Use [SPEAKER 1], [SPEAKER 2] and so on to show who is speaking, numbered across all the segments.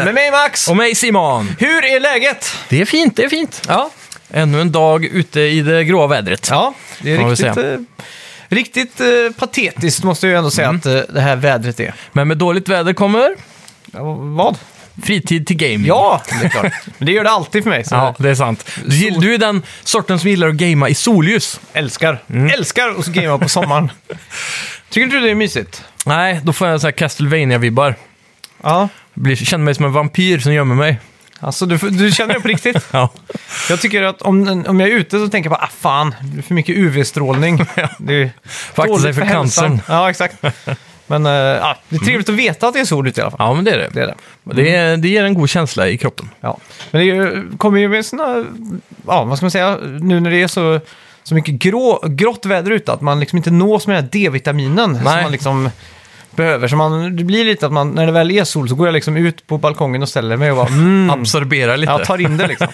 [SPEAKER 1] Jonas.
[SPEAKER 2] Och mig Simon!
[SPEAKER 1] Hur är läget?
[SPEAKER 2] Det är fint, det är fint.
[SPEAKER 1] Ja,
[SPEAKER 2] Ännu en dag ute i det gråa vädret.
[SPEAKER 1] ja det
[SPEAKER 2] Får
[SPEAKER 1] är
[SPEAKER 2] man
[SPEAKER 1] riktigt,
[SPEAKER 2] väl
[SPEAKER 1] eh, riktigt eh, patetiskt måste jag ju ändå säga att eh, det här vädret är.
[SPEAKER 2] Men med dåligt väder kommer
[SPEAKER 1] Ja, vad?
[SPEAKER 2] fritid till gaming.
[SPEAKER 1] Ja, det är klart. Men det gör det alltid för mig. Så
[SPEAKER 2] Ja, det är sant. Du, gill- du är den sorten som gillar att gamea i solljus.
[SPEAKER 1] jag älskar, älskar och så gamea på sommaren. Mm. Tycker inte du det är mysigt?
[SPEAKER 2] Nej, då får jag så här Castlevania-vibbar.
[SPEAKER 1] Ja.
[SPEAKER 2] Blir- Känner mig som en vampyr som gömmer mig.
[SPEAKER 1] Alltså, du, du känner det på riktigt?
[SPEAKER 2] Ja.
[SPEAKER 1] Jag tycker att om, om jag är ute så tänker jag bara, ah fan, det är för mycket UV-strålning. Det är
[SPEAKER 2] akta
[SPEAKER 1] dåligt
[SPEAKER 2] sig för
[SPEAKER 1] hälsan."
[SPEAKER 2] cancern.
[SPEAKER 1] Ja, exakt. Men eh, ja, det är trevligt att veta att det är sol ute i alla fall.
[SPEAKER 2] ja, men det Mm. är det.
[SPEAKER 1] Det är det.
[SPEAKER 2] Det, är, det ger en god känsla i kroppen.
[SPEAKER 1] Ja. Men det är ju- kommer ju med såna, ja vad ska man säga, nu när det är så, så mycket grå, grått väder ute, att man liksom inte nås med den här D-vitaminen som
[SPEAKER 2] Nej.
[SPEAKER 1] man liksom behöver. Så man, det blir lite att man, när det väl är sol så går jag liksom ut på balkongen och ställer mig och bara, mm,
[SPEAKER 2] Absorbera lite.
[SPEAKER 1] jag tar in det liksom.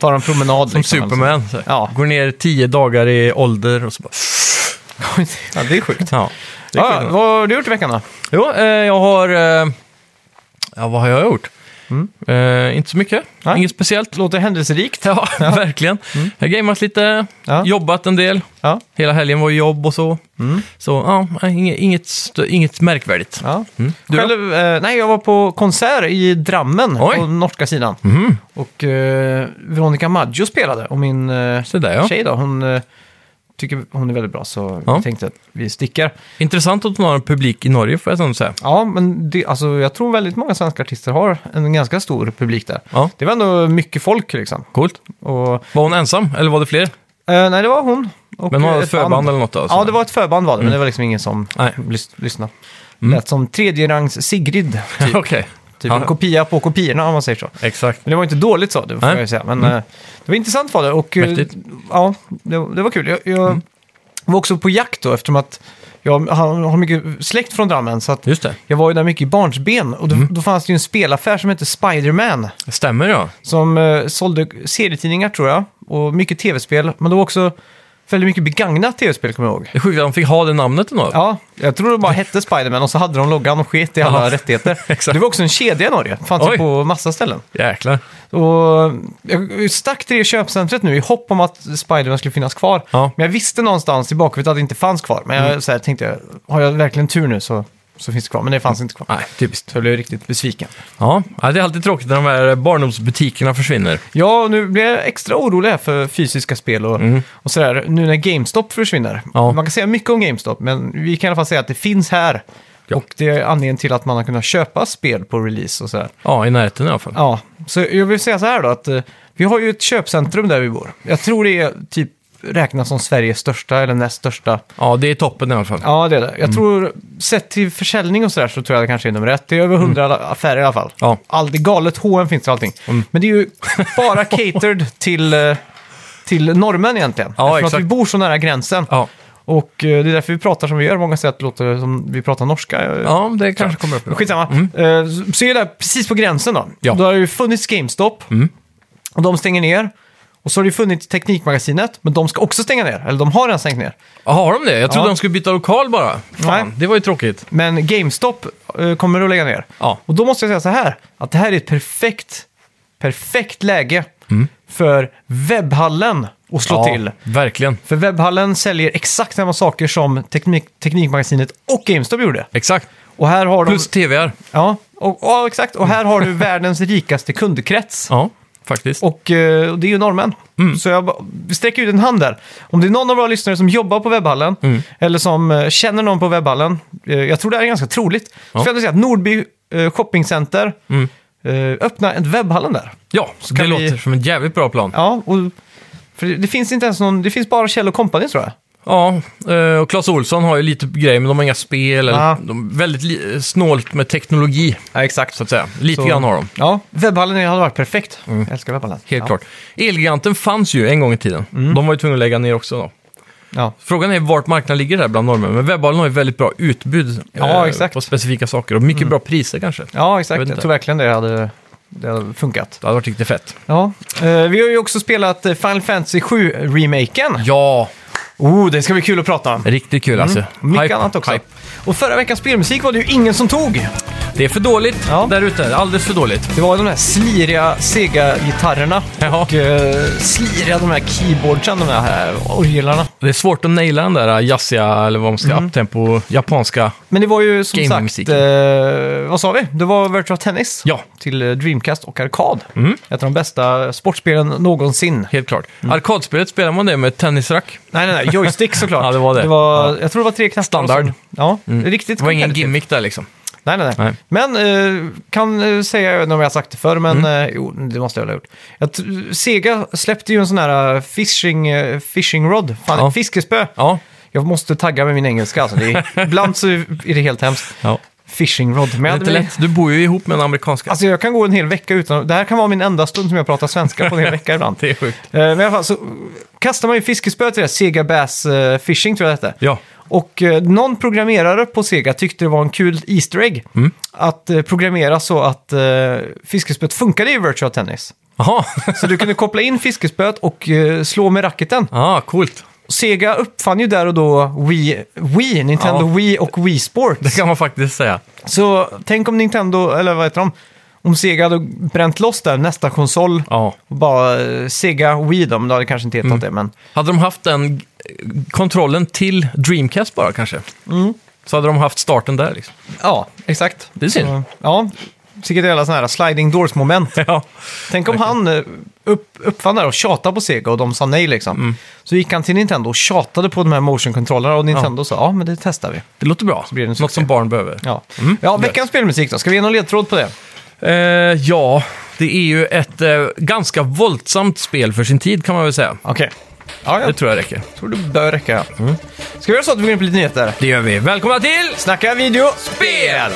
[SPEAKER 1] Tar en promenad.
[SPEAKER 2] som
[SPEAKER 1] liksom,
[SPEAKER 2] Superman. Så. här.
[SPEAKER 1] Ja.
[SPEAKER 2] Går ner tio dagar i ålder och så bara...
[SPEAKER 1] Ja, det är sjukt.
[SPEAKER 2] Ja. Det är
[SPEAKER 1] Ja,
[SPEAKER 2] kul.
[SPEAKER 1] vad har du gjort i veckan då?
[SPEAKER 2] Jo, eh, jag har... Eh, ja, vad har jag gjort? Eh, inte så mycket.
[SPEAKER 1] Mm. Nej.
[SPEAKER 2] Inget speciellt.
[SPEAKER 1] Låter händelserikt.
[SPEAKER 2] Ja, verkligen. Jag har gameat lite,
[SPEAKER 1] Ja. Mm.
[SPEAKER 2] jobbat en del.
[SPEAKER 1] Ja.
[SPEAKER 2] Hela helgen var jobb och så. Så ja, inget, inget, stö- inget märkvärdigt. Mm.
[SPEAKER 1] Ja.
[SPEAKER 2] Du då?
[SPEAKER 1] Själv, eh, nej, jag var på konsert i Drammen
[SPEAKER 2] Oj. Mhm.
[SPEAKER 1] på norska sidan. Och eh, Veronica Maggio spelade och min eh,
[SPEAKER 2] Så där, ja.
[SPEAKER 1] tjej då, hon eh, tycker hon är väldigt bra så
[SPEAKER 2] Ja.
[SPEAKER 1] jag tänkte att vi stickar.
[SPEAKER 2] Intressant att hon har en publik i Norge får jag ändå säga.
[SPEAKER 1] Ja, men det, alltså, jag tror väldigt många svenska artister har en ganska stor publik där.
[SPEAKER 2] Ja,
[SPEAKER 1] Det var ändå mycket folk liksom.
[SPEAKER 2] coolt.
[SPEAKER 1] Och,
[SPEAKER 2] Var hon ensam eller var det fler?
[SPEAKER 1] eh, nej, det var hon. Och
[SPEAKER 2] Men hon hade
[SPEAKER 1] ett
[SPEAKER 2] ett förband
[SPEAKER 1] band.
[SPEAKER 2] eller något då?
[SPEAKER 1] Ja, det var ett förband var det,
[SPEAKER 2] Mm.
[SPEAKER 1] men det var liksom ingen som
[SPEAKER 2] Nej.
[SPEAKER 1] lys- lyssnade. Lät som tredje rangs Sigrid. Typ,
[SPEAKER 2] Okej,
[SPEAKER 1] typ
[SPEAKER 2] Mm. Ja.
[SPEAKER 1] en kopia på kopiorna om man säger så.
[SPEAKER 2] exakt.
[SPEAKER 1] Men det var inte dåligt så, det får
[SPEAKER 2] Nej. Mm.
[SPEAKER 1] jag ju säga. Men eh, det var intressant var det. Och, eh,
[SPEAKER 2] Mäktigt. Mm.
[SPEAKER 1] ja, det, det var kul. Jag, jag var också på jakt då, eftersom att jag har, har mycket släkt från Drammen. Så att
[SPEAKER 2] Just det.
[SPEAKER 1] jag var ju där mycket i barnsben. Och då,
[SPEAKER 2] Mm.
[SPEAKER 1] då fanns det ju en spelaffär som hette Spiderman.
[SPEAKER 2] Stämmer ja.
[SPEAKER 1] Som eh, sålde serietidningar tror jag. Och mycket tv-spel. Men det var också väldigt mycket begagnat tv-spel kommer jag ihåg.
[SPEAKER 2] Det är sjukt att de fick ha det namnet ändå.
[SPEAKER 1] Ja, jag tror det bara hette Spiderman och så hade de loggan och sket i alla
[SPEAKER 2] Ja,
[SPEAKER 1] rättigheter.
[SPEAKER 2] exakt.
[SPEAKER 1] Det var också en kedja i Norge. Fanns ju
[SPEAKER 2] Oj.
[SPEAKER 1] på massa ställen.
[SPEAKER 2] Jäklar.
[SPEAKER 1] Och jag stack till det köpcentret nu i hopp om att Spiderman skulle finnas kvar.
[SPEAKER 2] Ja. Mm.
[SPEAKER 1] Men jag visste någonstans i bakhuvudet att det inte fanns kvar. Men jag så här, tänkte, har jag verkligen tur nu så, så finns det kvar. Men det fanns inte kvar.
[SPEAKER 2] Mm. Nej, typiskt.
[SPEAKER 1] Så jag blev riktigt besviken.
[SPEAKER 2] Ja, ja, det är alltid tråkigt när de här barndomsbutikerna försvinner.
[SPEAKER 1] Ja, och nu blir jag extra orolig här för fysiska spel och, och sådär. Nu när GameStop försvinner.
[SPEAKER 2] Mm. Ja.
[SPEAKER 1] Man kan säga mycket om GameStop, men vi kan i alla fall säga att det finns här.
[SPEAKER 2] Ja.
[SPEAKER 1] Och det är anledningen till att man har kunnat köpa spel på release och sådär.
[SPEAKER 2] Ja, i närheten i alla fall.
[SPEAKER 1] Ja, så jag vill säga så här då att eh, vi har ju ett köpcentrum där vi bor. Jag tror det är typ räknas som Sveriges största eller näst största.
[SPEAKER 2] Ja, det Mm. är toppen i alla fall.
[SPEAKER 1] Ja, det är det. Jag tror, sett till försäljning och sådär så tror jag det kanske är nummer ett. Det är över hundra affärer i alla fall.
[SPEAKER 2] Mm. Ja. Mm.
[SPEAKER 1] All, det är galet, H&M finns det och allting. Men det är ju bara catered till, eh, till normen egentligen.
[SPEAKER 2] Ja,
[SPEAKER 1] Eftersom
[SPEAKER 2] exakt.
[SPEAKER 1] att vi bor så nära gränsen.
[SPEAKER 2] Ja,
[SPEAKER 1] Och eh, det är därför vi pratar som vi gör. Många säger att det låter som vi pratar norska. eh,
[SPEAKER 2] ja det kanske kommer upp.
[SPEAKER 1] men Skitsamma. Eh, så- Så är det där precis på gränsen då.
[SPEAKER 2] Ja. Mm.
[SPEAKER 1] Då har det ju funnits GameStop. Och de stänger ner. Och så har det ju funnits Teknikmagasinet, men de ska också stänga ner. Eller de har redan stängt ner.
[SPEAKER 2] Ja, har de det? Jag trodde
[SPEAKER 1] Ja.
[SPEAKER 2] de skulle byta lokal bara. Fan,
[SPEAKER 1] Nej.
[SPEAKER 2] det var ju tråkigt.
[SPEAKER 1] Men GameStop eh, kommer att lägga ner.
[SPEAKER 2] Ja.
[SPEAKER 1] Och då måste jag säga så här, att det här är ett perfekt, perfekt läge för webbhallen att slå
[SPEAKER 2] Mm. ja,
[SPEAKER 1] till.
[SPEAKER 2] Verkligen.
[SPEAKER 1] För webbhallen säljer exakt samma saker som teknik, Teknikmagasinet och GameStop gjorde.
[SPEAKER 2] Exakt.
[SPEAKER 1] Och här har
[SPEAKER 2] Plus
[SPEAKER 1] de...
[SPEAKER 2] TVR.
[SPEAKER 1] Ja, och, ja, exakt. Och här har du världens rikaste kundkrets.
[SPEAKER 2] Ja, faktiskt.
[SPEAKER 1] Och, eh, och det är ju norrmän.
[SPEAKER 2] Mm.
[SPEAKER 1] Så jag ba- vi sträcker ut en hand där. Om det är någon av våra lyssnare som jobbar på webbhallen
[SPEAKER 2] Mm.
[SPEAKER 1] eller som eh, känner någon på webbhallen, eh, jag tror det här är ganska troligt, så
[SPEAKER 2] Ja.
[SPEAKER 1] får jag ändå säga att Nordby eh, Shoppingcenter
[SPEAKER 2] Mm.
[SPEAKER 1] eh, öppnar en webbhallen där.
[SPEAKER 2] Ja,
[SPEAKER 1] Så
[SPEAKER 2] det
[SPEAKER 1] kan vi-
[SPEAKER 2] låter som en jävligt bra plan. Ja,
[SPEAKER 1] Ja, och, för det, det finns inte ens någon, det finns bara Kjell Company tror jag.
[SPEAKER 2] eh, och Clas Olsson har ju lite grejer, men de har inga spel. Eller,
[SPEAKER 1] Ja.
[SPEAKER 2] de är väldigt li- snålt med teknologi,
[SPEAKER 1] Ja, exakt.
[SPEAKER 2] så att säga. Lite
[SPEAKER 1] Så-
[SPEAKER 2] grann har de.
[SPEAKER 1] Ja, webbhallen hade varit perfekt. Jag älskar webbhallen.
[SPEAKER 2] Mm. Helt
[SPEAKER 1] ja. Mm.
[SPEAKER 2] klart. Elgiganten fanns ju en gång i tiden. De var ju tvungna att lägga ner också då.
[SPEAKER 1] Ja.
[SPEAKER 2] Frågan är vart marknaden ligger där bland norrmän, men webbhallen har ju väldigt bra utbud eh,
[SPEAKER 1] Ja, exakt. Mm.
[SPEAKER 2] på specifika saker och mycket bra priser kanske.
[SPEAKER 1] ja,
[SPEAKER 2] Jag
[SPEAKER 1] exakt.
[SPEAKER 2] vet
[SPEAKER 1] Jag,
[SPEAKER 2] inte.
[SPEAKER 1] tror verkligen det hade, det hade funkat.
[SPEAKER 2] Det hade varit riktigt fett.
[SPEAKER 1] Ja, eh, vi har ju också spelat eh, Final Fantasy 7-remaken.
[SPEAKER 2] Ja,
[SPEAKER 1] Oh, det ska bli kul att prata om.
[SPEAKER 2] Riktigt kul alltså.
[SPEAKER 1] Mm. Mycket
[SPEAKER 2] Hype,
[SPEAKER 1] annat också.
[SPEAKER 2] hype.
[SPEAKER 1] Och förra veckans spelmusik var det ju ingen som tog.
[SPEAKER 2] Det är för dåligt
[SPEAKER 1] Ja.
[SPEAKER 2] där ute. Alldeles för dåligt.
[SPEAKER 1] Det var de här sliriga Sega-gitarrerna.
[SPEAKER 2] Ja.
[SPEAKER 1] Och eh, sliriga de här keyboardsen, de här orglarna.
[SPEAKER 2] Det är svårt att naila den där jazziga, eller vad man
[SPEAKER 1] Mm.
[SPEAKER 2] ska, uptempo, japanska.
[SPEAKER 1] Men det var ju som sagt,
[SPEAKER 2] Gamingmusiken.
[SPEAKER 1] eh, vad sa vi? Det var Virtual Tennis
[SPEAKER 2] Ja. Mm.
[SPEAKER 1] till eh, Dreamcast och Arkad. Ett av de bästa sportspelen någonsin.
[SPEAKER 2] Helt klart.
[SPEAKER 1] Mm.
[SPEAKER 2] Arkadspelet spelar man det med tennisrack.
[SPEAKER 1] Nej, nej, nej, joystick såklart.
[SPEAKER 2] Ja, det var det.
[SPEAKER 1] var, Jag tror det var tre knappar.
[SPEAKER 2] Standard. Mm.
[SPEAKER 1] och så- Ja, riktigt
[SPEAKER 2] Det var ingen
[SPEAKER 1] competitive.
[SPEAKER 2] gimmick där liksom.
[SPEAKER 1] Nej, nej, nej.
[SPEAKER 2] Nej.
[SPEAKER 1] Men eh, kan eh, säga, jag vet inte om jag har sagt det förr, men
[SPEAKER 2] Mm.
[SPEAKER 1] eh, jo, det måste jag väl ha gjort. Att, eh, Sega släppte ju en sån här eh, fishing, eh, fishing rod, fan,
[SPEAKER 2] Ja.
[SPEAKER 1] ett fiskespö.
[SPEAKER 2] Ja.
[SPEAKER 1] Jag måste tagga med min engelska, alltså. Det är, ibland så är det helt hemskt.
[SPEAKER 2] ja.
[SPEAKER 1] Fishing rod. Men
[SPEAKER 2] Det
[SPEAKER 1] jag,
[SPEAKER 2] är
[SPEAKER 1] hade
[SPEAKER 2] inte
[SPEAKER 1] väl-
[SPEAKER 2] lätt. Du bor ju ihop med en amerikanska.
[SPEAKER 1] alltså, jag kan gå en hel vecka utan... Det här kan vara min enda stund som jag pratar svenska på en hel vecka ibland.
[SPEAKER 2] det är sjukt.
[SPEAKER 1] Eh, Men i alla fall så eh, kastar man ju fiskespö till det, här, Sega Bass eh, Fishing tror jag det hette.
[SPEAKER 2] Ja.
[SPEAKER 1] Och eh, någon programmerare på Sega tyckte det var en kul Easter egg
[SPEAKER 2] Mm.
[SPEAKER 1] att eh, programmera så att eh, fiskespöet funkade i Virtual Tennis.
[SPEAKER 2] Jaha.
[SPEAKER 1] Så du kunde koppla in fiskespöet och eh, slå med racketen.
[SPEAKER 2] Ja, Ah, coolt.
[SPEAKER 1] Sega uppfann ju där och då Wii, Wii Nintendo
[SPEAKER 2] Ja.
[SPEAKER 1] Wii och Wii
[SPEAKER 2] Det
[SPEAKER 1] Sports.
[SPEAKER 2] kan man faktiskt säga.
[SPEAKER 1] Så tänk om Nintendo, eller vad heter de, om Sega hade bränt loss där nästa konsol.
[SPEAKER 2] Ja.
[SPEAKER 1] och Bara eh, Sega Wii då, men det hade kanske inte
[SPEAKER 2] Mm.
[SPEAKER 1] hetat det, men
[SPEAKER 2] Hade de haft den eh, kontrollen till Dreamcast bara kanske?
[SPEAKER 1] Mm.
[SPEAKER 2] Så hade de haft starten där liksom.
[SPEAKER 1] Ja, exakt.
[SPEAKER 2] Det är synd.
[SPEAKER 1] Ja, säkert alla sådana här sliding doors-moment.
[SPEAKER 2] Ja.
[SPEAKER 1] Tänk om han eh, upp, uppfann det här och tjatade på Sega och de sa nej liksom. Så gick han till Nintendo och tjatade på de här motion-kontrollerna och Nintendo sa ja, men det testar vi.
[SPEAKER 2] Det låter bra.
[SPEAKER 1] blir det en
[SPEAKER 2] Något som barn behöver.
[SPEAKER 1] Ja, ja veckans spelmusik då. Ska vi ge någon ledtråd på det?
[SPEAKER 2] Eh, ja, det är ju ett eh, ganska våldsamt spel för sin tid kan man väl säga.
[SPEAKER 1] Okej. Ja,
[SPEAKER 2] Det
[SPEAKER 1] jag
[SPEAKER 2] tror jag räcker.
[SPEAKER 1] tror det bör räcka. Ska vi göra så att vi går in på lite nyheter?
[SPEAKER 2] Det gör vi. Välkomna till
[SPEAKER 1] Snacka video!
[SPEAKER 2] spel!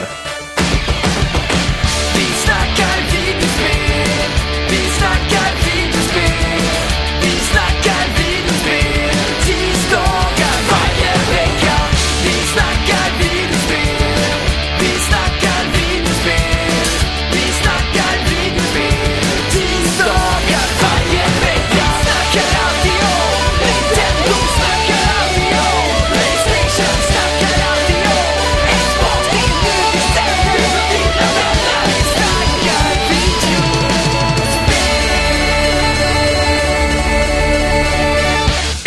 [SPEAKER 3] Vi snackar videospel, vi snackar videospel, vi snackar videospel, tisdagar varje vecka. Vi snackar videospel, vi snackar videospel, vi snackar videospel, tisdagar varje vecka. Snackar alltid om Nintendo, snackar alltid om Playstation, snackar alltid om Xbox, det är nu vi sänder för dina vänner. Vi snackar video.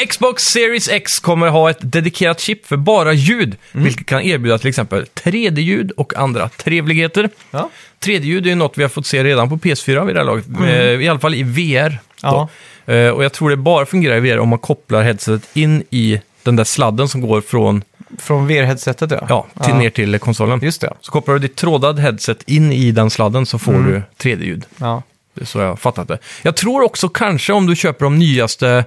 [SPEAKER 2] Xbox Series X kommer ha ett dedikerat chip för bara ljud,
[SPEAKER 1] Mm.
[SPEAKER 2] vilket kan erbjuda till exempel 3D-ljud och andra trevligheter.
[SPEAKER 1] Ja.
[SPEAKER 2] 3D-ljud är ju något vi har fååt se redan på PS4 vid det här laget, eh, i alla fall i VR.
[SPEAKER 1] Mm. Ja.
[SPEAKER 2] Då. Eh, Och jag tror det bara fungerar i VR om man kopplar headsetet in i den där sladden som går från,
[SPEAKER 1] Från VR-headsetet ja.
[SPEAKER 2] ja, till, ner till konsolen.
[SPEAKER 1] Just det.
[SPEAKER 2] Så kopplar du ditt trådad headset in i den sladden så får
[SPEAKER 1] Mm.
[SPEAKER 2] du 3D-ljud.
[SPEAKER 1] Ja.
[SPEAKER 2] Det är så jag har fattat det. Jag tror också kanske om du köper de nyaste,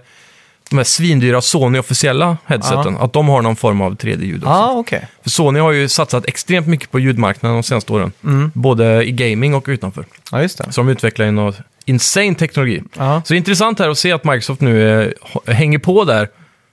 [SPEAKER 2] de här svindyra Sony-officiella headseten, att de har någon form av 3D-ljud också.
[SPEAKER 1] Ja, ah, okej.
[SPEAKER 2] För Sony har ju satsat extremt mycket på ljudmarknaden de senaste åren.
[SPEAKER 1] Mm.
[SPEAKER 2] Både i gaming och utanför.
[SPEAKER 1] Ja, just det.
[SPEAKER 2] Så de utvecklar ju någon insane teknologi.
[SPEAKER 1] Ja.
[SPEAKER 2] Så det är intressant här att se att Microsoft nu eh, h- hänger på där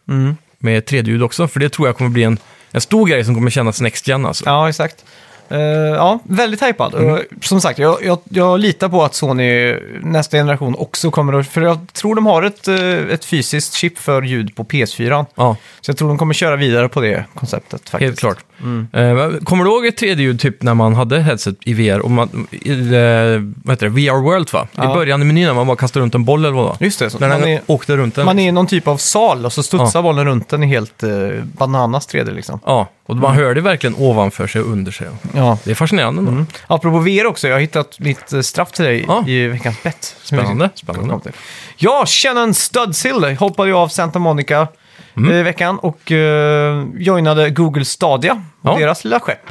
[SPEAKER 1] Mm.
[SPEAKER 2] med 3D-ljud också, för det tror jag kommer bli en, en stor grej som kommer kännas next gen alltså.
[SPEAKER 1] Ja, exakt. Eh, ja, väldigt hypad. Och
[SPEAKER 2] Mm.
[SPEAKER 1] Som sagt, jag, jag, jag litar på att Sony nästa generation också kommer att... För jag tror de har ett, eh, ett fysiskt chip för ljud på PS4.
[SPEAKER 2] Ja.
[SPEAKER 1] Så jag tror de kommer köra vidare på det konceptet faktiskt.
[SPEAKER 2] Helt klart.
[SPEAKER 1] Mm.
[SPEAKER 2] Eh, kommer du ihåg ett 3D-ljud typ när man hade headset i VR? Och man, i, eh, vad heter det? VR World va?
[SPEAKER 1] Ja.
[SPEAKER 2] I början i menyn när man bara kastade runt en boll eller vad då?
[SPEAKER 1] Just det, så
[SPEAKER 2] När
[SPEAKER 1] man
[SPEAKER 2] den
[SPEAKER 1] är-
[SPEAKER 2] åkte runt den.
[SPEAKER 1] Man är i någon typ av sal och så studsar bollen runt den i helt eh, bananas 3D liksom.
[SPEAKER 2] Ja, och man hör det verkligen ovanför sig och under sig.
[SPEAKER 1] Ja.
[SPEAKER 2] Det är fascinerande ändå.
[SPEAKER 1] Mm. Apropå VR också, jag har hittat mitt eh, straff till dig
[SPEAKER 2] Ja.
[SPEAKER 1] i veckans bett. som jag
[SPEAKER 2] Spännande.
[SPEAKER 1] ska-
[SPEAKER 2] Spännande.
[SPEAKER 1] till. Ja, Shannon Studsill hoppade ju av Santa Monica
[SPEAKER 2] Mm.
[SPEAKER 1] eh, i veckan och eh, joinade Google Stadia,
[SPEAKER 2] Ja.
[SPEAKER 1] deras lilla skepp.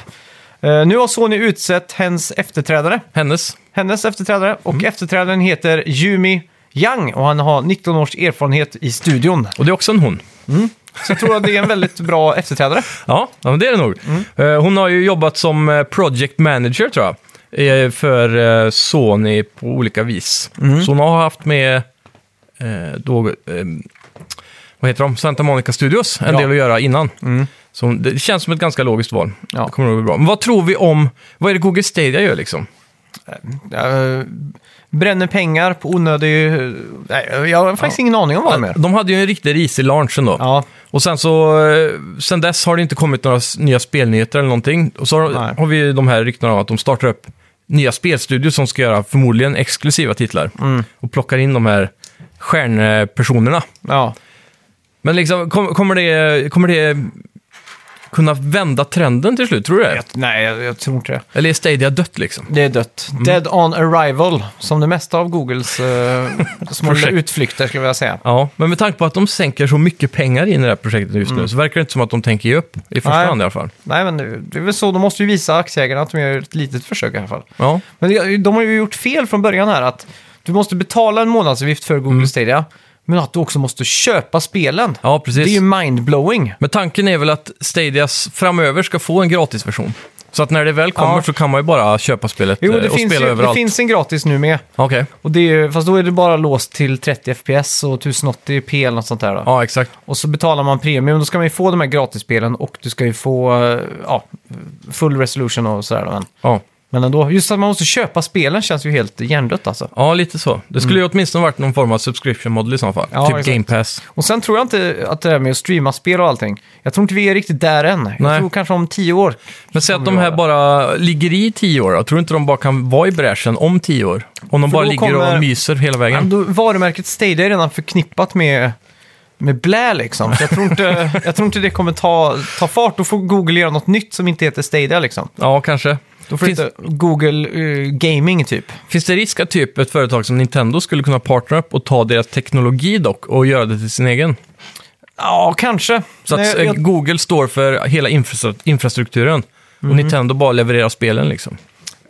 [SPEAKER 1] Eh, nu har Sony utsett hennes efterträdare,
[SPEAKER 2] Hennes.
[SPEAKER 1] hennes efterträdare och
[SPEAKER 2] Mm.
[SPEAKER 1] efterträdaren heter Yumi Yang och han har 19 års erfarenhet i studion.
[SPEAKER 2] Och det är också en hon.
[SPEAKER 1] Så jag tror att det är en väldigt bra efterträdare.
[SPEAKER 2] Ja, ja, men det är det nog. Eh, Hon har ju jobbat som eh, project manager tror jag. eh, För eh, Sony på olika vis.
[SPEAKER 1] Mm.
[SPEAKER 2] Så hon har haft med eh, då, eh, vad heter de? Santa Monica Studios en
[SPEAKER 1] Ja. Mm.
[SPEAKER 2] del att göra innan. Så hon- det känns som ett ganska logiskt val.
[SPEAKER 1] Ja.
[SPEAKER 2] Det kommer nog bli bra. Men vad tror vi om, vad är det Google Stadia gör liksom?
[SPEAKER 1] eh, bränner pengar på onödig... eh, Nej, jag har faktiskt ingen aning om vad det är mer.
[SPEAKER 2] De hade ju en riktigt risig launch ändå.
[SPEAKER 1] Ja,
[SPEAKER 2] Och sen så, eh, sen dess har det inte kommit några s- nya spelnyheter eller någonting. Och så har,
[SPEAKER 1] Nej.
[SPEAKER 2] har vi ju de här ryktena om att de startar upp nya spelstudior som ska göra förmodligen exklusiva titlar.
[SPEAKER 1] Mm.
[SPEAKER 2] Och plockar in de här stjärnpersonerna.
[SPEAKER 1] ja.
[SPEAKER 2] Men liksom, kom, kommer, det, kommer det kunna vända trenden till slut, tror du det?
[SPEAKER 1] Nej, jag, jag tror inte det. Mm.
[SPEAKER 2] Eller är Stadia dött liksom?
[SPEAKER 1] Det är dött. Dead on arrival, som det mesta av Googles eh, små
[SPEAKER 2] Projekt.
[SPEAKER 1] utflykter skulle jag vilja säga.
[SPEAKER 2] Ja, men med tanke på att de sänker så mycket pengar in i det här projektet just nu så verkar det inte som att de tänker ge upp. I första
[SPEAKER 1] Mm. Nej.
[SPEAKER 2] hand i alla fall.
[SPEAKER 1] Nej, men det, det är väl så. De måste ju visa aktieägarna att de gör ett litet försök i alla fall.
[SPEAKER 2] Ja,
[SPEAKER 1] Men det- de har ju gjort fel från början här att du måste betala en månadsavgift för Google Stadia, men att du också måste köpa spelen.
[SPEAKER 2] ja precis.
[SPEAKER 1] Det är ju mindblowing.
[SPEAKER 2] Men tanken är väl att Stadias framöver ska få en gratisversion. Så att när det väl kommer
[SPEAKER 1] Ja.
[SPEAKER 2] så kan man ju bara köpa spelet
[SPEAKER 1] Jo,
[SPEAKER 2] eh,
[SPEAKER 1] det,
[SPEAKER 2] och
[SPEAKER 1] finns,
[SPEAKER 2] spela
[SPEAKER 1] ju, det
[SPEAKER 2] överallt.
[SPEAKER 1] finns en gratis nu med.
[SPEAKER 2] Okej,
[SPEAKER 1] Och det är, ju- fast då är det bara låst till 30 FPS och 1080p eller något sånt där. Då.
[SPEAKER 2] ja exakt.
[SPEAKER 1] Och så betalar man premium, då ska man ju få de här gratisspelen och du ska ju få eh, ja, full resolution och sådär. då, Men,
[SPEAKER 2] Ja.
[SPEAKER 1] men ändå, just att man måste köpa spelen känns ju helt hjärndött alltså.
[SPEAKER 2] ja, lite så. Det skulle ju åtminstone varit någon form av subscription model i så fall.
[SPEAKER 1] Mm. Ja,
[SPEAKER 2] typ
[SPEAKER 1] exakt.
[SPEAKER 2] Game Pass.
[SPEAKER 1] Och sen tror jag inte att det här med att streama spel och allting, jag tror inte vi är riktigt där än. Jag
[SPEAKER 2] Nej.
[SPEAKER 1] tror kanske om tio år.
[SPEAKER 2] Men säg att
[SPEAKER 1] Kommer
[SPEAKER 2] de här
[SPEAKER 1] vara.
[SPEAKER 2] bara ligger i tio år då? Tror du inte de bara kan vara i bräschen om tio år? Om de
[SPEAKER 1] För
[SPEAKER 2] bara
[SPEAKER 1] då
[SPEAKER 2] ligger
[SPEAKER 1] kommer- Mm.
[SPEAKER 2] och myser hela
[SPEAKER 1] Ja,
[SPEAKER 2] vägen?
[SPEAKER 1] men då, varumärket Stadia är redan förknippat med, med blä liksom. Så jag tror inte, jag tror inte det kommer ta, ta fart. Då får Google göra något nytt som inte heter Stadia liksom.
[SPEAKER 2] Ja, kanske.
[SPEAKER 1] Då får
[SPEAKER 2] Finns-
[SPEAKER 1] inte Google eh, Gaming typ.
[SPEAKER 2] Finns det risk att typ ett företag som Nintendo skulle kunna partnera upp och ta deras teknologi dock och göra det till sin egen?
[SPEAKER 1] Ja, kanske.
[SPEAKER 2] Så att
[SPEAKER 1] Nej,
[SPEAKER 2] eh,
[SPEAKER 1] jag-
[SPEAKER 2] Google står för hela infrastru- infrastrukturen
[SPEAKER 1] Mhm.
[SPEAKER 2] och Nintendo bara levererar spelen liksom.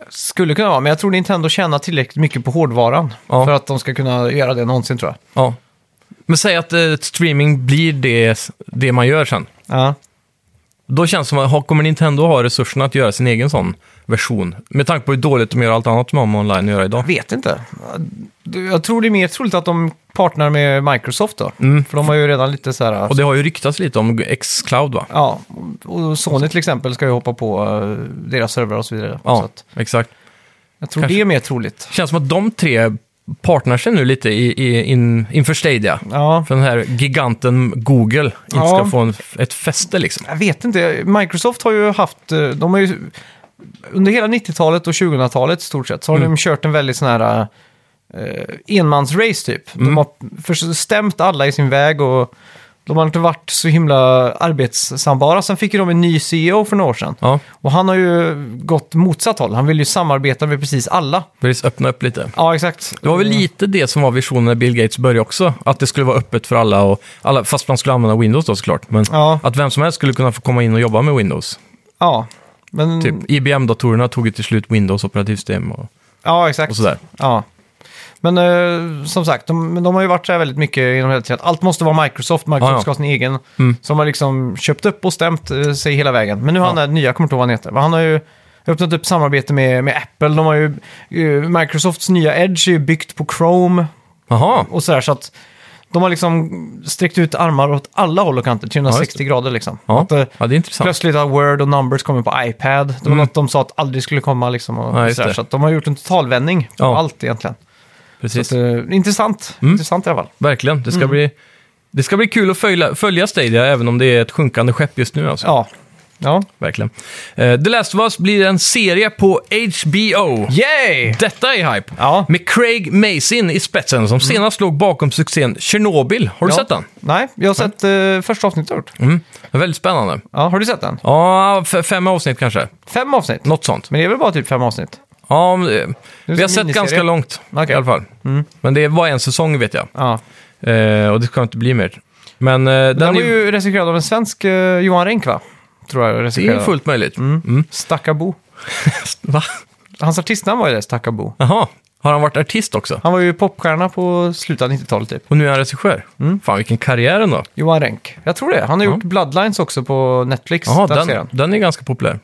[SPEAKER 1] Skulle kunna vara, men jag tror Nintendo tjänar tillräckligt mycket på hårdvaran
[SPEAKER 2] Ja.
[SPEAKER 1] för att de ska kunna göra det någonsin tror jag.
[SPEAKER 2] Ja. Men säg att eh, streaming blir det, det man gör sen.
[SPEAKER 1] Ja,
[SPEAKER 2] Då känns det som att ha- kommer Nintendo ha resurserna att göra sin egen sån version? Med tanke på hur dåligt de gör allt annat som har med online att göra idag.
[SPEAKER 1] jag vet inte. Jag tror det är mer troligt att de partnerar med Microsoft då. För de har ju redan lite så här...
[SPEAKER 2] Mm. Och det har ju ryktats lite om X-Cloud va?
[SPEAKER 1] Ja, och Sony till exempel ska ju hoppa på eh, deras servrar och så vidare.
[SPEAKER 2] Ja,
[SPEAKER 1] Så att
[SPEAKER 2] exakt.
[SPEAKER 1] jag tror
[SPEAKER 2] kanske.
[SPEAKER 1] det är mer troligt.
[SPEAKER 2] Känns som att de tre partnar sig nu lite i, i, in, inför Stadia.
[SPEAKER 1] Ja,
[SPEAKER 2] För den här giganten Google inte
[SPEAKER 1] Ja.
[SPEAKER 2] ska få en, ett fäste liksom.
[SPEAKER 1] jag vet inte. Microsoft har ju haft... eh, De har ju, under hela 90-talet och 2000-talet i stort sett så
[SPEAKER 2] Mm.
[SPEAKER 1] har de kört en väldigt sån här eh, enmansrace typ.
[SPEAKER 2] Mm.
[SPEAKER 1] De har förstämt alla i sin väg och de har inte varit så himla arbetsambara. Sen fick ju de en ny CEO för några år sedan.
[SPEAKER 2] Ja,
[SPEAKER 1] Och han har ju gått motsatt håll. Han vill ju samarbeta med precis alla.
[SPEAKER 2] precis. Öppna upp lite.
[SPEAKER 1] Ja, exakt.
[SPEAKER 2] Det var väl lite det som var visionen när Bill Gates började också. Att det skulle vara öppet för alla, och alla fast man skulle använda Windows då såklart. Men
[SPEAKER 1] Ja.
[SPEAKER 2] att vem som helst skulle kunna få komma in och jobba med Windows.
[SPEAKER 1] Ja, men...
[SPEAKER 2] Typ IBM-datorerna tog ju till slut Windows operativsystem och,
[SPEAKER 1] Ja, exakt.
[SPEAKER 2] och sådär.
[SPEAKER 1] Ja. Men eh, som sagt, de, men de har ju varit så här väldigt mycket genom hela tiden. Allt måste vara Microsoft, Microsoft
[SPEAKER 2] Ja, Mm. ja.
[SPEAKER 1] ska ha sin egen. Som har liksom köpt upp och stämt eh, sig hela vägen. Men nu har han den här nya, jag kommer inte ihåg vad han heter. Men han har ju öppnat upp samarbete med, med Apple. De har ju, eh, Microsofts nya Edge är ju byggt på Chrome
[SPEAKER 2] Jaha,
[SPEAKER 1] och sådär. Så att de har liksom sträckt ut armar åt alla håll och kanter, 360 grader liksom.
[SPEAKER 2] ja.
[SPEAKER 1] Att, eh,
[SPEAKER 2] ja, det är intressant.
[SPEAKER 1] Plötsligt har Word och Numbers kommit på iPad. Det var något de sa att aldrig skulle komma. Liksom, och
[SPEAKER 2] Ja, just
[SPEAKER 1] sådär.
[SPEAKER 2] det.
[SPEAKER 1] Så att de har gjort en totalvändning på
[SPEAKER 2] Ja.
[SPEAKER 1] allt egentligen.
[SPEAKER 2] Precis.
[SPEAKER 1] Så, eh, intressant.
[SPEAKER 2] Mm.
[SPEAKER 1] intressant i alla fall.
[SPEAKER 2] Verkligen. Det ska,
[SPEAKER 1] Mm.
[SPEAKER 2] bli, det ska bli kul att följa, följa Stadia, även om det är ett sjunkande skepp just nu. Alltså.
[SPEAKER 1] Ja. ja.
[SPEAKER 2] Verkligen. Eh, The Last of Us blir en serie på HBO.
[SPEAKER 1] Yay!
[SPEAKER 2] Detta är hype!
[SPEAKER 1] Ja. Mm.
[SPEAKER 2] Med Craig Mazin i spetsen, som senast låg bakom succén Chernobyl. Har du
[SPEAKER 1] Ja.
[SPEAKER 2] sett den?
[SPEAKER 1] Nej, jag har sett eh, första avsnittet. har jag gjort.
[SPEAKER 2] Mm. Väldigt spännande.
[SPEAKER 1] Ja, har du sett den?
[SPEAKER 2] Ja, f- fem avsnitt kanske.
[SPEAKER 1] Fem avsnitt?
[SPEAKER 2] Något sånt.
[SPEAKER 1] Men det är väl bara typ fem avsnitt?
[SPEAKER 2] Ja, men, eh, vi har sett
[SPEAKER 1] miniserie.
[SPEAKER 2] ganska långt
[SPEAKER 1] Okej. Mm.
[SPEAKER 2] i alla fall. Men det var en säsong vet jag.
[SPEAKER 1] Ja.
[SPEAKER 2] Eh, och det ska inte bli mer. Men eh, den,
[SPEAKER 1] Den,
[SPEAKER 2] är,
[SPEAKER 1] var ju recenserad av en svensk, eh, Johan Renck va? Tror jag
[SPEAKER 2] det är
[SPEAKER 1] recenserade.
[SPEAKER 2] fullt möjligt.
[SPEAKER 1] Mm. Stackabo.
[SPEAKER 2] Va?
[SPEAKER 1] Hans artistnamn var ju det, Stackabo.
[SPEAKER 2] Jaha, har han varit artist också?
[SPEAKER 1] Han var ju popstjärna på slutet av 90-talet typ.
[SPEAKER 2] Och nu är han regissör?
[SPEAKER 1] Mm.
[SPEAKER 2] Fan vilken karriär ändå.
[SPEAKER 1] Johan Renck. Jag tror det. Han har gjort Bloodlines också på Netflix.
[SPEAKER 2] Jaha,
[SPEAKER 1] Där ser
[SPEAKER 2] den,
[SPEAKER 1] han.
[SPEAKER 2] den är ganska populär.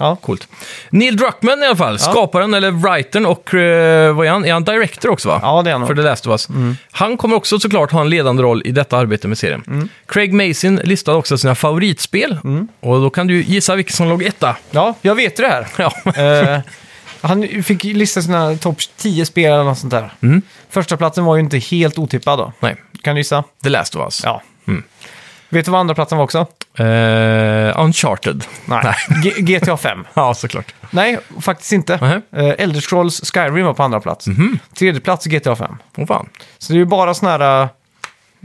[SPEAKER 1] Ja.
[SPEAKER 2] Coolt. Neil Druckmann i alla fall, skaparen eller writern och eh, vad är han? Är han director också va?
[SPEAKER 1] Ja, det är han nog. Mm.
[SPEAKER 2] För det läste oss. Han kommer också såklart ha en ledande roll i detta arbete med serien.
[SPEAKER 1] Mm.
[SPEAKER 2] Craig Mazin listade också sina favoritspel. Och då kan du gissa vilken som låg etta.
[SPEAKER 1] Ja, jag vet ju det här.
[SPEAKER 2] Ja.
[SPEAKER 1] Eh, Han fick lista sina topp 10 spelare eller något sånt där.
[SPEAKER 2] Mm.
[SPEAKER 1] Första platsen var ju inte helt otippad då.
[SPEAKER 2] Nej,
[SPEAKER 1] Kan du gissa?
[SPEAKER 2] The Last of Us.
[SPEAKER 1] Ja.
[SPEAKER 2] Mm.
[SPEAKER 1] Vet du vad andra platsen var också?
[SPEAKER 2] Eh, Uncharted.
[SPEAKER 1] Nej. G- GTA 5.
[SPEAKER 2] Ja, såklart.
[SPEAKER 1] Nej, faktiskt inte.
[SPEAKER 2] Nähä.
[SPEAKER 1] Eh, Elder Scrolls Skyrim var på andra plats.
[SPEAKER 2] Mhm.
[SPEAKER 1] Tredje plats GTA 5.
[SPEAKER 2] Åh fan.
[SPEAKER 1] Så det är ju bara såna här eh,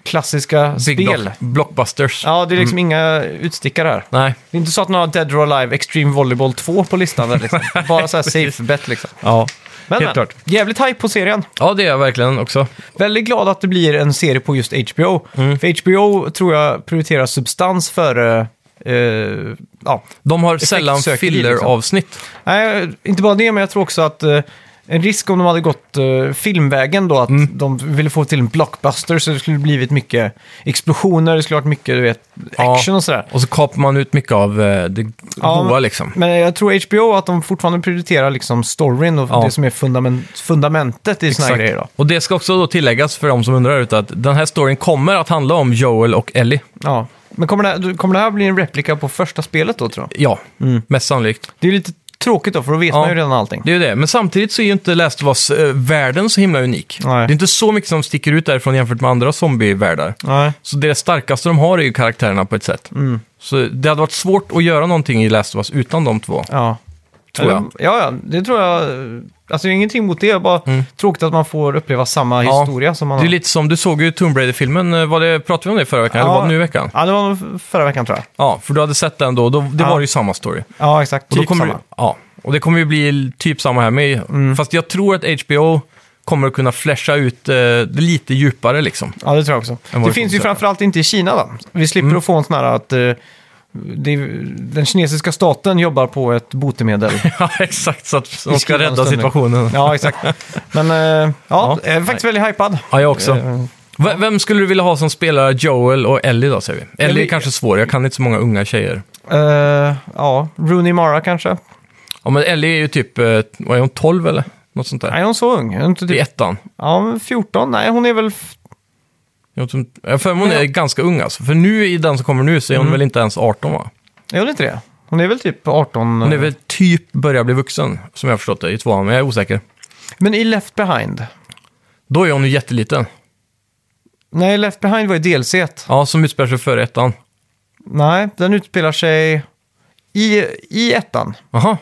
[SPEAKER 1] klassiska
[SPEAKER 2] Big Mm.
[SPEAKER 1] spel.
[SPEAKER 2] block- blockbusters.
[SPEAKER 1] Ja, det är liksom inga utstickare här.
[SPEAKER 2] Nej.
[SPEAKER 1] Det är inte så att någon har Dead or Alive Extreme Volleyball 2 på listan. Där, liksom. Bara så här safe bet liksom.
[SPEAKER 2] Ja.
[SPEAKER 1] Men,
[SPEAKER 2] Helt
[SPEAKER 1] men
[SPEAKER 2] klart.
[SPEAKER 1] jävligt hype på serien.
[SPEAKER 2] ja, det är jag verkligen också.
[SPEAKER 1] Väldigt glad att det blir en serie på just HBO. För HBO tror jag prioriterar substans före... Eh, ja.
[SPEAKER 2] De har sällan
[SPEAKER 1] söker vi,
[SPEAKER 2] filler-avsnitt.
[SPEAKER 1] Nej, inte bara det, men jag tror också att eh, en risk om de hade gått eh, filmvägen då, att de ville få till en blockbuster så det skulle blivit mycket explosioner, det skulle varit mycket du vet,
[SPEAKER 2] Ja.
[SPEAKER 1] action och sådär.
[SPEAKER 2] Och så kapar man ut mycket av eh, det
[SPEAKER 1] Ja,
[SPEAKER 2] goa liksom.
[SPEAKER 1] Men jag tror HBO att de fortfarande prioriterar liksom storyn och
[SPEAKER 2] Ja.
[SPEAKER 1] det som är fundament, fundamentet i såna här grejer. Då.
[SPEAKER 2] Och det ska också då tilläggas för de som undrar ute att den här storyn kommer att handla om Joel och Ellie.
[SPEAKER 1] Ja. Men kommer det, här, kommer det här bli en replika på första spelet då, tror du?
[SPEAKER 2] Ja, Mm. mest sannolikt.
[SPEAKER 1] Det är ju lite tråkigt då, för då vet
[SPEAKER 2] Ja.
[SPEAKER 1] man ju redan allting.
[SPEAKER 2] Det är ju det, men samtidigt så är ju inte Last of Us-världen så himla unik.
[SPEAKER 1] Nej.
[SPEAKER 2] Det är inte så mycket som sticker ut därifrån jämfört med andra zombievärldar.
[SPEAKER 1] Nej.
[SPEAKER 2] Så det starkaste de har är ju karaktärerna på ett sätt.
[SPEAKER 1] Mm.
[SPEAKER 2] Så det hade varit svårt att göra någonting i Last of Us utan de två.
[SPEAKER 1] Ja.
[SPEAKER 2] Tror jag.
[SPEAKER 1] Eller- Ja, ja, det tror jag. Alltså det är ingenting mot det, jag bara tråkigt att man får uppleva samma
[SPEAKER 2] Mm. Ja.
[SPEAKER 1] historia som man
[SPEAKER 2] Det är
[SPEAKER 1] har.
[SPEAKER 2] lite som, du såg ju Tomb Raider-filmen, eh, var det, pratade vi om det förra veckan? Eller
[SPEAKER 1] Ja.
[SPEAKER 2] var det nu i veckan?
[SPEAKER 1] Ja, det var nog förra veckan tror jag.
[SPEAKER 2] Ja, för du hade sett den då, och då det
[SPEAKER 1] Ja.
[SPEAKER 2] var ju samma story.
[SPEAKER 1] Ja, exakt.
[SPEAKER 2] Och då
[SPEAKER 1] Typ
[SPEAKER 2] kommer
[SPEAKER 1] samma.
[SPEAKER 2] Ju, ja, och det kommer ju bli typ samma här med. Fast jag tror att HBO kommer att kunna flasha ut eh, det lite djupare liksom.
[SPEAKER 1] Ja, det tror jag också.
[SPEAKER 2] vad
[SPEAKER 1] Det
[SPEAKER 2] vi
[SPEAKER 1] finns
[SPEAKER 2] kommer
[SPEAKER 1] ju
[SPEAKER 2] söka.
[SPEAKER 1] framförallt inte i Kina då. Vi slipper
[SPEAKER 2] Mm.
[SPEAKER 1] att få en sån här att eh, det, den kinesiska staten jobbar på ett botemedel.
[SPEAKER 2] Ja, exakt. Så att de ska
[SPEAKER 1] skrivande
[SPEAKER 2] rädda
[SPEAKER 1] stund nu.
[SPEAKER 2] situationen. Ja,
[SPEAKER 1] ja, exakt. Men eh, ja,
[SPEAKER 2] Ja.
[SPEAKER 1] jag är faktiskt väldigt hypad.
[SPEAKER 2] jag också.
[SPEAKER 1] Eh,
[SPEAKER 2] V- vem skulle du vilja ha som spelar Joel och Ellie då, säger vi? Ellie
[SPEAKER 1] Ellie-
[SPEAKER 2] är kanske svår, jag kan inte så många unga tjejer.
[SPEAKER 1] eh, ja, Rooney Mara kanske.
[SPEAKER 2] Ja, men Ellie är ju typ, eh, vad är hon, 12 eller? Något sånt där.
[SPEAKER 1] Nej, hon är så ung. Hon är inte
[SPEAKER 2] I
[SPEAKER 1] typ,
[SPEAKER 2] ettan.
[SPEAKER 1] ja, men 14. Nej, hon är väl... f-
[SPEAKER 2] Jag tror inte- Jag har för mig hon är ganska ung alltså. För nu i den som kommer nu
[SPEAKER 1] Mm.
[SPEAKER 2] så är hon väl inte ens 18 va?
[SPEAKER 1] Är hon inte det? Hon är väl typ 18.
[SPEAKER 2] Hon är väl typ börjar bli vuxen, som jag har förstått det, i tvåan. Men jag är osäker.
[SPEAKER 1] Men i Left Behind?
[SPEAKER 2] Då är hon ju jätteliten.
[SPEAKER 1] Nej, Left Behind var ju DLC.
[SPEAKER 2] Ja, som utspelar sig före ettan.
[SPEAKER 1] Nej, den utspelar sig i, i ettan.
[SPEAKER 2] Jaha.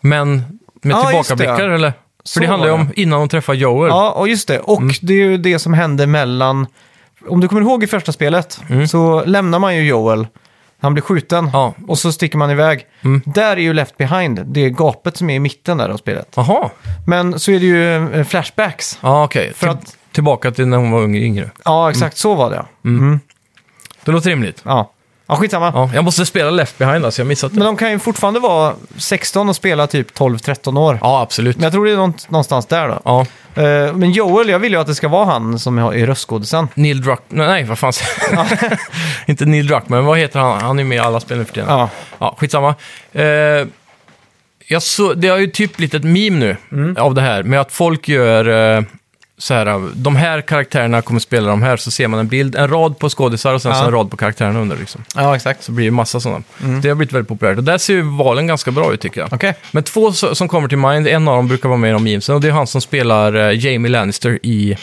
[SPEAKER 2] Men med
[SPEAKER 1] Ja, just det.
[SPEAKER 2] tillbakablickar eller?
[SPEAKER 1] Så
[SPEAKER 2] För det handlar ju
[SPEAKER 1] var det.
[SPEAKER 2] om innan hon träffar Joel.
[SPEAKER 1] Ja, och just det. Och
[SPEAKER 2] Mm.
[SPEAKER 1] det är ju det som hände mellan... Om du kommer ihåg i första spelet så lämnar man ju Joel. Han blir skjuten
[SPEAKER 2] Mm. Ja. Mm.
[SPEAKER 1] och så sticker man iväg. Där är ju Left Behind, det gapet som är i mitten där av spelet.
[SPEAKER 2] Jaha.
[SPEAKER 1] Men så är det ju eh, flashbacks.
[SPEAKER 2] Ja, okej.
[SPEAKER 1] För
[SPEAKER 2] Till-
[SPEAKER 1] att-
[SPEAKER 2] Tillbaka till när hon var yngre. yngre.
[SPEAKER 1] Ja,
[SPEAKER 2] Mm.
[SPEAKER 1] exakt så var det. ja.
[SPEAKER 2] Det låter rimligt.
[SPEAKER 1] Ja, ja skitsamma.
[SPEAKER 2] Ja, jag måste spela Left Behind, alltså jag har missat
[SPEAKER 1] Men
[SPEAKER 2] det.
[SPEAKER 1] de kan ju fortfarande vara 16 och spela typ 12-13 år.
[SPEAKER 2] Ja, absolut.
[SPEAKER 1] Men jag tror det är nånt- någonstans där då.
[SPEAKER 2] Ja.
[SPEAKER 1] Eh, Men Joel, jag vill ju att det ska vara han som är röstskådisen.
[SPEAKER 2] Neil Druck... Nej, nej, vad fan säger jag? Inte Neil Druck, men vad heter han? Han är med i alla spel nu för tiden.
[SPEAKER 1] Ja.
[SPEAKER 2] Ja, skitsamma. Eh, jag så, det har ju typ blivit ett meme nu
[SPEAKER 1] Mm.
[SPEAKER 2] av det här med att folk gör eh, så här, de här karaktärerna kommer spela de här, så ser man en bild, en rad på skådisar och sen
[SPEAKER 1] Ja.
[SPEAKER 2] så en rad på karaktärerna under. Liksom.
[SPEAKER 1] Ja, exakt.
[SPEAKER 2] Så blir det massa sådana. Det har blivit väldigt populärt och där ser ju valen ganska bra ut tycker jag.
[SPEAKER 1] Okej.
[SPEAKER 2] Men två så- som kommer till mind, en av dem brukar vara med i de memesen och det är han som spelar eh, Jamie Lannister i,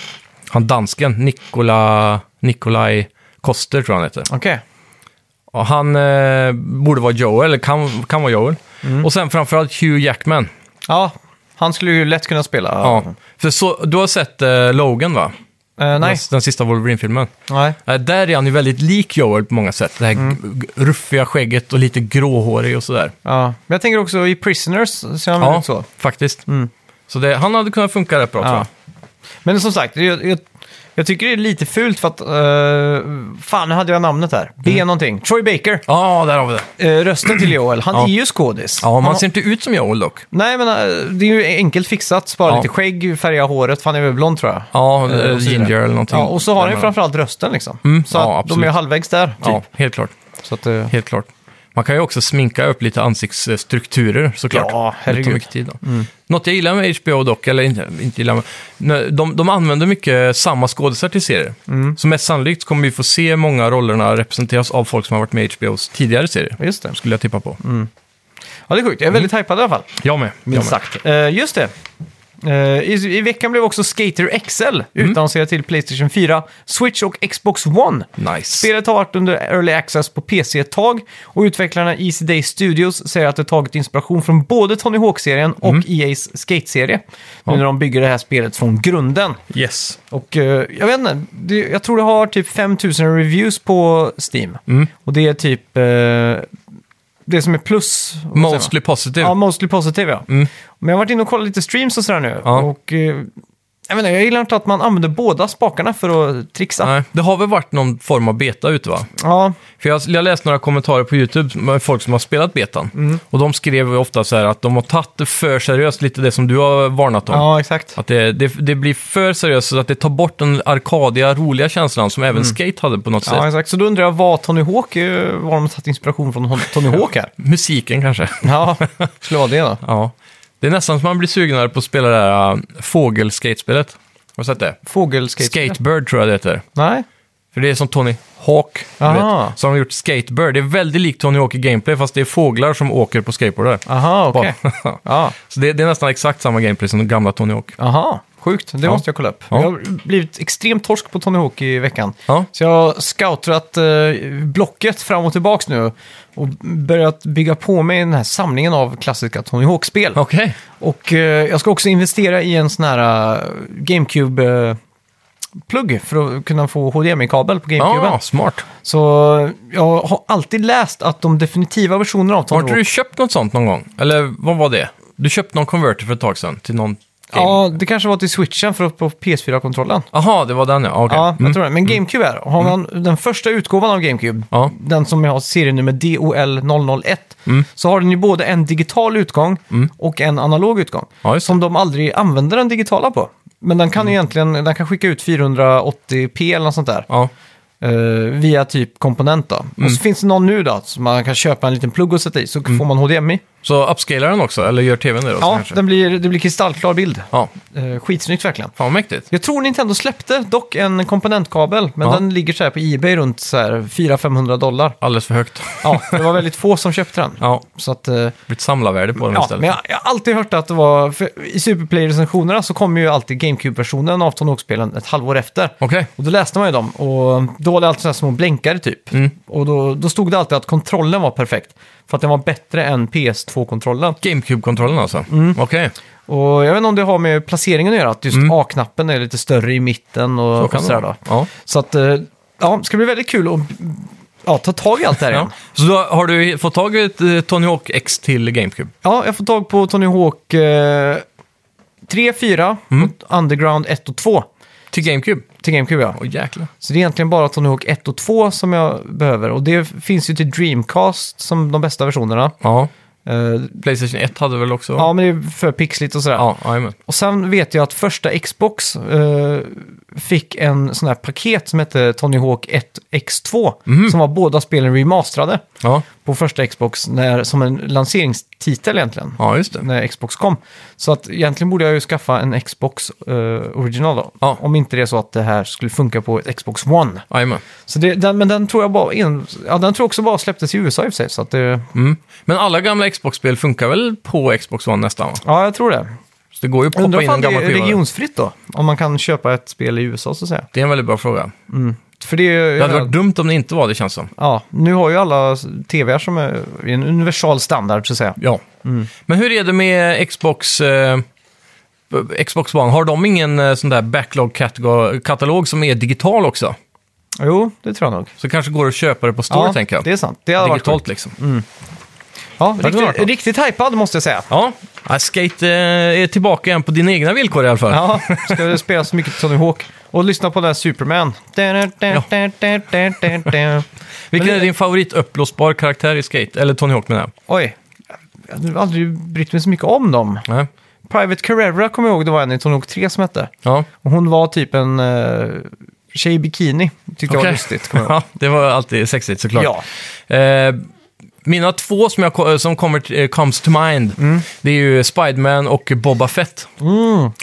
[SPEAKER 2] han dansken, Nikola, Nikolaj Koster tror jag han heter.
[SPEAKER 1] Okej.
[SPEAKER 2] Och han eh, borde vara Joel, eller kan, kan vara Joel.
[SPEAKER 1] Mm.
[SPEAKER 2] Och sen framförallt Hugh Jackman.
[SPEAKER 1] Ja, han skulle ju lätt kunna spela.
[SPEAKER 2] Ja. För så, du har sett eh, Logan va?
[SPEAKER 1] Eh, nej.
[SPEAKER 2] Den, den sista Wolverine-filmen.
[SPEAKER 1] nej.
[SPEAKER 2] Eh, där är han ju väldigt lik Joel på många sätt. Det här
[SPEAKER 1] Mm.
[SPEAKER 2] g- ruffiga skägget och lite gråhårig och sådär.
[SPEAKER 1] Ja. Men jag tänker också i Prisoners ser han väl
[SPEAKER 2] Ja,
[SPEAKER 1] ut så. Mm.
[SPEAKER 2] faktiskt. Så det, han hade kunnat funka rätt bra tror
[SPEAKER 1] Ja.
[SPEAKER 2] jag.
[SPEAKER 1] Men som sagt, jag, jag, jag tycker det är lite fult för att... eh, fan, nu hade jag namnet här. B
[SPEAKER 2] Mm.
[SPEAKER 1] någonting. Troy Baker.
[SPEAKER 2] Ja, där har vi det.
[SPEAKER 1] Eh, rösten till Joel. Han är ju skådis.
[SPEAKER 2] Ja, man
[SPEAKER 1] Han-
[SPEAKER 2] ser inte ut som Joel dock.
[SPEAKER 1] Nej, men eh, det är ju enkelt fixat. Spara
[SPEAKER 2] Ja.
[SPEAKER 1] lite skägg, färga håret. Fan, jag är väl blond tror jag.
[SPEAKER 2] Ja,
[SPEAKER 1] Eh,
[SPEAKER 2] eh,
[SPEAKER 1] och så vidare.
[SPEAKER 2] ginger eller någonting.
[SPEAKER 1] Ja, och så har han ju
[SPEAKER 2] Ja,
[SPEAKER 1] framförallt rösten liksom. så
[SPEAKER 2] ja,
[SPEAKER 1] att de
[SPEAKER 2] absolut.
[SPEAKER 1] är ju halvvägs där, typ.
[SPEAKER 2] Ja, helt klart.
[SPEAKER 1] Så att, eh,
[SPEAKER 2] Helt klart. Man kan ju också sminka upp lite ansiktsstrukturer såklart.
[SPEAKER 1] Ja, herregud. Mm.
[SPEAKER 2] Det tar mycket tid. Då. Något jag gillar med HBO dock, eller inte, inte gillar, men de, de använder mycket samma skådisar till serier.
[SPEAKER 1] Mm.
[SPEAKER 2] Så mest sannolikt kommer vi få se många rollerna representeras av folk som har varit med i HBOs tidigare serier.
[SPEAKER 1] just det.
[SPEAKER 2] Skulle jag tippa på.
[SPEAKER 1] Ja, det är sjukt. Jag är väldigt hypad i alla fall.
[SPEAKER 2] Mm. Jag med. jag
[SPEAKER 1] Minst
[SPEAKER 2] med.
[SPEAKER 1] sagt. Eh, just det. Eh, i, I veckan blev också Skater XL
[SPEAKER 2] Mm.
[SPEAKER 1] utannonserat till Playstation 4, Switch och Xbox One.
[SPEAKER 2] Nice.
[SPEAKER 1] Spelet har varit under Early Access på PC ett tag och utvecklarna Easy Day Studios säger att det tagit inspiration från både Tony Hawk-serien och
[SPEAKER 2] Mm.
[SPEAKER 1] EA's Skate-serie. Nu när de bygger det här spelet från grunden.
[SPEAKER 2] Yes.
[SPEAKER 1] Och eh, jag vet inte, det, jag tror det har typ 5000 reviews på Steam.
[SPEAKER 2] Mm.
[SPEAKER 1] Och det är typ eh, det som är plus. vad säger man?
[SPEAKER 2] Mostly positive. Mm.
[SPEAKER 1] Ja, mostly positive ja. Men jag har varit inne och kollat lite streams och sådär nu.
[SPEAKER 2] Ja.
[SPEAKER 1] Och eh, jag, menar, jag gillar inte att man använder båda spakarna för att trixa.
[SPEAKER 2] Nej, det har väl varit någon form av beta ute va?
[SPEAKER 1] Ja,
[SPEAKER 2] För jag jag läste några kommentarer på YouTube med folk som har spelat betan.
[SPEAKER 1] Mm.
[SPEAKER 2] Och de skrev ju ofta så här att de har tagit det för seriöst, lite det som du har varnat om.
[SPEAKER 1] ja, exakt.
[SPEAKER 2] Att det, det, det blir för seriöst så att det tar bort den arkadiga, roliga känslan som även Skate hade på något sätt.
[SPEAKER 1] Mm. Ja, exakt. Så då undrar jag vad Tony Hawk, eh, var de har tagit inspiration från Hon- Tony Hawk här?
[SPEAKER 2] Musiken kanske.
[SPEAKER 1] Ja, skulle vara det då.
[SPEAKER 2] Ja. Det är nästan som man blir sugenare på att spela det här äh, fågelskatespelet. Har du sett det?
[SPEAKER 1] Fågelskate.
[SPEAKER 2] Skatebird tror jag det heter.
[SPEAKER 1] Nej,
[SPEAKER 2] För det är som Tony Hawk, du
[SPEAKER 1] Aha.
[SPEAKER 2] vet. Så har de gjort Skatebird. Det är väldigt likt Tony Hawk i gameplay, fast det är fåglar som åker på skateboardar.
[SPEAKER 1] aha, Ah, okej.
[SPEAKER 2] Bara-
[SPEAKER 1] Ja,
[SPEAKER 2] Så det, det är nästan exakt samma gameplay som den gamla Tony Hawk.
[SPEAKER 1] aha. Sjukt, det
[SPEAKER 2] Ja.
[SPEAKER 1] måste jag kolla upp.
[SPEAKER 2] Ja.
[SPEAKER 1] Jag har blivit extremt torsk på Tony Hawk i veckan.
[SPEAKER 2] Ja.
[SPEAKER 1] Så jag har scoutrat eh, blocket fram och tillbaks nu och börjat bygga på mig den här samlingen av klassiska Tony Hawk-spel.
[SPEAKER 2] Okej.
[SPEAKER 1] Och eh, jag ska också investera i en sån här eh, GameCube-plugg för att kunna få HDMI-kabel på GameCube.
[SPEAKER 2] Ja, smart.
[SPEAKER 1] Så jag har alltid läst att de definitiva versionerna av
[SPEAKER 2] Har
[SPEAKER 1] Tony
[SPEAKER 2] inte
[SPEAKER 1] Hawk...
[SPEAKER 2] du köpt något sånt någon gång? Eller vad var det? Du köpte någon converter för ett tag sedan till någon game?
[SPEAKER 1] Ja, det kanske var till switchen för att på PS4-kontrollen.
[SPEAKER 2] Aha, det var den ja. Mm. Okay.
[SPEAKER 1] Ja, jag tror det. Men GameCube är Har man den första utgåvan av GameCube,
[SPEAKER 2] Mm. Ja. Mm.
[SPEAKER 1] den som har serienummer DOL001, så har den ju både en digital utgång och en analog utgång.
[SPEAKER 2] Ja, just det. Mm.
[SPEAKER 1] som de aldrig använder den digitala på. Men den kan ju egentligen den kan skicka ut 480p eller något sånt där.
[SPEAKER 2] ja. Mm.
[SPEAKER 1] eh, via typ komponent då. Och så finns det någon nu då, som man kan köpa en liten plugg och sätta i, så får man HDMI.
[SPEAKER 2] Så upscalar den också, eller gör tvn det då? så
[SPEAKER 1] Ja,
[SPEAKER 2] kanske?
[SPEAKER 1] den blir, det blir kristallklar bild.
[SPEAKER 2] ja.
[SPEAKER 1] Eh, skitsnyggt verkligen.
[SPEAKER 2] Fan vad mäktigt.
[SPEAKER 1] Jag tror Nintendo släppte dock en komponentkabel, men
[SPEAKER 2] Ja.
[SPEAKER 1] den ligger så här på Ebay runt så här 400-500 dollar.
[SPEAKER 2] Alldeles för högt.
[SPEAKER 1] Ja, det var väldigt få som köpte den.
[SPEAKER 2] Ja, alltså.
[SPEAKER 1] Så att, eh,
[SPEAKER 2] blivit samlarvärde på den
[SPEAKER 1] ja,
[SPEAKER 2] istället.
[SPEAKER 1] men jag, jag har alltid hört att det var, för i Superplay-recensionerna så kommer ju alltid GameCube-versionen av Tony Hawk-spelen ett halvår efter.
[SPEAKER 2] Okej.
[SPEAKER 1] Och då läste man ju dem och då var det alltid sådana små blänkare typ.
[SPEAKER 2] Mm.
[SPEAKER 1] Och då, då stod det alltid att kontrollen var perfekt. För att den var bättre än PS2-kontrollen.
[SPEAKER 2] GameCube-kontrollen alltså?
[SPEAKER 1] Mm.
[SPEAKER 2] Okej.
[SPEAKER 1] Och jag vet inte om det har med placeringen att göra, att just A-knappen är lite större i mitten och,
[SPEAKER 2] Mm. Så kan
[SPEAKER 1] och sådär
[SPEAKER 2] det
[SPEAKER 1] då.
[SPEAKER 2] vara. Ja.
[SPEAKER 1] Så att, eh, ja, det ska bli väldigt kul att ja, ta tag i allt det här igen.
[SPEAKER 2] Ja. Så då har du fått tag i ett eh, Tony Hawk X till GameCube?
[SPEAKER 1] Ja, jag får tag på Tony Hawk eh, 3, 4,
[SPEAKER 2] Mm.
[SPEAKER 1] och Underground 1 och 2
[SPEAKER 2] Till GameCube?
[SPEAKER 1] till GameCube. Ja.
[SPEAKER 2] Åh jäklar.
[SPEAKER 1] Så det är egentligen bara Tony Hawk 1 och 2 som jag behöver. Och det finns ju till Dreamcast som de bästa versionerna.
[SPEAKER 2] Ja.
[SPEAKER 1] Eh,
[SPEAKER 2] Playstation 1 hade väl också?
[SPEAKER 1] ja, men det är för pixligt och sådär.
[SPEAKER 2] Ja, jajamän.
[SPEAKER 1] Och sen vet jag att första Xbox eh, fick en sån här paket som hette Tony Hawk 1X2.
[SPEAKER 2] Mhm.
[SPEAKER 1] Som var båda spelen remasterade
[SPEAKER 2] ja.
[SPEAKER 1] på första Xbox när, som en lanseringstitel egentligen.
[SPEAKER 2] ja, just det.
[SPEAKER 1] När Xbox kom. Så att egentligen borde jag ju skaffa en Xbox eh, original då.
[SPEAKER 2] Ja.
[SPEAKER 1] Om inte det är så att det här skulle funka på ett Xbox One.
[SPEAKER 2] Jajamän.
[SPEAKER 1] Så det, den, men den tror jag bara en, ja, den tror jag också bara släpptes i USA i och för sig. Så att det,
[SPEAKER 2] Mm. Men alla gamla Xbox-spel funkar väl på Xbox One nästan? Va?
[SPEAKER 1] ja, jag tror det.
[SPEAKER 2] Så det går ju att
[SPEAKER 1] Undrar
[SPEAKER 2] poppa in
[SPEAKER 1] om
[SPEAKER 2] en
[SPEAKER 1] det
[SPEAKER 2] gammal
[SPEAKER 1] är
[SPEAKER 2] skiva. där.
[SPEAKER 1] regionsfritt då. Om man kan köpa ett spel i USA så att säga.
[SPEAKER 2] Det är en väldigt bra fråga.
[SPEAKER 1] För det,
[SPEAKER 2] Det hade varit dumt om det inte var det känns som.
[SPEAKER 1] Ja, nu har ju alla tvr som är en universal standard så att säga.
[SPEAKER 2] Ja. Mm. Men hur är det med Xbox, eh, Xbox One? Har de ingen eh, sån där backlog-katalog som är digital också?
[SPEAKER 1] Jo, det tror jag nog.
[SPEAKER 2] Så kanske går det att köpa det på Store,
[SPEAKER 1] ja,
[SPEAKER 2] tänker jag.
[SPEAKER 1] det är sant. Det hade varit
[SPEAKER 2] Digitalt
[SPEAKER 1] coolt. Mm.
[SPEAKER 2] liksom.
[SPEAKER 1] Ja,
[SPEAKER 2] varit
[SPEAKER 1] riktigt,
[SPEAKER 2] coolt.
[SPEAKER 1] riktigt hypad måste jag säga.
[SPEAKER 2] Ja, Ja, Skate eh, är tillbaka igen på dina egna villkor i alla fall.
[SPEAKER 1] Ja, ska det spelas mycket Tony Hawk. Och lyssna på den här Superman.
[SPEAKER 2] Vilken
[SPEAKER 1] Men
[SPEAKER 2] är
[SPEAKER 1] det-
[SPEAKER 2] din favorit uppblåsbar karaktär i Skate? Eller Tony Hawk menar jag.
[SPEAKER 1] Oj, jag har aldrig brytt mig så mycket om dem.
[SPEAKER 2] Nej.
[SPEAKER 1] Private Carrera kommer jag ihåg, det var en i Tony Hawk 3 som hette.
[SPEAKER 2] Ja.
[SPEAKER 1] Och hon var typ en uh, tjej i bikini. Tyckte jag var
[SPEAKER 2] Okej.
[SPEAKER 1] lustigt. Kommer jag ihåg.
[SPEAKER 2] ja, det var alltid sexigt såklart.
[SPEAKER 1] Ja.
[SPEAKER 2] Eh, mina två som, jag, ko- som kommer, t- eh, comes to mind,
[SPEAKER 1] Mm.
[SPEAKER 2] det är ju Spiderman och Boba Fett.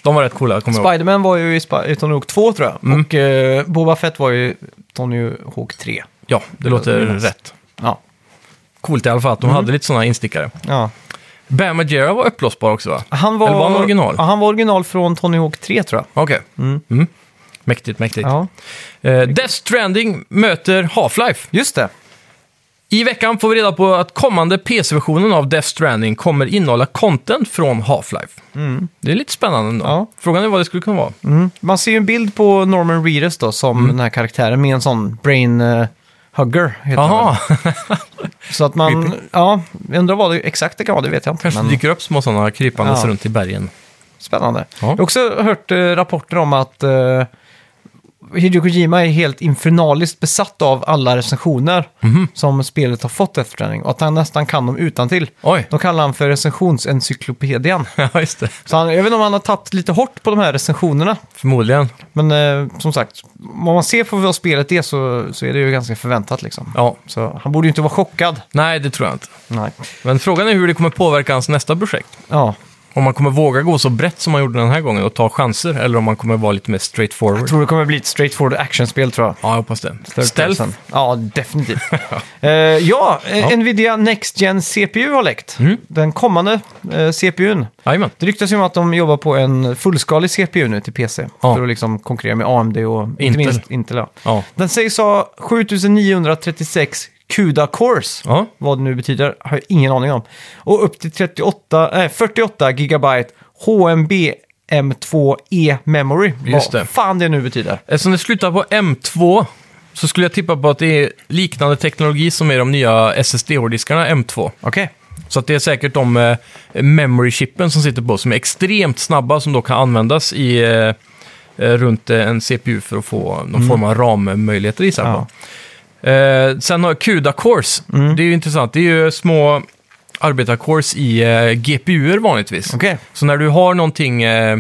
[SPEAKER 2] De var rätt coola, kommer jag ihåg. Mm.
[SPEAKER 1] Spiderman var ju i, Sp- i Tony Hawk 2 tror jag. Och eh, Boba Fett var ju Tony Hawk 3. eh,
[SPEAKER 2] Ja, det låter rätt.
[SPEAKER 1] Ja. Mm.
[SPEAKER 2] Coolt i alla fall att de hade lite sådana instickare.
[SPEAKER 1] ja.
[SPEAKER 2] Bam Majera var uppblåsbar också va?
[SPEAKER 1] Han var,
[SPEAKER 2] Eller var han original?
[SPEAKER 1] Ja, han var original från Tony Hawk 3 tror jag.
[SPEAKER 2] Okej. Mm. Mäktigt, mäktigt.
[SPEAKER 1] Ja,
[SPEAKER 2] Eh, Death Stranding möter Half-Life.
[SPEAKER 1] just det.
[SPEAKER 2] I veckan får vi reda på att kommande PC-versionen av Death Stranding kommer innehålla content från Half-Life. Det är lite spännande ändå.
[SPEAKER 1] Mm. Ja.
[SPEAKER 2] Frågan är vad det skulle kunna vara.
[SPEAKER 1] Mm. Man ser ju en bild på Norman Reedus då, som
[SPEAKER 2] Mm.
[SPEAKER 1] den här karaktären med en sån brain eh, hugger. Heter han väl.
[SPEAKER 2] Jaha,
[SPEAKER 1] Så att man, ja, jag undrar vad det exakt det kan vara, det vet jag inte.
[SPEAKER 2] kanske
[SPEAKER 1] Men
[SPEAKER 2] dyker upp små sådana krypandes
[SPEAKER 1] Ja.
[SPEAKER 2] runt i bergen.
[SPEAKER 1] spännande.
[SPEAKER 2] Ja.
[SPEAKER 1] Jag har också hört eh, rapporter om att eh, Hideo Kojima är helt infernaliskt besatt av alla recensioner
[SPEAKER 2] Mhm.
[SPEAKER 1] som spelet har fått efter träning. Och att han nästan kan dem utan till.
[SPEAKER 2] Oj,
[SPEAKER 1] De kallar han för recensionsencyklopedian.
[SPEAKER 2] ja just det.
[SPEAKER 1] Så han, jag vet inte om han har tagit lite hårt på de här recensionerna.
[SPEAKER 2] Förmodligen.
[SPEAKER 1] Men eh, som sagt, vad man ser på vad spelet är så, så är det ju ganska förväntat liksom.
[SPEAKER 2] Ja,
[SPEAKER 1] Så han borde ju inte vara chockad.
[SPEAKER 2] nej det tror jag inte.
[SPEAKER 1] Nej.
[SPEAKER 2] Men frågan är hur det kommer påverka hans nästa projekt.
[SPEAKER 1] Ja,
[SPEAKER 2] Om man kommer våga gå så brett som man gjorde den här gången och ta chanser, eller om man kommer vara lite mer straightforward.
[SPEAKER 1] jag tror det kommer bli ett straightforward actionspel tror jag.
[SPEAKER 2] Ja, jag hoppas det.
[SPEAKER 1] Third
[SPEAKER 2] Stealth.
[SPEAKER 1] person. Ja, definitivt. Eh, ja, eh,
[SPEAKER 2] Ja.
[SPEAKER 1] Nvidia Next Gen CPU har läckt.
[SPEAKER 2] Mm.
[SPEAKER 1] Den kommande eh, CPUn.
[SPEAKER 2] Jajamän.
[SPEAKER 1] Det ryktas ju om att de jobbar på en fullskalig CPU nu till PC.
[SPEAKER 2] Ja.
[SPEAKER 1] För att liksom konkurrera med AMD och inte
[SPEAKER 2] Intel.
[SPEAKER 1] minst Intel. Ja.
[SPEAKER 2] Ja.
[SPEAKER 1] Den sägs ha 7936 CUDA-cores.
[SPEAKER 2] ja.
[SPEAKER 1] Vad det nu betyder har jag ingen aning om. Och upp till 38, nej, 48 gigabyte HMBM2E E Memory.
[SPEAKER 2] Just
[SPEAKER 1] Vad
[SPEAKER 2] det.
[SPEAKER 1] fan det nu betyder.
[SPEAKER 2] Eftersom det slutar på M2 så skulle jag tippa på att det är liknande teknologi som är de nya SSD-hårddiskarna M2.
[SPEAKER 1] Okej.
[SPEAKER 2] Så att det är säkert de eh, memory-chippen som sitter på som är extremt snabba som då kan användas i, eh, eh, runt eh, en CPU för att få någon form av rammöjligheter gissar jag på. Eh, sen har CUDA cores. Det är ju intressant. Det är ju små arbetarcores i eh, GPUer vanligtvis.
[SPEAKER 1] Okej.
[SPEAKER 2] Så när du har någonting, eh,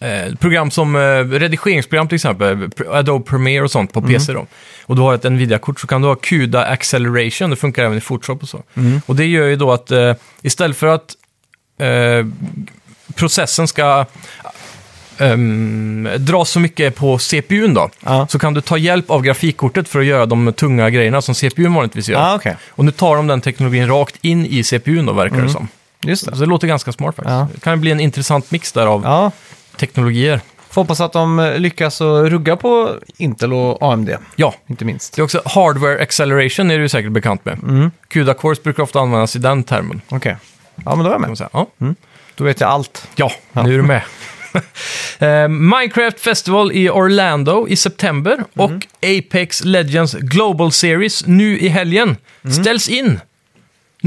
[SPEAKER 2] eh, program som eh, redigeringsprogram till exempel, pr- Adobe Premiere och sånt på
[SPEAKER 1] Mm.
[SPEAKER 2] PC då, och du har ett Nvidia-kort så kan du ha CUDA Acceleration, det funkar även i Photoshop och så.
[SPEAKER 1] Mm.
[SPEAKER 2] Och det gör ju då att eh, istället för att eh, processen ska ehm, dra så mycket på CPUn då,
[SPEAKER 1] Ja.
[SPEAKER 2] så kan du ta hjälp av grafikkortet för att göra de tunga grejerna som CPUn vanligtvis gör.
[SPEAKER 1] Ja, okej.
[SPEAKER 2] Och nu tar de den teknologin rakt in i CPUn då, verkar
[SPEAKER 1] Mm.
[SPEAKER 2] det som.
[SPEAKER 1] Just det.
[SPEAKER 2] Så det låter ganska smart faktiskt.
[SPEAKER 1] Ja.
[SPEAKER 2] Det kan ju bli en intressant mix där av
[SPEAKER 1] Ja,
[SPEAKER 2] teknologier.
[SPEAKER 1] får hoppas att de eh, lyckas att rugga på Intel och AMD,
[SPEAKER 2] Ja,
[SPEAKER 1] inte minst.
[SPEAKER 2] det är också hardware acceleration är du säkert bekant med.
[SPEAKER 1] Mm.
[SPEAKER 2] CUDA cores brukar ofta användas i den termen.
[SPEAKER 1] Okej. Ja, men då är jag
[SPEAKER 2] Kan man
[SPEAKER 1] med.
[SPEAKER 2] säga. Ja.
[SPEAKER 1] Mm. Då vet jag allt.
[SPEAKER 2] Ja, nu är du med. Eh, Minecraft Festival i Orlando i
[SPEAKER 1] Mm.
[SPEAKER 2] september och Apex Legends Global Series nu i helgen ställs in. Nu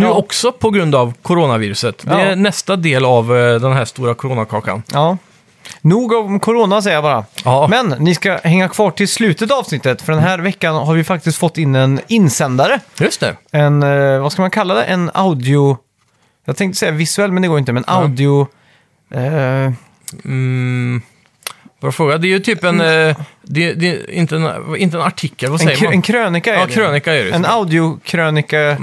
[SPEAKER 1] Mm. Ja.
[SPEAKER 2] också på grund av coronaviruset. Det är
[SPEAKER 1] Ja.
[SPEAKER 2] nästa del av eh, den här stora coronakakan.
[SPEAKER 1] Ja. Nog om corona säger jag bara.
[SPEAKER 2] Ja.
[SPEAKER 1] Men ni ska hänga kvar till slutet av avsnittet, för den här veckan har vi faktiskt fått in en insändare.
[SPEAKER 2] Just det.
[SPEAKER 1] en, eh, vad ska man kalla det, en audio... Jag tänkte säga visuell, men det går inte. Men audio... Eh,
[SPEAKER 2] Mm. Bra fråga. Det är ju typ en... eh, Det, det är inte en, inte en artikel, vad
[SPEAKER 1] Mm. en,
[SPEAKER 2] säger
[SPEAKER 1] krö-
[SPEAKER 2] man?
[SPEAKER 1] en krönika är
[SPEAKER 2] ja,
[SPEAKER 1] det.
[SPEAKER 2] krönika är det. Mm.
[SPEAKER 1] En audiokrönika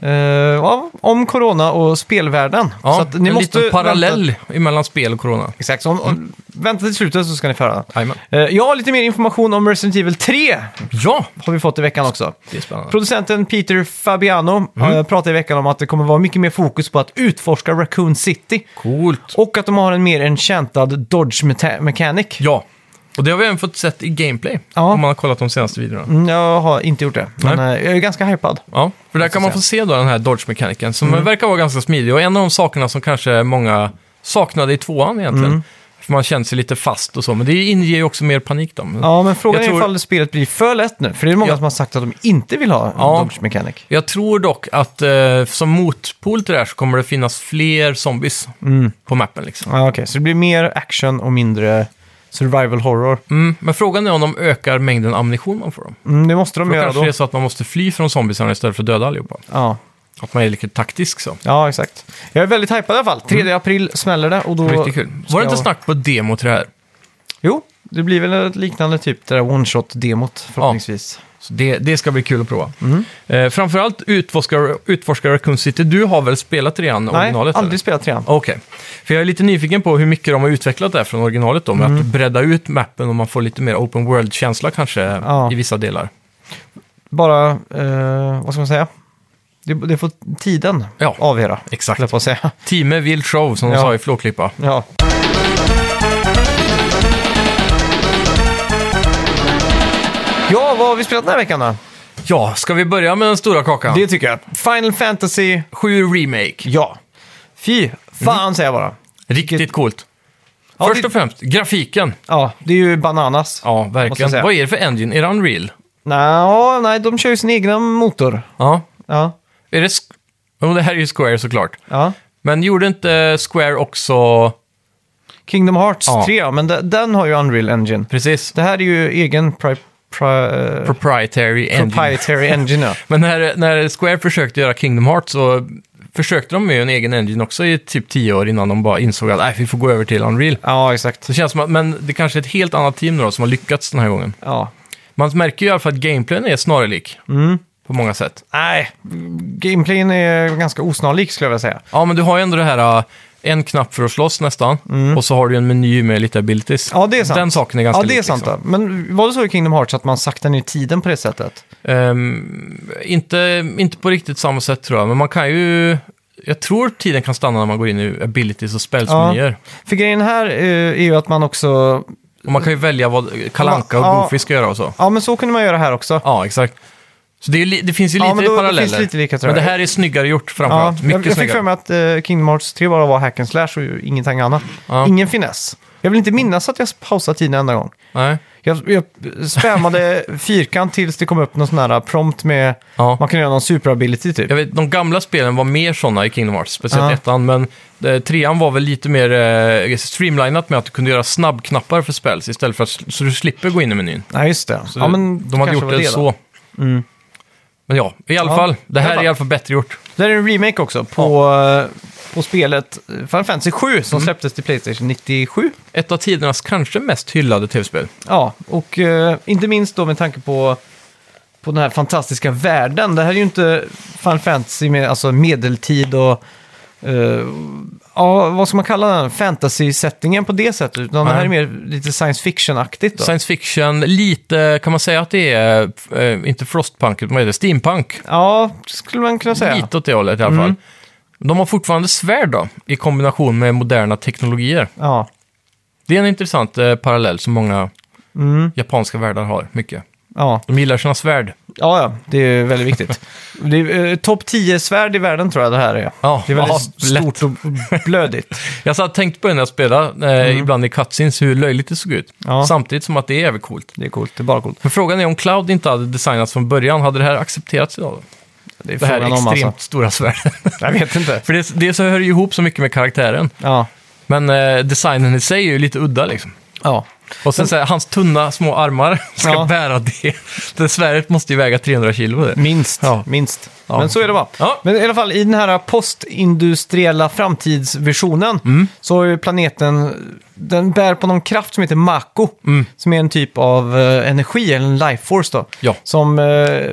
[SPEAKER 1] eh, ja, om corona och spelvärlden.
[SPEAKER 2] ja,
[SPEAKER 1] så att ni
[SPEAKER 2] en
[SPEAKER 1] måste
[SPEAKER 2] liten parallell Mm.
[SPEAKER 1] Vänta,
[SPEAKER 2] mellan spel och corona.
[SPEAKER 1] exakt, så om, om, vänta till slutet så ska ni föra den.
[SPEAKER 2] Jajamän.
[SPEAKER 1] Eh, jag har lite mer information om Resident Evil 3.
[SPEAKER 2] Ja,
[SPEAKER 1] Har vi fått i veckan också.
[SPEAKER 2] det är spännande.
[SPEAKER 1] Producenten Peter Fabiano eh,
[SPEAKER 2] Mm.
[SPEAKER 1] pratade i veckan om att det kommer vara mycket mer fokus på att utforska Raccoon City.
[SPEAKER 2] Coolt.
[SPEAKER 1] Och att de har en mer enchantad Dodge meta- Mechanic.
[SPEAKER 2] Ja, och det har vi även fått sett i gameplay.
[SPEAKER 1] Ja.
[SPEAKER 2] Om man har kollat de senaste videorna.
[SPEAKER 1] Mm, Jag har inte gjort det, men
[SPEAKER 2] Nej. Mm.
[SPEAKER 1] eh, jag är ganska hypad.
[SPEAKER 2] Ja, för där kan man
[SPEAKER 1] se. Mm.
[SPEAKER 2] få se då den här Dodge-mekaniken som verkar vara ganska smidig. Och en av de sakerna som kanske många saknade i tvåan egentligen.
[SPEAKER 1] Mm.
[SPEAKER 2] För man känner sig lite fast och så. Men det inger ju också mer panik då. Men
[SPEAKER 1] Ja, men frågan
[SPEAKER 2] Jag
[SPEAKER 1] är
[SPEAKER 2] tror-
[SPEAKER 1] ifall spelet blir för lätt nu, för det är många
[SPEAKER 2] Ja.
[SPEAKER 1] som har sagt att de inte vill ha en
[SPEAKER 2] Ja.
[SPEAKER 1] Dodge Mechanic.
[SPEAKER 2] Jag tror dock att eh, som motpol till det här så kommer det finnas fler zombies
[SPEAKER 1] Mm.
[SPEAKER 2] på mappen liksom.
[SPEAKER 1] Ja, Okej, så det blir mer action och mindre survival horror.
[SPEAKER 2] Mm, men frågan är om de ökar mängden ammunition man får dem.
[SPEAKER 1] Mm, det måste de
[SPEAKER 2] Då
[SPEAKER 1] göra
[SPEAKER 2] kanske
[SPEAKER 1] då.
[SPEAKER 2] det är så att man måste fly från zombiesarna istället för att döda allihopa.
[SPEAKER 1] Ja.
[SPEAKER 2] Att man är lite taktisk så.
[SPEAKER 1] ja, exakt. Jag är väldigt hypad i alla fall. 3 april smäller det och då...
[SPEAKER 2] Mm. Riktigt kul.
[SPEAKER 1] ska
[SPEAKER 2] Var det inte
[SPEAKER 1] jag-
[SPEAKER 2] snack på demo till det här?
[SPEAKER 1] Jo, det blir väl ett liknande typ, det där one-shot-demot förhoppningsvis.
[SPEAKER 2] Så det, det ska bli kul att prova.
[SPEAKER 1] Mm.
[SPEAKER 2] Eh, framförallt utforska, utforska Raccoon City. Du har väl spelat redan
[SPEAKER 1] Nej,
[SPEAKER 2] originalet?
[SPEAKER 1] aldrig
[SPEAKER 2] eller?
[SPEAKER 1] spelat trean.
[SPEAKER 2] Okej. För jag är lite nyfiken på hur mycket de har utvecklat det här från originalet då. Med
[SPEAKER 1] Mm.
[SPEAKER 2] att bredda ut mappen och man får lite mer open world-känsla kanske
[SPEAKER 1] Ja.
[SPEAKER 2] i vissa delar.
[SPEAKER 1] Bara, eh, vad ska man säga? Det, det får tiden
[SPEAKER 2] Ja.
[SPEAKER 1] avgöra.
[SPEAKER 2] Exakt.
[SPEAKER 1] höll jag på att säga.
[SPEAKER 2] Time will show, som de
[SPEAKER 1] Ja.
[SPEAKER 2] sa i Flåklippa.
[SPEAKER 1] Ja. Ja, vad har vi spelat den här veckan då?
[SPEAKER 2] Ja, ska vi börja med den stora kakan?
[SPEAKER 1] Det tycker jag. Final Fantasy,
[SPEAKER 2] Sju Remake.
[SPEAKER 1] ja. Fy fan
[SPEAKER 2] Mm.
[SPEAKER 1] säger jag bara.
[SPEAKER 2] Riktigt coolt.
[SPEAKER 1] Ja,
[SPEAKER 2] Först
[SPEAKER 1] det-
[SPEAKER 2] och främst, grafiken.
[SPEAKER 1] Ja, det är ju bananas.
[SPEAKER 2] Ja,
[SPEAKER 1] Måste jag
[SPEAKER 2] verkligen.
[SPEAKER 1] säga.
[SPEAKER 2] Vad är det för engine? Är det Unreal?
[SPEAKER 1] Nå, nej, de kör ju sin egna motor.
[SPEAKER 2] Ja.
[SPEAKER 1] Ja,
[SPEAKER 2] Är det... Sk- Jo, det här är ju Square såklart.
[SPEAKER 1] ja.
[SPEAKER 2] Men gjorde inte Square också...
[SPEAKER 1] Kingdom Hearts
[SPEAKER 2] Ja.
[SPEAKER 1] 3, ja, men de, den har ju Unreal Engine.
[SPEAKER 2] Precis.
[SPEAKER 1] Det här är ju egen pri, pri, eh,
[SPEAKER 2] Proprietary engine.
[SPEAKER 1] proprietary engine. ja.
[SPEAKER 2] Men när, när Square försökte göra Kingdom Hearts så försökte de med en egen engine också i typ tio år innan de bara insåg att "Nej, vi får gå över till Unreal.
[SPEAKER 1] Ja, exakt.
[SPEAKER 2] Så det känns som att, men det kanske är ett helt annat team nu då som har lyckats den här gången.
[SPEAKER 1] Ja.
[SPEAKER 2] Man märker ju i alla fall att gameplayen är snarlik
[SPEAKER 1] Mm.
[SPEAKER 2] på många sätt.
[SPEAKER 1] Nej, gameplayen är ganska osnarlik skulle jag vilja säga.
[SPEAKER 2] Ja, men du har ju ändå det här, äh, en knapp för att slåss nästan, och så har du ju en meny med lite abilities.
[SPEAKER 1] Mm. Ja, det är sant.
[SPEAKER 2] Den saken är ganska
[SPEAKER 1] Ja, det är
[SPEAKER 2] lik,
[SPEAKER 1] sant.
[SPEAKER 2] Liksom.
[SPEAKER 1] då. Men var det så i Kingdom Hearts att man saktar ner tiden på det sättet?
[SPEAKER 2] Ehm, inte, inte på riktigt samma sätt tror jag, men man kan ju... Jag tror tiden kan stanna när man går in i abilities och spelsmenyer.
[SPEAKER 1] För grejen här eh, är ju att man också...
[SPEAKER 2] Och man kan ju välja vad Kalanka och
[SPEAKER 1] Ja.
[SPEAKER 2] Goofy ska göra och så.
[SPEAKER 1] Ja, men så kunde man göra här också.
[SPEAKER 2] Ja, exakt. Så det, är li- det finns ju
[SPEAKER 1] Ja,
[SPEAKER 2] lite
[SPEAKER 1] men då- det
[SPEAKER 2] paralleller.
[SPEAKER 1] finns lite lika, tror
[SPEAKER 2] men det
[SPEAKER 1] jag.
[SPEAKER 2] här är snyggare gjort
[SPEAKER 1] Ja,
[SPEAKER 2] framförallt.
[SPEAKER 1] jag,
[SPEAKER 2] Mycket
[SPEAKER 1] jag fick
[SPEAKER 2] snyggare.
[SPEAKER 1] för mig att eh, Kingdom Hearts 3 bara var hack and slash och ju ingenting annat.
[SPEAKER 2] Ja.
[SPEAKER 1] Ingen finess. Jag vill inte minnas att jag pausade tiden en enda gång.
[SPEAKER 2] Nej.
[SPEAKER 1] Jag, jag spammade fyrkant tills det kom upp någon sån här prompt med...
[SPEAKER 2] Ja.
[SPEAKER 1] Man kan göra någon superability typ.
[SPEAKER 2] Jag vet, de gamla spelen var mer sådana i Kingdom Hearts, speciellt
[SPEAKER 1] Ja.
[SPEAKER 2] ettan, men eh, trean var väl lite mer eh, streamlinat med att du kunde göra snabbknappar för spells istället för att, sl- så du slipper gå in i menyn.
[SPEAKER 1] Nej, just det.
[SPEAKER 2] Så
[SPEAKER 1] ja,
[SPEAKER 2] det-
[SPEAKER 1] men
[SPEAKER 2] de hade
[SPEAKER 1] kanske
[SPEAKER 2] gjort det,
[SPEAKER 1] var då.
[SPEAKER 2] så.
[SPEAKER 1] Mm.
[SPEAKER 2] Men ja, i alla
[SPEAKER 1] Ja,
[SPEAKER 2] fall, det
[SPEAKER 1] i alla
[SPEAKER 2] här är
[SPEAKER 1] fall.
[SPEAKER 2] i alla fall bättre gjort.
[SPEAKER 1] Det här är en remake också på, eh, på spelet Final Fantasy 7 som
[SPEAKER 2] Mm.
[SPEAKER 1] släpptes till Playstation 97.
[SPEAKER 2] Ett av tidernas kanske mest hyllade tv-spel.
[SPEAKER 1] Ja, och eh, inte minst då med tanke på, på den här fantastiska världen. Det här är ju inte Final Fantasy med alltså medeltid och... eh, ja, vad ska man kalla den? Fantasy-settingen på det sättet. Utan det här är
[SPEAKER 2] Nej.
[SPEAKER 1] mer lite science fiction-aktigt. Då.
[SPEAKER 2] Science fiction, lite, kan man säga att det är, eh, inte frostpunk, utan vad är det, steampunk?
[SPEAKER 1] ja, Mm. skulle man kunna säga.
[SPEAKER 2] Lite åt det hållet i alla fall. De har fortfarande svärd då, i kombination med moderna teknologier.
[SPEAKER 1] Ja.
[SPEAKER 2] Det är en intressant eh, parallell som många
[SPEAKER 1] Mm.
[SPEAKER 2] japanska världar har, mycket.
[SPEAKER 1] Ja,
[SPEAKER 2] De gillar sina svärd.
[SPEAKER 1] ja, ja, det är väldigt viktigt. Det är eh, topp 10-svärd i världen tror jag det här är.
[SPEAKER 2] Ja,
[SPEAKER 1] det är väldigt
[SPEAKER 2] ja, lätt.
[SPEAKER 1] stort och blödigt.
[SPEAKER 2] Jag satt och tänkte på det när jag spelade, eh, ibland i cutscenes, hur löjligt det såg ut.
[SPEAKER 1] Mm. Ja.
[SPEAKER 2] Samtidigt som att det är jävligt coolt.
[SPEAKER 1] Det är coolt, det är bara coolt.
[SPEAKER 2] Men frågan är om Cloud inte hade designats från början, hade det här accepterats idag? Då?
[SPEAKER 1] Det är
[SPEAKER 2] Det här
[SPEAKER 1] frågan om
[SPEAKER 2] extremt
[SPEAKER 1] alltså.
[SPEAKER 2] stora svärdet.
[SPEAKER 1] Jag vet inte.
[SPEAKER 2] För det, det så hör ju ihop så mycket med karaktären.
[SPEAKER 1] Ja,
[SPEAKER 2] Men eh, designen i sig är ju lite udda liksom.
[SPEAKER 1] ja.
[SPEAKER 2] Och sen så här, hans tunna små armar ska
[SPEAKER 1] Ja.
[SPEAKER 2] bära det. Det svärdet måste ju väga 300 kilo. Det.
[SPEAKER 1] Minst.
[SPEAKER 2] Ja.
[SPEAKER 1] Minst.
[SPEAKER 2] Ja.
[SPEAKER 1] Men så är det bara.
[SPEAKER 2] Ja.
[SPEAKER 1] Men i alla fall i den här postindustriella framtidsvisionen så har ju planeten, den bär på någon kraft som heter Mako. Som är en typ av eh, energi, eller en life force då.
[SPEAKER 2] Ja.
[SPEAKER 1] Som eh,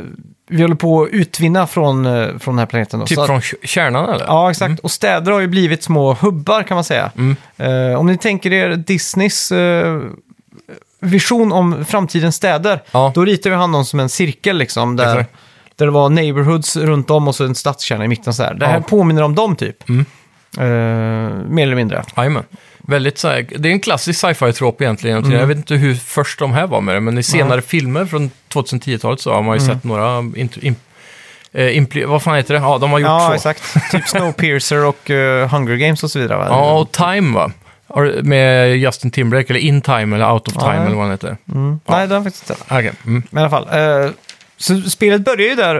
[SPEAKER 1] vi håller på att utvinna från, eh, från den här planeten. Då.
[SPEAKER 2] Typ
[SPEAKER 1] Så att-
[SPEAKER 2] från k- kärnan eller?
[SPEAKER 1] Ja, exakt. Och städer har ju blivit små hubbar kan man säga.
[SPEAKER 2] Mm.
[SPEAKER 1] Eh, om ni tänker er Disneys eh, vision om framtidens städer,
[SPEAKER 2] Ja.
[SPEAKER 1] då ritar vi han dem som en cirkel liksom. Där,
[SPEAKER 2] Exakt.
[SPEAKER 1] där det var neighborhoods runt om och så en stadskärna i mitten så här. Det här
[SPEAKER 2] Ja. Mm.
[SPEAKER 1] påminner om dem typ. Eh, mer eller mindre.
[SPEAKER 2] Jajamän. Väldigt så här, det är en klassisk sci-fi-trop egentligen.
[SPEAKER 1] Mm.
[SPEAKER 2] Jag vet inte hur först de här var med det, men i senare filmer från 2010-talet så har man
[SPEAKER 1] Mm.
[SPEAKER 2] ju sett några... um, Int, im- eh, impli- vad fan heter det? Ja, de har gjort
[SPEAKER 1] Ja,
[SPEAKER 2] så.
[SPEAKER 1] exakt. typ Snowpiercer och eh, Hunger Games och så vidare. va?
[SPEAKER 2] Ja, och Time va? Har- Med Justin Timberlake, eller In Time eller Out of Time
[SPEAKER 1] nej.
[SPEAKER 2] eller vad han heter.
[SPEAKER 1] Mm. Nej, det har jag faktiskt inte sett.
[SPEAKER 2] Okej. Mm.
[SPEAKER 1] Men i alla fall. eh, så spelet börjar ju där,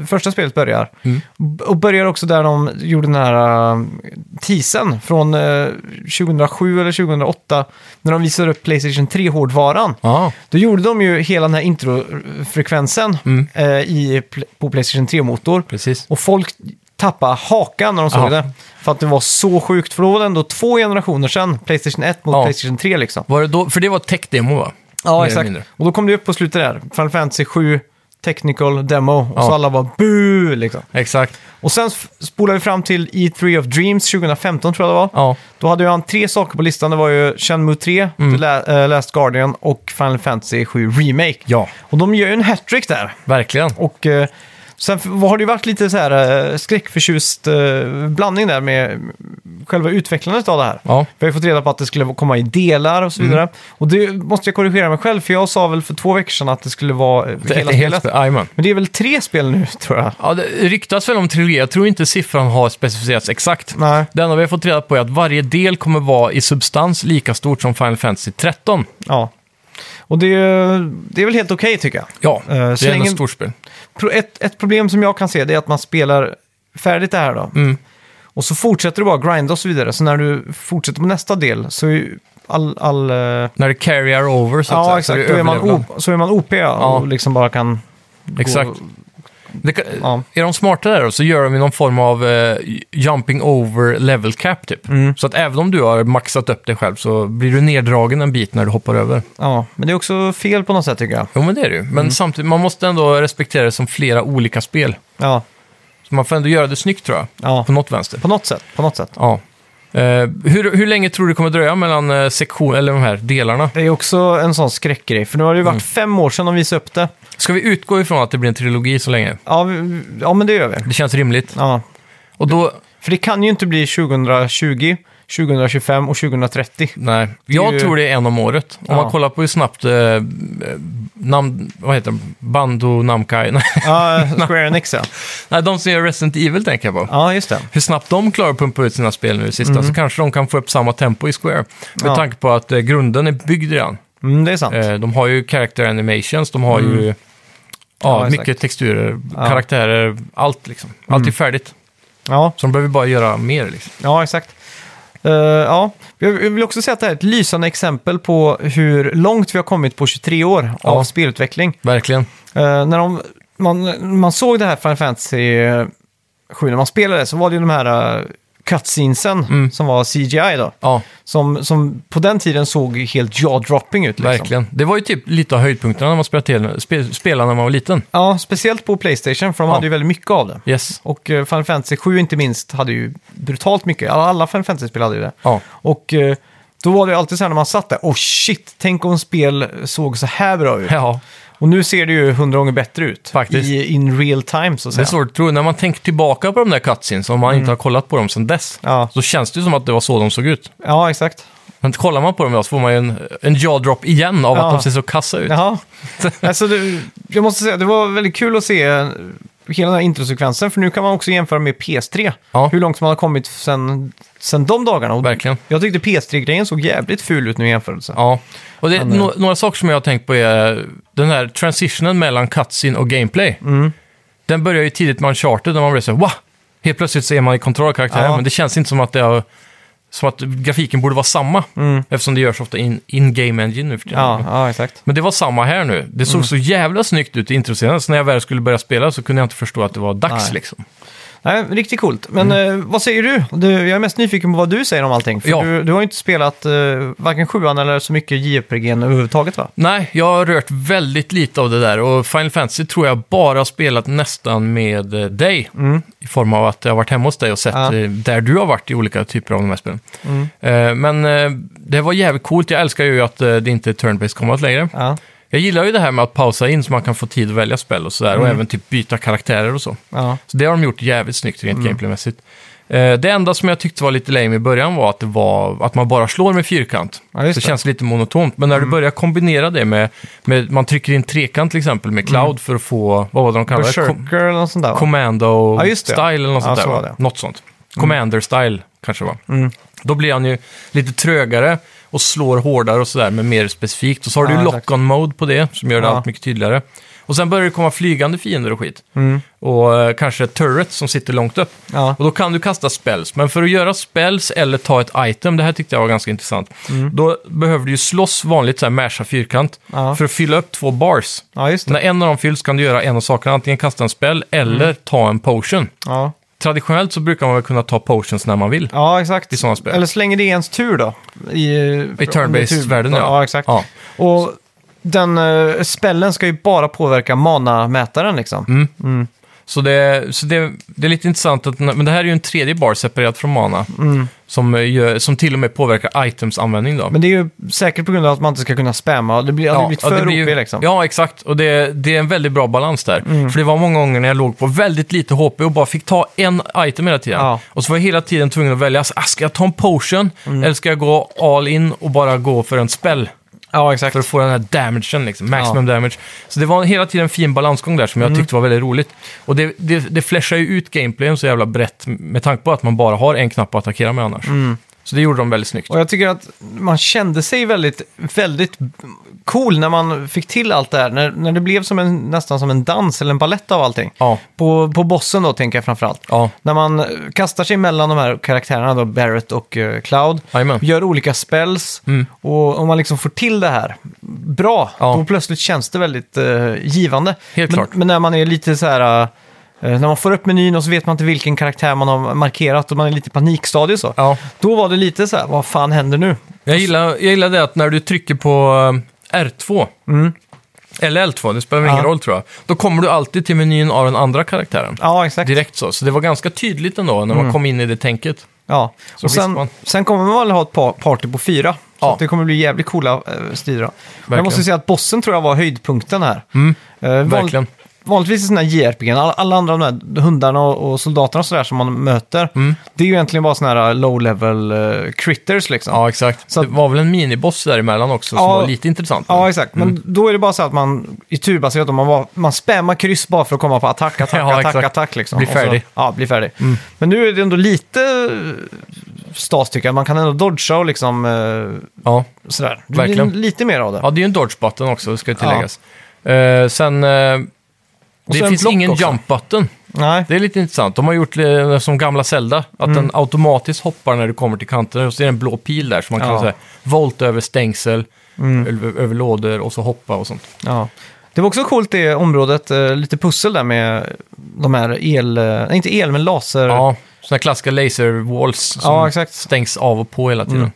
[SPEAKER 1] eh, första spelet börjar.
[SPEAKER 2] Mm.
[SPEAKER 1] B- Och börjar också där de gjorde den här eh, teasern från eh, 2007 eller 2008. När de visade upp Playstation 3-hårdvaran.
[SPEAKER 2] Ja,
[SPEAKER 1] Då gjorde de ju hela den här introfrekvensen
[SPEAKER 2] Mm.
[SPEAKER 1] eh, i, pl- på Playstation 3-motor.
[SPEAKER 2] precis.
[SPEAKER 1] Och folk tappade hakan när de såg
[SPEAKER 2] Ja.
[SPEAKER 1] det. För att det var så sjukt. För då var det ändå två generationer sedan. Playstation 1 mot
[SPEAKER 2] Ja.
[SPEAKER 1] Playstation 3 liksom.
[SPEAKER 2] Var det då, för det var ett tech-demo va? Mer
[SPEAKER 1] Ja,
[SPEAKER 2] eller
[SPEAKER 1] exakt.
[SPEAKER 2] mindre.
[SPEAKER 1] Och då kom det upp på slutet där. Final Fantasy 7 Technical Demo. Och så
[SPEAKER 2] Ja.
[SPEAKER 1] alla var bu liksom.
[SPEAKER 2] Exakt.
[SPEAKER 1] Och sen f- spolar vi fram till E3 of Dreams 2015 tror jag det var.
[SPEAKER 2] Ja.
[SPEAKER 1] Då hade han tre saker på listan. Det var ju Shenmue 3,
[SPEAKER 2] Mm.
[SPEAKER 1] The La- eh, Last Guardian och Final Fantasy 7 Remake.
[SPEAKER 2] Ja,
[SPEAKER 1] Och de gör ju en hattrick där.
[SPEAKER 2] verkligen.
[SPEAKER 1] Och eh, Sen f- har det ju varit lite så här eh, skräckförtjust eh, blandning där med själva utvecklandet av det här.
[SPEAKER 2] Ja.
[SPEAKER 1] Vi har ju fått reda på att det skulle komma i delar och så
[SPEAKER 2] Mm.
[SPEAKER 1] vidare. Och det måste jag korrigera mig själv, för jag sa väl för två veckor sedan att det skulle vara eh, hela spelet.
[SPEAKER 2] Jajamän.
[SPEAKER 1] Men det är väl tre spel nu, tror jag.
[SPEAKER 2] Ja, det ryktas väl om trilogi. Jag tror inte siffran har specificerats exakt.
[SPEAKER 1] Nej.
[SPEAKER 2] Det enda vi har fått reda på är att varje del kommer vara i substans lika stort som Final Fantasy 13.
[SPEAKER 1] Ja. Och det är, det är väl helt okej, tycker jag.
[SPEAKER 2] Ja, det är
[SPEAKER 1] Eh, så
[SPEAKER 2] ändå
[SPEAKER 1] länge-
[SPEAKER 2] ett stort spel.
[SPEAKER 1] Pro- ett, ett problem som jag kan se det är att man spelar färdigt det här då.
[SPEAKER 2] Mm.
[SPEAKER 1] Och så fortsätter du bara grinda och så vidare. Så när du fortsätter på nästa del så är ju all... all eh,
[SPEAKER 2] När det carrier over så att
[SPEAKER 1] ja,
[SPEAKER 2] säga,
[SPEAKER 1] exakt.
[SPEAKER 2] så
[SPEAKER 1] Då är, man
[SPEAKER 2] överlevnad.
[SPEAKER 1] o, så är man OP ja. och liksom bara kan... gå-
[SPEAKER 2] Exakt. Det kan,
[SPEAKER 1] Ja.
[SPEAKER 2] Är de smarta där då, så gör de ju någon form av eh, jumping over level cap typ.
[SPEAKER 1] Mm.
[SPEAKER 2] Så att även om du har maxat upp dig själv så blir du neddragen en bit när du hoppar över.
[SPEAKER 1] Ja, men det är också fel på något sätt tycker jag.
[SPEAKER 2] Jo men det är det ju. Men
[SPEAKER 1] Mm.
[SPEAKER 2] samtidigt, man måste ändå respektera det som flera olika spel.
[SPEAKER 1] Ja,
[SPEAKER 2] Så man får ändå göra det snyggt tror jag.
[SPEAKER 1] ja.
[SPEAKER 2] På något vänster.
[SPEAKER 1] på något sätt. På något sätt.
[SPEAKER 2] Ja. Eh, hur, hur länge tror du det kommer dröja mellan eh, sektion, eller de här delarna?
[SPEAKER 1] Det är också en sån skräckgrej, för nu har det ju
[SPEAKER 2] Mm.
[SPEAKER 1] varit fem år sedan de visade upp det.
[SPEAKER 2] Ska vi utgå ifrån att det blir en trilogi så länge?
[SPEAKER 1] Ja, vi- ja men det gör vi.
[SPEAKER 2] Det känns rimligt.
[SPEAKER 1] Ja.
[SPEAKER 2] Och då...
[SPEAKER 1] För det kan ju inte bli 2020, 2025 och 2030.
[SPEAKER 2] Nej,
[SPEAKER 1] ju-
[SPEAKER 2] jag tror det är en om året. Om
[SPEAKER 1] Ja.
[SPEAKER 2] man kollar på hur snabbt eh, eh, nam, vad heter de? Bando Namkai, nej,
[SPEAKER 1] Ja, Square Enix ja.
[SPEAKER 2] nej, de som gör Resident Evil tänker jag på.
[SPEAKER 1] Ja, just det.
[SPEAKER 2] Hur snabbt de klarar att pumpa ut sina spel nu i sista, så kanske de kan få upp samma tempo i Square. Med
[SPEAKER 1] Mm. Ja.
[SPEAKER 2] tanke på att eh, grunden är byggd redan.
[SPEAKER 1] Mm, det är sant.
[SPEAKER 2] Eh, de har ju character animations, de har ju ja,
[SPEAKER 1] Mm. Ja, exakt.
[SPEAKER 2] mycket texturer,
[SPEAKER 1] Ja. Mm.
[SPEAKER 2] karaktärer, allt liksom. Allt är färdigt.
[SPEAKER 1] Ja,
[SPEAKER 2] Så de behöver bara göra mer liksom.
[SPEAKER 1] ja exakt. Eh, ja. Jag jag vill också säga att det här är ett lysande exempel på hur långt vi har kommit på 23 år
[SPEAKER 2] Ja.
[SPEAKER 1] av spelutveckling.
[SPEAKER 2] Verkligen.
[SPEAKER 1] Eh, när de, man, man såg det här Final Fantasy eh, 7 när man spelade så var det ju de här uh, cutscenesen
[SPEAKER 2] Mm.
[SPEAKER 1] som var CGI då.
[SPEAKER 2] Ja,
[SPEAKER 1] Som, som på den tiden såg helt jaw-dropping ut. Liksom.
[SPEAKER 2] verkligen. Det var ju typ lite av höjdpunkterna när man spelade, till, spe, spelade när man var liten.
[SPEAKER 1] Ja, speciellt på Playstation för de
[SPEAKER 2] Ja.
[SPEAKER 1] hade ju väldigt mycket av det.
[SPEAKER 2] Yes.
[SPEAKER 1] Och eh, Final Fantasy 7 inte minst hade ju brutalt mycket. Alla- Alla Final Fantasy-spel hade ju det.
[SPEAKER 2] Ja.
[SPEAKER 1] Och eh, då var det ju alltid så här när man satt där, oh shit, tänk om spel såg så här bra ut.
[SPEAKER 2] ja,
[SPEAKER 1] Och nu ser det ju hundra gånger bättre ut.
[SPEAKER 2] Faktiskt.
[SPEAKER 1] I, in real time så att
[SPEAKER 2] det är
[SPEAKER 1] säga.
[SPEAKER 2] svårt att tro. När man tänker tillbaka på de där cutscenes, om man inte har kollat på dem sedan dess,
[SPEAKER 1] Mm. Ja.
[SPEAKER 2] så känns det ju som att det var så de såg ut.
[SPEAKER 1] Ja, exakt.
[SPEAKER 2] Men kollar man på dem idag så får man ju en, en jaw-drop igen av
[SPEAKER 1] Ja.
[SPEAKER 2] att de ser så kassa ut.
[SPEAKER 1] Jaha. alltså, det, jag måste säga, det var väldigt kul att se eh, hela den här introsekvensen, för nu kan man också jämföra med PS3.
[SPEAKER 2] Ja.
[SPEAKER 1] Hur långt man har kommit sen, sen de dagarna. Och
[SPEAKER 2] Verkligen.
[SPEAKER 1] jag tyckte PS3-grejen såg jävligt ful ut nu i jämförelse.
[SPEAKER 2] Ja, och det, nå- några saker som jag har tänkt på är den här transitionen mellan cutscene och gameplay.
[SPEAKER 1] Mm.
[SPEAKER 2] Den börjar ju tidigt med Uncharted när man blir så här, wow! Helt plötsligt så är man i kontrollkaraktären,
[SPEAKER 1] Ja.
[SPEAKER 2] men det känns inte som att, det har, som att grafiken borde vara samma. Eftersom det görs ofta in- in-game engine nu för tiden.
[SPEAKER 1] Mm. Ja, Mm. ja, exakt.
[SPEAKER 2] Men det var samma här nu. Det såg så jävla snyggt ut i introscenen, så när jag väl skulle börja spela så kunde jag inte förstå att det var dags
[SPEAKER 1] Nej.
[SPEAKER 2] liksom.
[SPEAKER 1] Nej, riktigt coolt. Men eh, vad säger du? du? Jag är mest nyfiken på vad du säger om allting. För
[SPEAKER 2] Mm. Ja.
[SPEAKER 1] du, du har ju inte spelat eh, varken sjuan eller så mycket JRPG överhuvudtaget va?
[SPEAKER 2] Nej, jag har rört väldigt lite av det där och Final Fantasy tror jag bara har spelat nästan med eh, dig. I form av att jag har varit hemma hos dig och sett
[SPEAKER 1] Ja.
[SPEAKER 2] eh, där du har varit i olika typer av de här spelen. Eh, Men eh, det var jävligt coolt. Jag älskar ju att eh, det inte är turn-based combat längre.
[SPEAKER 1] Ja,
[SPEAKER 2] Jag gillar ju det här med att pausa in så man kan få tid att välja spel och sådär. Och även typ byta karaktärer och så.
[SPEAKER 1] ja,
[SPEAKER 2] Så det har de gjort jävligt snyggt
[SPEAKER 1] Mm.
[SPEAKER 2] rent gameplaymässigt. Eh, Det enda som jag tyckte var lite lame i början var att, det var att man bara slår med fyrkant.
[SPEAKER 1] Ja, just
[SPEAKER 2] det
[SPEAKER 1] det. Mm.
[SPEAKER 2] känns lite monotont. Men när du börjar kombinera det med, med... Man trycker in trekant till exempel med
[SPEAKER 1] Mm.
[SPEAKER 2] Cloud för att få... Vad var det de kallade det? Com-
[SPEAKER 1] Berserker eller något sånt där va? Ja, just det.
[SPEAKER 2] Commando-style eller något
[SPEAKER 1] Ja,
[SPEAKER 2] sånt
[SPEAKER 1] Mm.
[SPEAKER 2] där.
[SPEAKER 1] så
[SPEAKER 2] va?
[SPEAKER 1] var det.
[SPEAKER 2] Något sånt. Commander-style kanske det var. Då blir han ju lite trögare och slår hårdare och sådär, men mer specifikt. Och så har
[SPEAKER 1] Ja,
[SPEAKER 2] du
[SPEAKER 1] exakt.
[SPEAKER 2] lock-on-mode på det, som gör det
[SPEAKER 1] Ja.
[SPEAKER 2] allt mycket tydligare. Och sen börjar det komma flygande fiender och skit. Och eh, kanske turret som sitter långt upp.
[SPEAKER 1] Mm. Ja.
[SPEAKER 2] Och då kan du kasta spells. Men för att göra spells eller ta ett item, det här tyckte jag var ganska intressant, då behöver du ju slåss vanligt, så här masha fyrkant,
[SPEAKER 1] Mm. Ja.
[SPEAKER 2] för att fylla upp två bars.
[SPEAKER 1] ja, just
[SPEAKER 2] När
[SPEAKER 1] det.
[SPEAKER 2] en av dem fylls kan du göra en av sakerna, antingen kasta en spell eller
[SPEAKER 1] Mm.
[SPEAKER 2] ta en potion.
[SPEAKER 1] Ja.
[SPEAKER 2] Traditionellt så brukar man väl kunna ta potions när man vill.
[SPEAKER 1] ja, exakt.
[SPEAKER 2] I sådana spel.
[SPEAKER 1] Eller så länge det är ens tur då. I,
[SPEAKER 2] I turn-based-världen,
[SPEAKER 1] ja.
[SPEAKER 2] ja.
[SPEAKER 1] Ja, exakt.
[SPEAKER 2] Ja.
[SPEAKER 1] Och den eh, spellen ska ju bara påverka mana-mätaren liksom.
[SPEAKER 2] Mm. Så, det, så det, det är lite intressant, att, men det här är ju en tredje bar separerat från Mana. Som, eh, gör, som till och med påverkar items-användning då.
[SPEAKER 1] Mm. Men det är ju säkert på grund av att man inte ska kunna spamma. Det blir, ja, det blivit för
[SPEAKER 2] blir ju-
[SPEAKER 1] OP liksom. Mm.
[SPEAKER 2] Ja, exakt. Och det, det är en väldigt bra balans där. För det var många gånger när jag låg på väldigt lite HP och bara fick ta en item hela tiden.
[SPEAKER 1] Ja.
[SPEAKER 2] Och så var jag hela tiden tvungen att välja, ah, ska jag ta en potion
[SPEAKER 1] Mm.
[SPEAKER 2] eller ska jag gå all in och bara gå för en spell?
[SPEAKER 1] Ja, exakt.
[SPEAKER 2] För att få den här damagen, liksom, maximum damage. Så det var hela tiden en fin balansgång där
[SPEAKER 1] Mm.
[SPEAKER 2] som jag tyckte var väldigt roligt. Och det, det, det flashar ju ut gameplayen så jävla brett med tanke på att man bara har en knapp att attackera med annars. Så det gjorde de väldigt snyggt.
[SPEAKER 1] Mm. Och jag tycker att man kände sig väldigt, väldigt cool när man fick till allt det här. När, när det blev som en, nästan som en dans eller en ballett av allting.
[SPEAKER 2] Ja.
[SPEAKER 1] På, på bossen då tänker jag framförallt.
[SPEAKER 2] Ja.
[SPEAKER 1] När man eh, kastar sig mellan de här karaktärerna då, Barrett och eh, Cloud.
[SPEAKER 2] Jajamän. Mm.
[SPEAKER 1] Gör olika spells. Och om man liksom får till det här bra,
[SPEAKER 2] Ja.
[SPEAKER 1] då plötsligt känns det väldigt eh, givande.
[SPEAKER 2] Helt
[SPEAKER 1] men,
[SPEAKER 2] klart.
[SPEAKER 1] men när man är lite så här... eh, när man får upp menyn och så vet man inte vilken karaktär man har markerat och man är lite i panikstadie så.
[SPEAKER 2] Ja.
[SPEAKER 1] Då var det lite så här, vad fan händer nu?
[SPEAKER 2] Jag gillar, jag gillar det att när du trycker på eh, R2, eller L2, det spelar ingen
[SPEAKER 1] Mm. Ja.
[SPEAKER 2] roll tror jag, då kommer du alltid till menyn av den andra karaktären.
[SPEAKER 1] Ja, exakt. Mm.
[SPEAKER 2] Direkt så, så det var ganska tydligt ändå när man kom in i det tänket.
[SPEAKER 1] Ja.
[SPEAKER 2] Så
[SPEAKER 1] Och
[SPEAKER 2] visst
[SPEAKER 1] sen,
[SPEAKER 2] man.
[SPEAKER 1] sen kommer man väl ha ett par, party på fyra. Så
[SPEAKER 2] Ja.
[SPEAKER 1] att det kommer bli jävligt coola eh, strider. då. Jag
[SPEAKER 2] Verkligen. Mm.
[SPEAKER 1] måste säga att bossen tror jag var höjdpunkten här. Eh,
[SPEAKER 2] Verkligen.
[SPEAKER 1] Vanligtvis i sådana här JRPG, alla, alla andra de här hundarna och, och soldaterna och sådär som man möter,
[SPEAKER 2] Mm.
[SPEAKER 1] det är ju egentligen bara sådana här uh, low-level eh, critters liksom.
[SPEAKER 2] Ja, exakt.
[SPEAKER 1] Så att-
[SPEAKER 2] det var väl en miniboss däremellan också som
[SPEAKER 1] Ja.
[SPEAKER 2] var lite intressant.
[SPEAKER 1] Ja, exakt. Men
[SPEAKER 2] Mm.
[SPEAKER 1] då är det bara så att man i turbaserat, om man, bara- man spammar kryss bara för att komma på attack, attack,
[SPEAKER 2] Ja,
[SPEAKER 1] attack,
[SPEAKER 2] exakt.
[SPEAKER 1] attack. Liksom.
[SPEAKER 2] Bli
[SPEAKER 1] Och så-
[SPEAKER 2] färdig. Mm.
[SPEAKER 1] ja, bli färdig. Men nu är det ändå lite eh, stas tycker jag. Man kan ändå dodga och liksom eh,
[SPEAKER 2] ja.
[SPEAKER 1] sådär. Det
[SPEAKER 2] Verkligen.
[SPEAKER 1] blir lite mer av det.
[SPEAKER 2] ja det är ju en dodge button också, ska tilläggas. Eh, sen, eh,
[SPEAKER 1] så
[SPEAKER 2] det
[SPEAKER 1] en
[SPEAKER 2] finns
[SPEAKER 1] block
[SPEAKER 2] ingen
[SPEAKER 1] också.
[SPEAKER 2] jump button.
[SPEAKER 1] Nej.
[SPEAKER 2] Det är lite intressant. De har gjort eh, som gamla Zelda, att
[SPEAKER 1] Mm.
[SPEAKER 2] den automatiskt hoppar när du kommer till kanterna och så är det en blå pil där som man kan
[SPEAKER 1] Ja. Mm.
[SPEAKER 2] så här, volta över stängsel, över, över lådor och så hoppa och sånt.
[SPEAKER 1] Ja. Det var också coolt det området, eh, lite pussel där med de här el, eh, nej, inte el men laser.
[SPEAKER 2] Ja, sådana klassiska laser walls som
[SPEAKER 1] Ja, exakt. Mm.
[SPEAKER 2] stängs av och på hela tiden.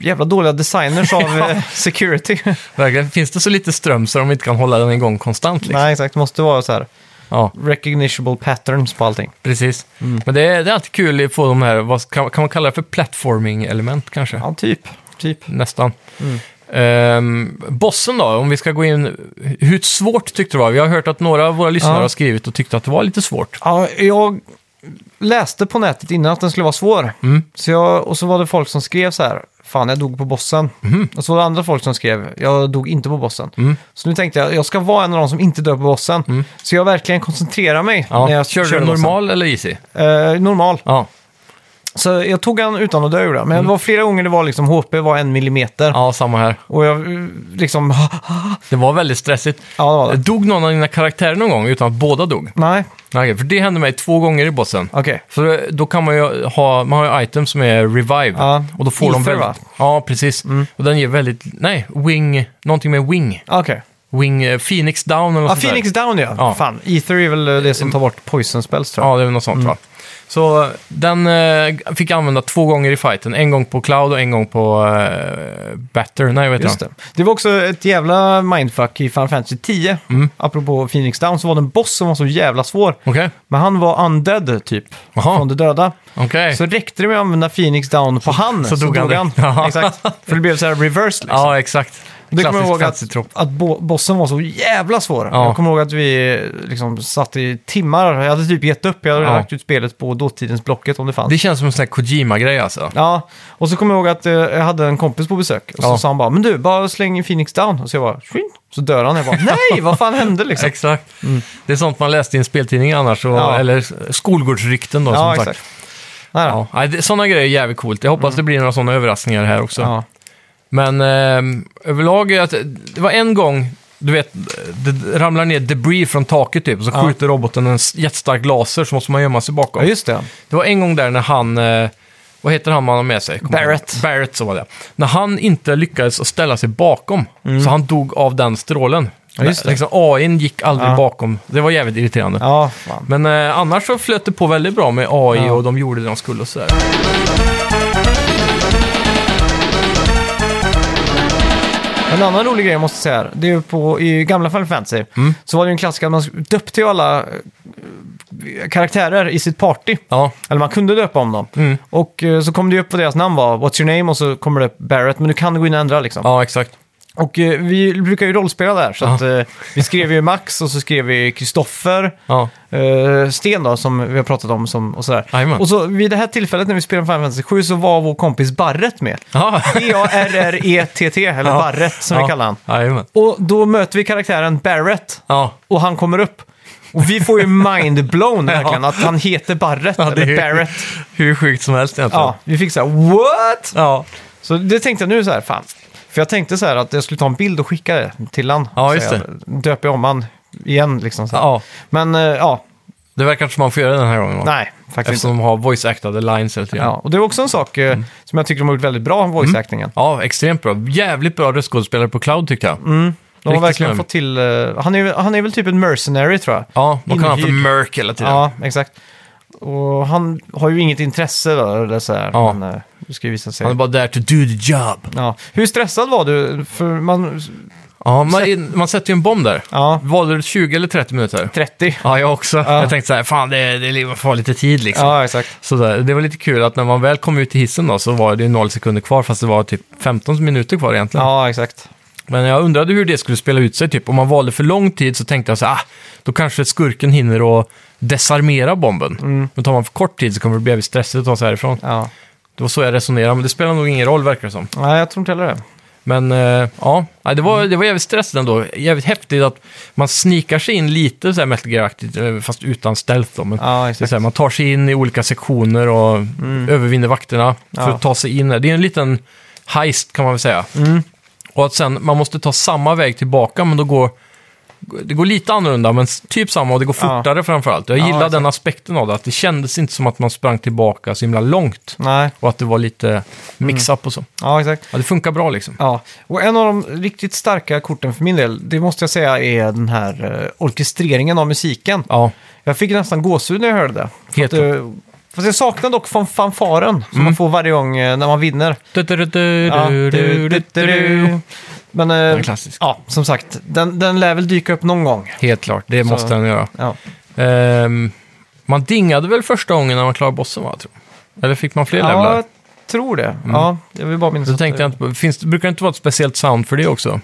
[SPEAKER 1] Jävla dåliga designers av eh, security.
[SPEAKER 2] Verkligen. Finns det så lite ström så de inte kan hålla den igång konstant? Liksom?
[SPEAKER 1] nej, exakt. Det måste vara så här
[SPEAKER 2] Ja,
[SPEAKER 1] recognitionable patterns på allting.
[SPEAKER 2] precis.
[SPEAKER 1] Mm.
[SPEAKER 2] Men det är, det är alltid kul att få de här, vad kan, kan man kalla det för platforming-element kanske?
[SPEAKER 1] Ja, typ. Typ.
[SPEAKER 2] Nästan. Ehm, bossen då, om vi ska gå in. Hur svårt tyckte du det var? Vi har hört att några av våra lyssnare
[SPEAKER 1] Ja.
[SPEAKER 2] har skrivit och tyckte att det var lite svårt.
[SPEAKER 1] Ja, jag läste på nätet innan att den skulle vara svår. Så jag, och så var det folk som skrev så här, fan jag dog på bossen. Och så var det andra folk som skrev, jag dog inte på bossen. Så nu tänkte jag, jag ska vara en av de som inte dör på bossen. Så jag verkligen koncentrerar mig
[SPEAKER 2] Ja.
[SPEAKER 1] när jag
[SPEAKER 2] Körde du
[SPEAKER 1] bossen.
[SPEAKER 2] normal eller easy?
[SPEAKER 1] Eh, normal.
[SPEAKER 2] Ja.
[SPEAKER 1] Så jag tog han utan att dö ur det. Men det var flera gånger det var liksom HP var en millimeter.
[SPEAKER 2] ja, samma här.
[SPEAKER 1] Och jag eh, liksom,
[SPEAKER 2] Det var väldigt stressigt.
[SPEAKER 1] ja det var det.
[SPEAKER 2] Dog någon av dina karaktärer någon gång utan att båda dog?
[SPEAKER 1] Nej,
[SPEAKER 2] Nej, okej, för det hände mig två gånger i bossen.
[SPEAKER 1] okej.
[SPEAKER 2] För då kan man ju ha, man har ju items som är revive.
[SPEAKER 1] Ja.
[SPEAKER 2] Och då får de
[SPEAKER 1] Ether,
[SPEAKER 2] väldigt...
[SPEAKER 1] va? Mm.
[SPEAKER 2] Ja, precis. Och den ger väldigt, nej, wing, någonting med wing.
[SPEAKER 1] Okej.
[SPEAKER 2] Wing, eh, Phoenix down eller något
[SPEAKER 1] Ja,
[SPEAKER 2] sånt där.
[SPEAKER 1] Phoenix Down ja.
[SPEAKER 2] Ja.
[SPEAKER 1] Fan, Ether är väl eh, det som tar bort poison spells tror jag.
[SPEAKER 2] Ja, det är väl något
[SPEAKER 1] Mm.
[SPEAKER 2] sånt va. Så den eh, fick jag använda två gånger i fighten. En gång på Cloud och en gång på eh, Batter. Nej, vet
[SPEAKER 1] Just
[SPEAKER 2] jag.
[SPEAKER 1] det. det var också ett jävla mindfuck i Final Fantasy 10.
[SPEAKER 2] Mm.
[SPEAKER 1] Apropå Phoenix Down så var det en boss som var så jävla svår.
[SPEAKER 2] Okej.
[SPEAKER 1] Men han var undead typ,
[SPEAKER 2] Jaha.
[SPEAKER 1] från de döda.
[SPEAKER 2] Okej.
[SPEAKER 1] Så räckte det med att använda Phoenix Down på han
[SPEAKER 2] så dog han direkt. Ja.
[SPEAKER 1] Exakt. För det blev så här reverse liksom.
[SPEAKER 2] Ja, exakt.
[SPEAKER 1] Det kommer jag ihåg att,
[SPEAKER 2] fantasy-trop.
[SPEAKER 1] att bo, bossen var så jävla svår.
[SPEAKER 2] Ja.
[SPEAKER 1] Jag kommer ihåg att vi eh, liksom satt i timmar. Jag hade typ gett upp. Jag hade
[SPEAKER 2] Ja.
[SPEAKER 1] lagt ut spelet på dåtidens Blocket om det fanns.
[SPEAKER 2] Det känns som en sån här Kojima-grej alltså.
[SPEAKER 1] Ja, och så kommer jag ihåg att eh, jag hade en kompis på besök. Och så
[SPEAKER 2] Ja.
[SPEAKER 1] sa han bara, men du, bara släng in Phoenix Down. Och så jag bara, Swing. Så dör han. Jag bara, nej, vad fan hände liksom?
[SPEAKER 2] Exakt. Det är sånt man läste i en speltidning annars, och,
[SPEAKER 1] Ja.
[SPEAKER 2] eller skolgårdsrykten då som
[SPEAKER 1] Ja,
[SPEAKER 2] sagt.
[SPEAKER 1] exakt. Nej, då.
[SPEAKER 2] Ja, nej, det- sådana grejer är jävligt coolt. Jag hoppas det blir några sådana överraskningar här också.
[SPEAKER 1] ja.
[SPEAKER 2] Men eh, överlag, är att, det var en gång, du vet, det ramlar ner debris från taket typ, och så
[SPEAKER 1] Ja.
[SPEAKER 2] skjuter roboten en s- jättestark laser så måste man gömma sig bakom.
[SPEAKER 1] ja, just det.
[SPEAKER 2] Det var en gång där när han, eh, vad heter han man har med sig? Kommer jag ihåg.
[SPEAKER 1] Barrett.
[SPEAKER 2] Barrett, så var det. När han inte lyckades att ställa sig bakom, så han dog av den strålen.
[SPEAKER 1] Mm. Ja, just det.
[SPEAKER 2] Liksom, AIn gick aldrig
[SPEAKER 1] Ja.
[SPEAKER 2] bakom. Det var jävligt irriterande.
[SPEAKER 1] Ja, fan.
[SPEAKER 2] Men eh, annars så flöt det på väldigt bra med AI och de gjorde det de skulle och sådär.
[SPEAKER 1] En annan rolig grej jag måste
[SPEAKER 2] Mm.
[SPEAKER 1] säga här, det är ju på, i gamla Final Fantasy, så var det ju en klassiker att man döpte ju alla eh, karaktärer i sitt party.
[SPEAKER 2] Ja,
[SPEAKER 1] Eller man kunde döpa om dem.
[SPEAKER 2] Mm.
[SPEAKER 1] Och eh, så kom det ju upp vad deras namn var, What's Your Name, och så kommer det upp Barrett, men du kan gå in och ändra liksom.
[SPEAKER 2] ja exakt.
[SPEAKER 1] Och eh, vi brukar ju rollspela där, så
[SPEAKER 2] Ja.
[SPEAKER 1] att, eh, vi skrev ju Max och så skrev vi Kristoffer,
[SPEAKER 2] Ja,
[SPEAKER 1] eh, Sten då, som vi har pratat om som, och sådär.
[SPEAKER 2] Jajamän.
[SPEAKER 1] Och så vid det här tillfället när vi spelade Final Fantasy 7 så var vår kompis Barret med.
[SPEAKER 2] ja.
[SPEAKER 1] B-A-R-R-E-T-T, E eller
[SPEAKER 2] Ja.
[SPEAKER 1] Barret som vi kallar han.
[SPEAKER 2] Jajamän.
[SPEAKER 1] Och då möter vi karaktären Barrett
[SPEAKER 2] Ja,
[SPEAKER 1] och han kommer upp. Och vi får ju mind-blown verkligen, att han heter Barrett,
[SPEAKER 2] Ja, det är
[SPEAKER 1] eller
[SPEAKER 2] ju-
[SPEAKER 1] Barrett.
[SPEAKER 2] hur sjukt som helst egentligen.
[SPEAKER 1] Ja, vi fick så här, what?
[SPEAKER 2] ja.
[SPEAKER 1] Så det tänkte jag nu så här, fan. För jag tänkte så här att jag skulle ta en bild och skicka det till han.
[SPEAKER 2] Ja, just
[SPEAKER 1] så Jag döper om han igen liksom. Så här.
[SPEAKER 2] ja.
[SPEAKER 1] Men eh, ja,
[SPEAKER 2] Det verkar inte som man får göra det den här gången. va?
[SPEAKER 1] nej, faktiskt
[SPEAKER 2] Eftersom Mm.
[SPEAKER 1] inte.
[SPEAKER 2] de har voice-actade lines hela tiden.
[SPEAKER 1] Ja, och det är också en sak eh, som jag tycker de har gjort väldigt
[SPEAKER 2] Mm.
[SPEAKER 1] bra, voice-actingen.
[SPEAKER 2] Ja, extremt bra. Jävligt bra röstskådespelare på Cloud tycker jag.
[SPEAKER 1] Mm. De har
[SPEAKER 2] Riktigt
[SPEAKER 1] verkligen
[SPEAKER 2] snygg.
[SPEAKER 1] fått till... eh, han, är, han är väl typ en mercenary tror jag.
[SPEAKER 2] Ja, de kallar honom för
[SPEAKER 1] Inhyrd.
[SPEAKER 2] Merc hela tiden.
[SPEAKER 1] Ja, exakt. Och han har ju inget intresse då, eller så här.
[SPEAKER 2] Ja.
[SPEAKER 1] Men, eh, det ska ju visa sig.
[SPEAKER 2] Han är bara där to do the job.
[SPEAKER 1] Ja. Hur stressad var du? För man...
[SPEAKER 2] Ja, man, man sätter ju en bomb där.
[SPEAKER 1] Ja,
[SPEAKER 2] Valde du 20 eller 30 minuter?
[SPEAKER 1] 30.
[SPEAKER 2] Ja, jag också. Jag tänkte så här, fan det, det man får ha lite tid liksom.
[SPEAKER 1] Ja, exakt.
[SPEAKER 2] Så där. Det var lite kul att när man väl kom ut i hissen då så var det ju noll sekunder kvar fast det var typ 15 minuter kvar egentligen.
[SPEAKER 1] Ja, exakt.
[SPEAKER 2] Men jag undrade hur det skulle spela ut sig typ. Om man valde för lång tid så tänkte jag så här, ah, då kanske skurken hinner att desarmera bomben. Men tar man för kort tid så kommer det bli jävligt stressigt att ta sig härifrån.
[SPEAKER 1] Ja.
[SPEAKER 2] Det var så jag resonerade, men det spelar nog ingen roll verkar det som.
[SPEAKER 1] Nej, jag tror inte heller det.
[SPEAKER 2] Men eh, ja, Nej, det var, det var jävligt stressigt ändå. Jävligt häftigt att man snikar sig in lite så här Metal Gear-aktigt, eh, fast utan stealth då. Men
[SPEAKER 1] Ja,
[SPEAKER 2] det är
[SPEAKER 1] exakt.
[SPEAKER 2] så här, man tar sig in i olika sektioner och övervinner vakterna för
[SPEAKER 1] Mm. Ja.
[SPEAKER 2] att ta sig in. där. Det är en liten heist kan man väl säga.
[SPEAKER 1] Mm.
[SPEAKER 2] Och att sen, man måste ta samma väg tillbaka, men då går det går lite annorlunda, men s- typ samma och det går
[SPEAKER 1] Ja.
[SPEAKER 2] fortare framförallt. Jag
[SPEAKER 1] Ja,
[SPEAKER 2] gillar
[SPEAKER 1] exakt.
[SPEAKER 2] den aspekten av det, att det kändes inte som att man sprang tillbaka så himla långt.
[SPEAKER 1] Nej,
[SPEAKER 2] Och att det var lite mix-up och så.
[SPEAKER 1] ja exakt.
[SPEAKER 2] Ja, det funkar bra liksom.
[SPEAKER 1] Ja, och en av de riktigt starka korten för min del, det måste jag säga är den här eh, orkestreringen av musiken.
[SPEAKER 2] Ja,
[SPEAKER 1] Jag fick nästan gåshud när jag hörde det.
[SPEAKER 2] helt Mm.
[SPEAKER 1] Att, eh, Fast jag saknar dock fan fanfaren som man får varje gång eh, när man vinner. Ja. Du, du, du, du. Men
[SPEAKER 2] Den är
[SPEAKER 1] eh,
[SPEAKER 2] klassisk.
[SPEAKER 1] ja, som sagt, den, den lär väl dyka upp någon gång.
[SPEAKER 2] Helt klart, det måste den göra.
[SPEAKER 1] Ja.
[SPEAKER 2] Ehm, man dingade väl första gången när man klarade bossen, va? jag Tror. Eller fick man fler
[SPEAKER 1] Ja,
[SPEAKER 2] levlar?
[SPEAKER 1] jag tror det. Ja, jag vill bara minnas.
[SPEAKER 2] Så
[SPEAKER 1] att
[SPEAKER 2] Mm. tänkte
[SPEAKER 1] det-
[SPEAKER 2] jag inte på, finns, det- brukar det inte vara ett speciellt sound för det också?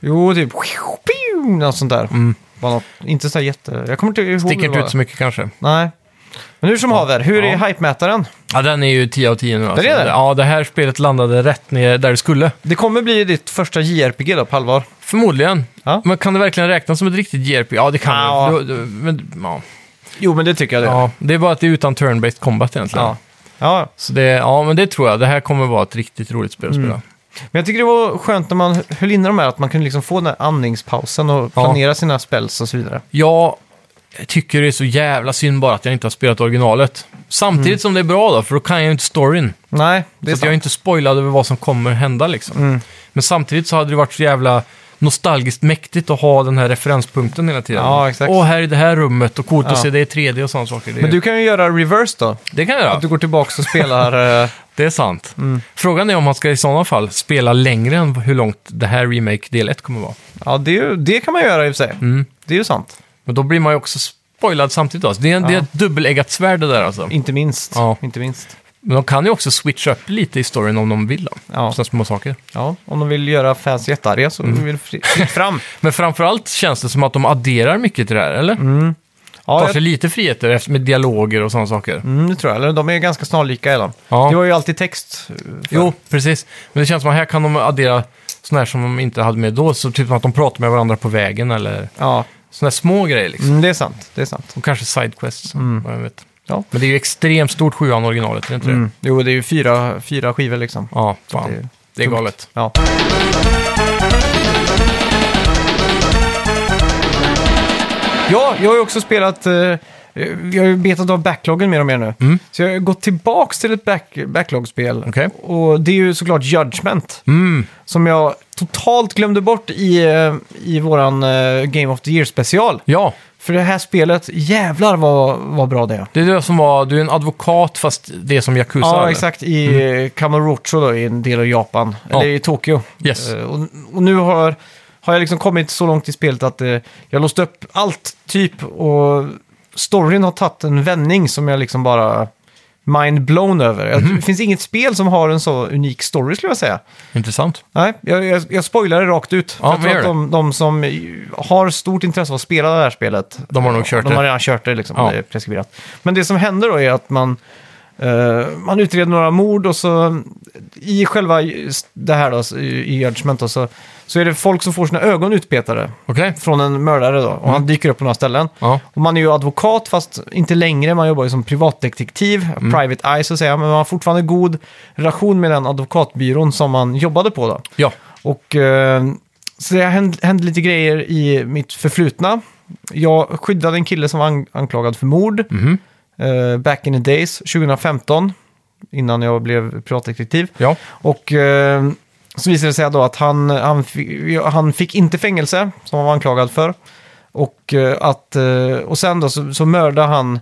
[SPEAKER 1] Jo, typ... piu, Något sånt där.
[SPEAKER 2] Mm.
[SPEAKER 1] Var något, inte så här jätte... Jag kommer inte ihåg
[SPEAKER 2] Sticker
[SPEAKER 1] vad
[SPEAKER 2] inte
[SPEAKER 1] det
[SPEAKER 2] ut så mycket kanske?
[SPEAKER 1] var. Nej. Men hur som haver, hur
[SPEAKER 2] Ja.
[SPEAKER 1] är hypemätaren?
[SPEAKER 2] Ja, den är ju 10 av 10 nu. Alltså.
[SPEAKER 1] är det?
[SPEAKER 2] Ja, det här spelet landade rätt ner där det skulle.
[SPEAKER 1] Det kommer bli ditt första JRPG då, på allvar.
[SPEAKER 2] Förmodligen.
[SPEAKER 1] Ja.
[SPEAKER 2] Men kan det verkligen räknas som ett riktigt JRPG? Ja, det kan
[SPEAKER 1] Ja.
[SPEAKER 2] det. Du- du- Men, ja.
[SPEAKER 1] Jo, men det tycker jag det
[SPEAKER 2] ja, det är bara att det är utan turn-based combat egentligen.
[SPEAKER 1] Ja. ja.
[SPEAKER 2] Så det, ja, men det tror jag. Det här kommer vara ett riktigt roligt spel att
[SPEAKER 1] Mm.
[SPEAKER 2] spela.
[SPEAKER 1] Men jag tycker det var skönt när man höll inne de här, att man kunde liksom få den här andningspausen och
[SPEAKER 2] Ja.
[SPEAKER 1] planera sina spells och så vidare.
[SPEAKER 2] Jag tycker det är så jävla synd bara att jag inte har spelat originalet. Samtidigt som det är bra då, för då kan jag ju inte storyn.
[SPEAKER 1] Nej, Mm. det
[SPEAKER 2] Så att jag är
[SPEAKER 1] är sant. Mm.
[SPEAKER 2] inte spoilad över vad som kommer hända liksom. Men samtidigt så hade det varit så jävla nostalgiskt mäktigt att ha den här referenspunkten hela tiden.
[SPEAKER 1] Ja, exakt.
[SPEAKER 2] Åh, här är det här rummet och coolt
[SPEAKER 1] Ja.
[SPEAKER 2] att se det i 3D och sådana saker. Det,
[SPEAKER 1] Men du kan ju göra reverse då.
[SPEAKER 2] det kan jag göra.
[SPEAKER 1] Att du går tillbaka och spelar... eh,
[SPEAKER 2] Det är sant. Frågan är om man ska i sådana fall spela längre än hur långt det här Remake del 1 kommer vara.
[SPEAKER 1] ja, det, är ju, det kan man göra i och för sig.
[SPEAKER 2] Mm.
[SPEAKER 1] Det är ju sant.
[SPEAKER 2] Men då blir man ju också spoilad samtidigt. Alltså. Det, är, det är ett dubbeleggat svärd det där alltså.
[SPEAKER 1] Inte minst.
[SPEAKER 2] Ja.
[SPEAKER 1] Inte minst.
[SPEAKER 2] Men de kan ju också switcha upp lite i storyn om de vill. då.
[SPEAKER 1] Ja.
[SPEAKER 2] Sådana små saker.
[SPEAKER 1] Ja, om de vill göra fans jättearga så vill fri- fritt fram.
[SPEAKER 2] Men framförallt känns det som att de adderar mycket till det här, eller? Tar
[SPEAKER 1] Mm. Ja,
[SPEAKER 2] sig
[SPEAKER 1] jag,
[SPEAKER 2] lite friheter efter- med dialoger och sådana saker.
[SPEAKER 1] mm, det tror jag. Eller de är ganska snarlika är de.
[SPEAKER 2] Ja.
[SPEAKER 1] Det var ju alltid text. eh, förr.
[SPEAKER 2] Jo, precis. Men det känns som att här kan de addera sådana här som de inte hade med då. Så typ som att de pratar med varandra på vägen eller
[SPEAKER 1] Ja,
[SPEAKER 2] sådana här små grejer liksom.
[SPEAKER 1] mm, det är sant. Det är sant.
[SPEAKER 2] Och kanske sidequests, vad jag vet.
[SPEAKER 1] Ja.
[SPEAKER 2] Men det är ju extremt stort sjuan originalet, är det inte
[SPEAKER 1] Mm.
[SPEAKER 2] det?
[SPEAKER 1] Jo, det är ju fyra, fyra skivor liksom.
[SPEAKER 2] Ja, fan.
[SPEAKER 1] Det
[SPEAKER 2] Det,
[SPEAKER 1] är
[SPEAKER 2] är
[SPEAKER 1] tungt.
[SPEAKER 2] galet.
[SPEAKER 1] Ja. Ja, jag har ju också spelat... Eh, eh, jag har ju betat av backloggen mer och mer nu. Så jag har gått tillbaka till ett back, backlogspel.
[SPEAKER 2] Okej.
[SPEAKER 1] Och det är ju såklart Judgment.
[SPEAKER 2] Mm.
[SPEAKER 1] Som jag totalt glömde bort i, eh, i våran eh, Game of the Year-special.
[SPEAKER 2] Ja,
[SPEAKER 1] För det här spelet, jävlar vad, vad bra det är.
[SPEAKER 2] det är det som var, du är en advokat fast det är som Yakuza.
[SPEAKER 1] Ja,
[SPEAKER 2] eller?
[SPEAKER 1] exakt. I mm. Kamurocho då, i en del av Japan.
[SPEAKER 2] Ja.
[SPEAKER 1] Eller i Tokyo.
[SPEAKER 2] Yes.
[SPEAKER 1] Eh, Och, och nu har, har jag liksom kommit så långt i spelet att eh, jag låst upp allt, typ. Och storyn har tagit en vändning som jag liksom bara mind blown över. Jag-
[SPEAKER 2] Mhm.
[SPEAKER 1] Det finns inget spel som har en så unik story skulle jag säga.
[SPEAKER 2] Intressant.
[SPEAKER 1] Nej, jag, jag, jag spoilar det rakt ut.
[SPEAKER 2] Ja,
[SPEAKER 1] jag tror
[SPEAKER 2] men
[SPEAKER 1] att
[SPEAKER 2] gör det.
[SPEAKER 1] de, de som har stort intresse av att spela det här spelet,
[SPEAKER 2] De har nog kört
[SPEAKER 1] de
[SPEAKER 2] det.
[SPEAKER 1] har redan kört det liksom,
[SPEAKER 2] Ja.
[SPEAKER 1] det är preskriberat. Men det som händer då är att man, eh, man utreder några mord och så i själva det här då, i- i judgment då, så, så är det folk som får sina ögon utpetade
[SPEAKER 2] Okej.
[SPEAKER 1] från en mördare då, och han dyker upp på några ställen.
[SPEAKER 2] Mm. Ja.
[SPEAKER 1] Och man är ju advokat, fast inte längre. Man jobbar ju som privatdetektiv, private eye så att säga. Men man har fortfarande god relation med den advokatbyrån som man jobbade på då.
[SPEAKER 2] Ja.
[SPEAKER 1] Och eh, så det hände, hände lite grejer i mitt förflutna. Jag skyddade en kille som var an- anklagad för mord
[SPEAKER 2] Mhm.
[SPEAKER 1] eh, back in the days, 2015. Innan jag blev privatdetektiv.
[SPEAKER 2] Ja.
[SPEAKER 1] Och eh, så visade det sig då att han, han, fi- han fick inte fängelse, som han var anklagad för. Och, eh, att, eh, och sen då så, så mördade han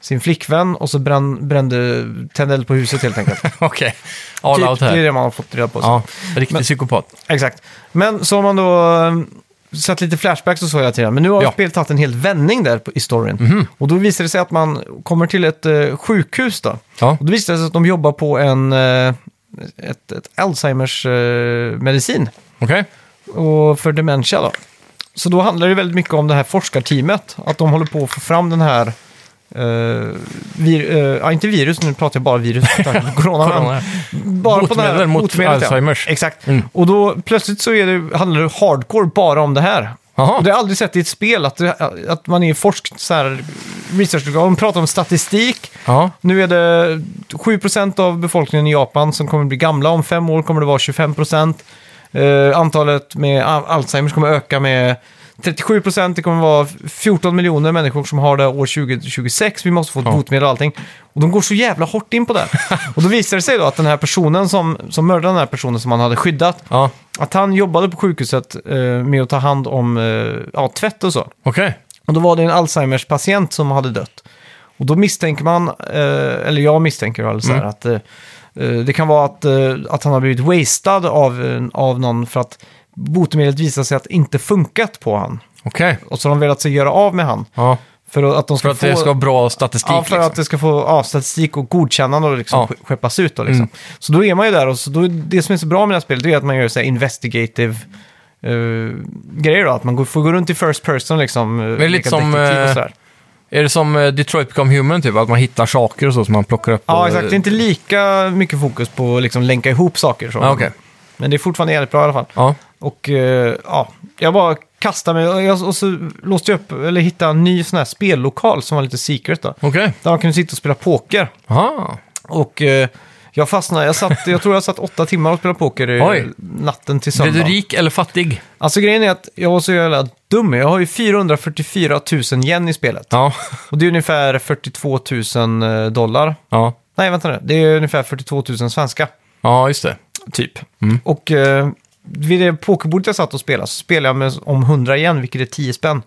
[SPEAKER 1] sin flickvän och så bränn, brände, tände eld på huset helt enkelt.
[SPEAKER 2] Okej. All out
[SPEAKER 1] typ, det är
[SPEAKER 2] här.
[SPEAKER 1] det man har fått reda på.
[SPEAKER 2] Ja. Riktig psykopat.
[SPEAKER 1] Exakt. Men så har man då eh, sett lite flashbacks och så hela tiden. Men nu har
[SPEAKER 2] Ja. Mhm.
[SPEAKER 1] spelet tagit en hel vändning där på, i storyn. Och då visar det sig att man kommer till ett eh, sjukhus då.
[SPEAKER 2] Ja.
[SPEAKER 1] Och då visar det sig att de jobbar på en, eh, ett, ett Alzheimers eh, medicin
[SPEAKER 2] Okej.
[SPEAKER 1] och för dementia då. Så då handlar det väldigt mycket om det här forskarteamet, att de håller på att få fram den här eh, vir, eh, ja, inte virus, nu pratar jag bara virus, tack, corona. men-
[SPEAKER 2] Corona.
[SPEAKER 1] bara på den här-
[SPEAKER 2] Motmedel mot
[SPEAKER 1] motmedlet,
[SPEAKER 2] Alzheimers.
[SPEAKER 1] Ja. Exakt.
[SPEAKER 2] Mm.
[SPEAKER 1] Och då plötsligt så är det, handlar det hardcore bara om det här.
[SPEAKER 2] Jaha.
[SPEAKER 1] Och det har jag aldrig sett i ett spel, att, det, att man är forsk, så här, research, de pratar om statistik.
[SPEAKER 2] Ja.
[SPEAKER 1] Nu är det 7% av befolkningen i Japan som kommer bli gamla. Om fem år kommer det vara 25%. Eh, antalet med al- Alzheimers kommer öka med 37%. Det kommer vara 14 miljoner människor som har det år 2026. Vi måste få ett
[SPEAKER 2] Ja.
[SPEAKER 1] botemedel och allting. Och de går så jävla hårt in på det. och då visar det sig då att den här personen som, som mördade den här personen som han hade skyddat,
[SPEAKER 2] Ja.
[SPEAKER 1] att han jobbade på sjukhuset eh, med att ta hand om eh, ja, tvätt och så.
[SPEAKER 2] Okej.
[SPEAKER 1] Och då var det en Alzheimers-patient som hade dött. Och då misstänker man, eh, eller jag misstänker väl så här,
[SPEAKER 2] Mm.
[SPEAKER 1] att eh, eh, det kan vara att, eh, att han har blivit wastad av, eh, av någon för att botemedlet visar sig att inte funkat på han.
[SPEAKER 2] Okej.
[SPEAKER 1] Och så har de velat sig göra av med han.
[SPEAKER 2] Ja.
[SPEAKER 1] För att
[SPEAKER 2] För
[SPEAKER 1] de ska
[SPEAKER 2] att det
[SPEAKER 1] få...
[SPEAKER 2] ska ha bra statistik.
[SPEAKER 1] Ja, för
[SPEAKER 2] liksom.
[SPEAKER 1] att det ska få ja, statistik och godkännande och liksom
[SPEAKER 2] Ja.
[SPEAKER 1] ske- skeppas ut. Då, liksom.
[SPEAKER 2] Mm.
[SPEAKER 1] Så då är man ju där och så då, det som är så bra med det här spelet det är att man gör så här investigative eh, grejer. Då, att man går, får gå runt i first person liksom. eh,
[SPEAKER 2] lite
[SPEAKER 1] leka
[SPEAKER 2] som,
[SPEAKER 1] detektiv och
[SPEAKER 2] eh,
[SPEAKER 1] sådär.
[SPEAKER 2] Är det som eh, Detroit Become Human, typ? Att man hittar saker och så som man plockar upp?
[SPEAKER 1] Ja,
[SPEAKER 2] och-
[SPEAKER 1] exakt. Det är inte lika mycket fokus på att liksom länka ihop saker. Så.
[SPEAKER 2] Ja, Ah, okej.
[SPEAKER 1] Men det är fortfarande jävligt bra i alla fall.
[SPEAKER 2] Ja.
[SPEAKER 1] Och eh, ja, jag bara kastade mig och, jag, och så låste jag upp, eller hittade en ny sån här spellokal som var lite secret då.
[SPEAKER 2] Okej.
[SPEAKER 1] Där man kunde sitta och spela poker.
[SPEAKER 2] Aha.
[SPEAKER 1] Och eh, jag fastnade, jag, satt, jag tror jag satt åtta timmar och spelade poker i
[SPEAKER 2] Oj.
[SPEAKER 1] natten till
[SPEAKER 2] Blev du
[SPEAKER 1] söndag.
[SPEAKER 2] rik eller fattig?
[SPEAKER 1] Alltså grejen är att jag var så jävla dum. Jag har ju 444 000 yen i spelet.
[SPEAKER 2] Ja.
[SPEAKER 1] Och det är ungefär 42 000 eh, dollar.
[SPEAKER 2] Ja.
[SPEAKER 1] Nej, vänta nu. Det är ungefär 42 000 svenska.
[SPEAKER 2] Ja, just det.
[SPEAKER 1] Typ. Och eh, vid det pokerbordet jag satt och spelade så spelade jag med om 100 igen, vilket är 10 spänn.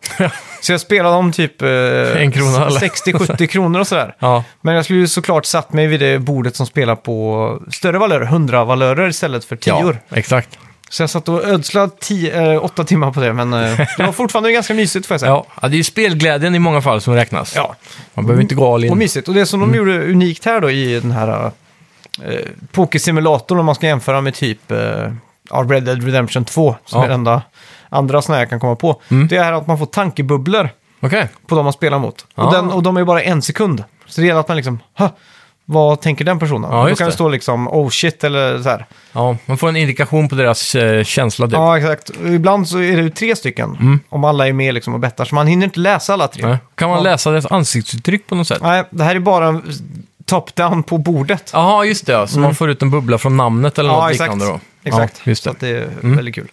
[SPEAKER 1] så jag spelade om typ eh,
[SPEAKER 2] En krona, eller?
[SPEAKER 1] 60-70 kronor och sådär.
[SPEAKER 2] Ja.
[SPEAKER 1] Men jag skulle ju såklart satt mig vid det bordet som spelar på större valörer, 100 valörer istället för 10.
[SPEAKER 2] Ja, exakt.
[SPEAKER 1] Så jag satt och ödslade 8 timmar på det, men eh, det var fortfarande ganska mysigt får jag säga.
[SPEAKER 2] Ja. ja, det är ju spelglädjen i många fall som räknas.
[SPEAKER 1] Ja,
[SPEAKER 2] Man behöver inte gå all
[SPEAKER 1] och
[SPEAKER 2] in.
[SPEAKER 1] mysigt. Och det som de
[SPEAKER 2] Mm.
[SPEAKER 1] gjorde unikt här då i den här eh, pokersimulatorn, om man ska jämföra med typ eh, ja, Red Dead Redemption 2, som
[SPEAKER 2] Ja. Mm.
[SPEAKER 1] är den enda andra sådana jag kan komma på, det är att man får tankebubblor
[SPEAKER 2] Okej.
[SPEAKER 1] på de man spelar mot.
[SPEAKER 2] Ah.
[SPEAKER 1] Och, den, och de är bara en sekund. Så det gäller att man liksom, "Ha, vad tänker den personen?
[SPEAKER 2] Ja,
[SPEAKER 1] Och då
[SPEAKER 2] just
[SPEAKER 1] kan det
[SPEAKER 2] det.
[SPEAKER 1] stå liksom, oh shit, eller så här.
[SPEAKER 2] Ja, man får en indikation på deras eh, känsla typ.
[SPEAKER 1] Ja, exakt. Och Ibland så är det ju tre stycken, om alla är med liksom och bettar, så man hinner inte läsa alla tre.
[SPEAKER 2] Mm. Nej. Kan man
[SPEAKER 1] Ja.
[SPEAKER 2] läsa deras ansiktsuttryck på något sätt?
[SPEAKER 1] Nej, det här är bara top-down på bordet.
[SPEAKER 2] Jaha, just det. ja. Så man får ut en bubbla från namnet eller något liknande då.
[SPEAKER 1] Exakt,
[SPEAKER 2] Ja, just
[SPEAKER 1] så
[SPEAKER 2] det. Mm.
[SPEAKER 1] att det är väldigt kul.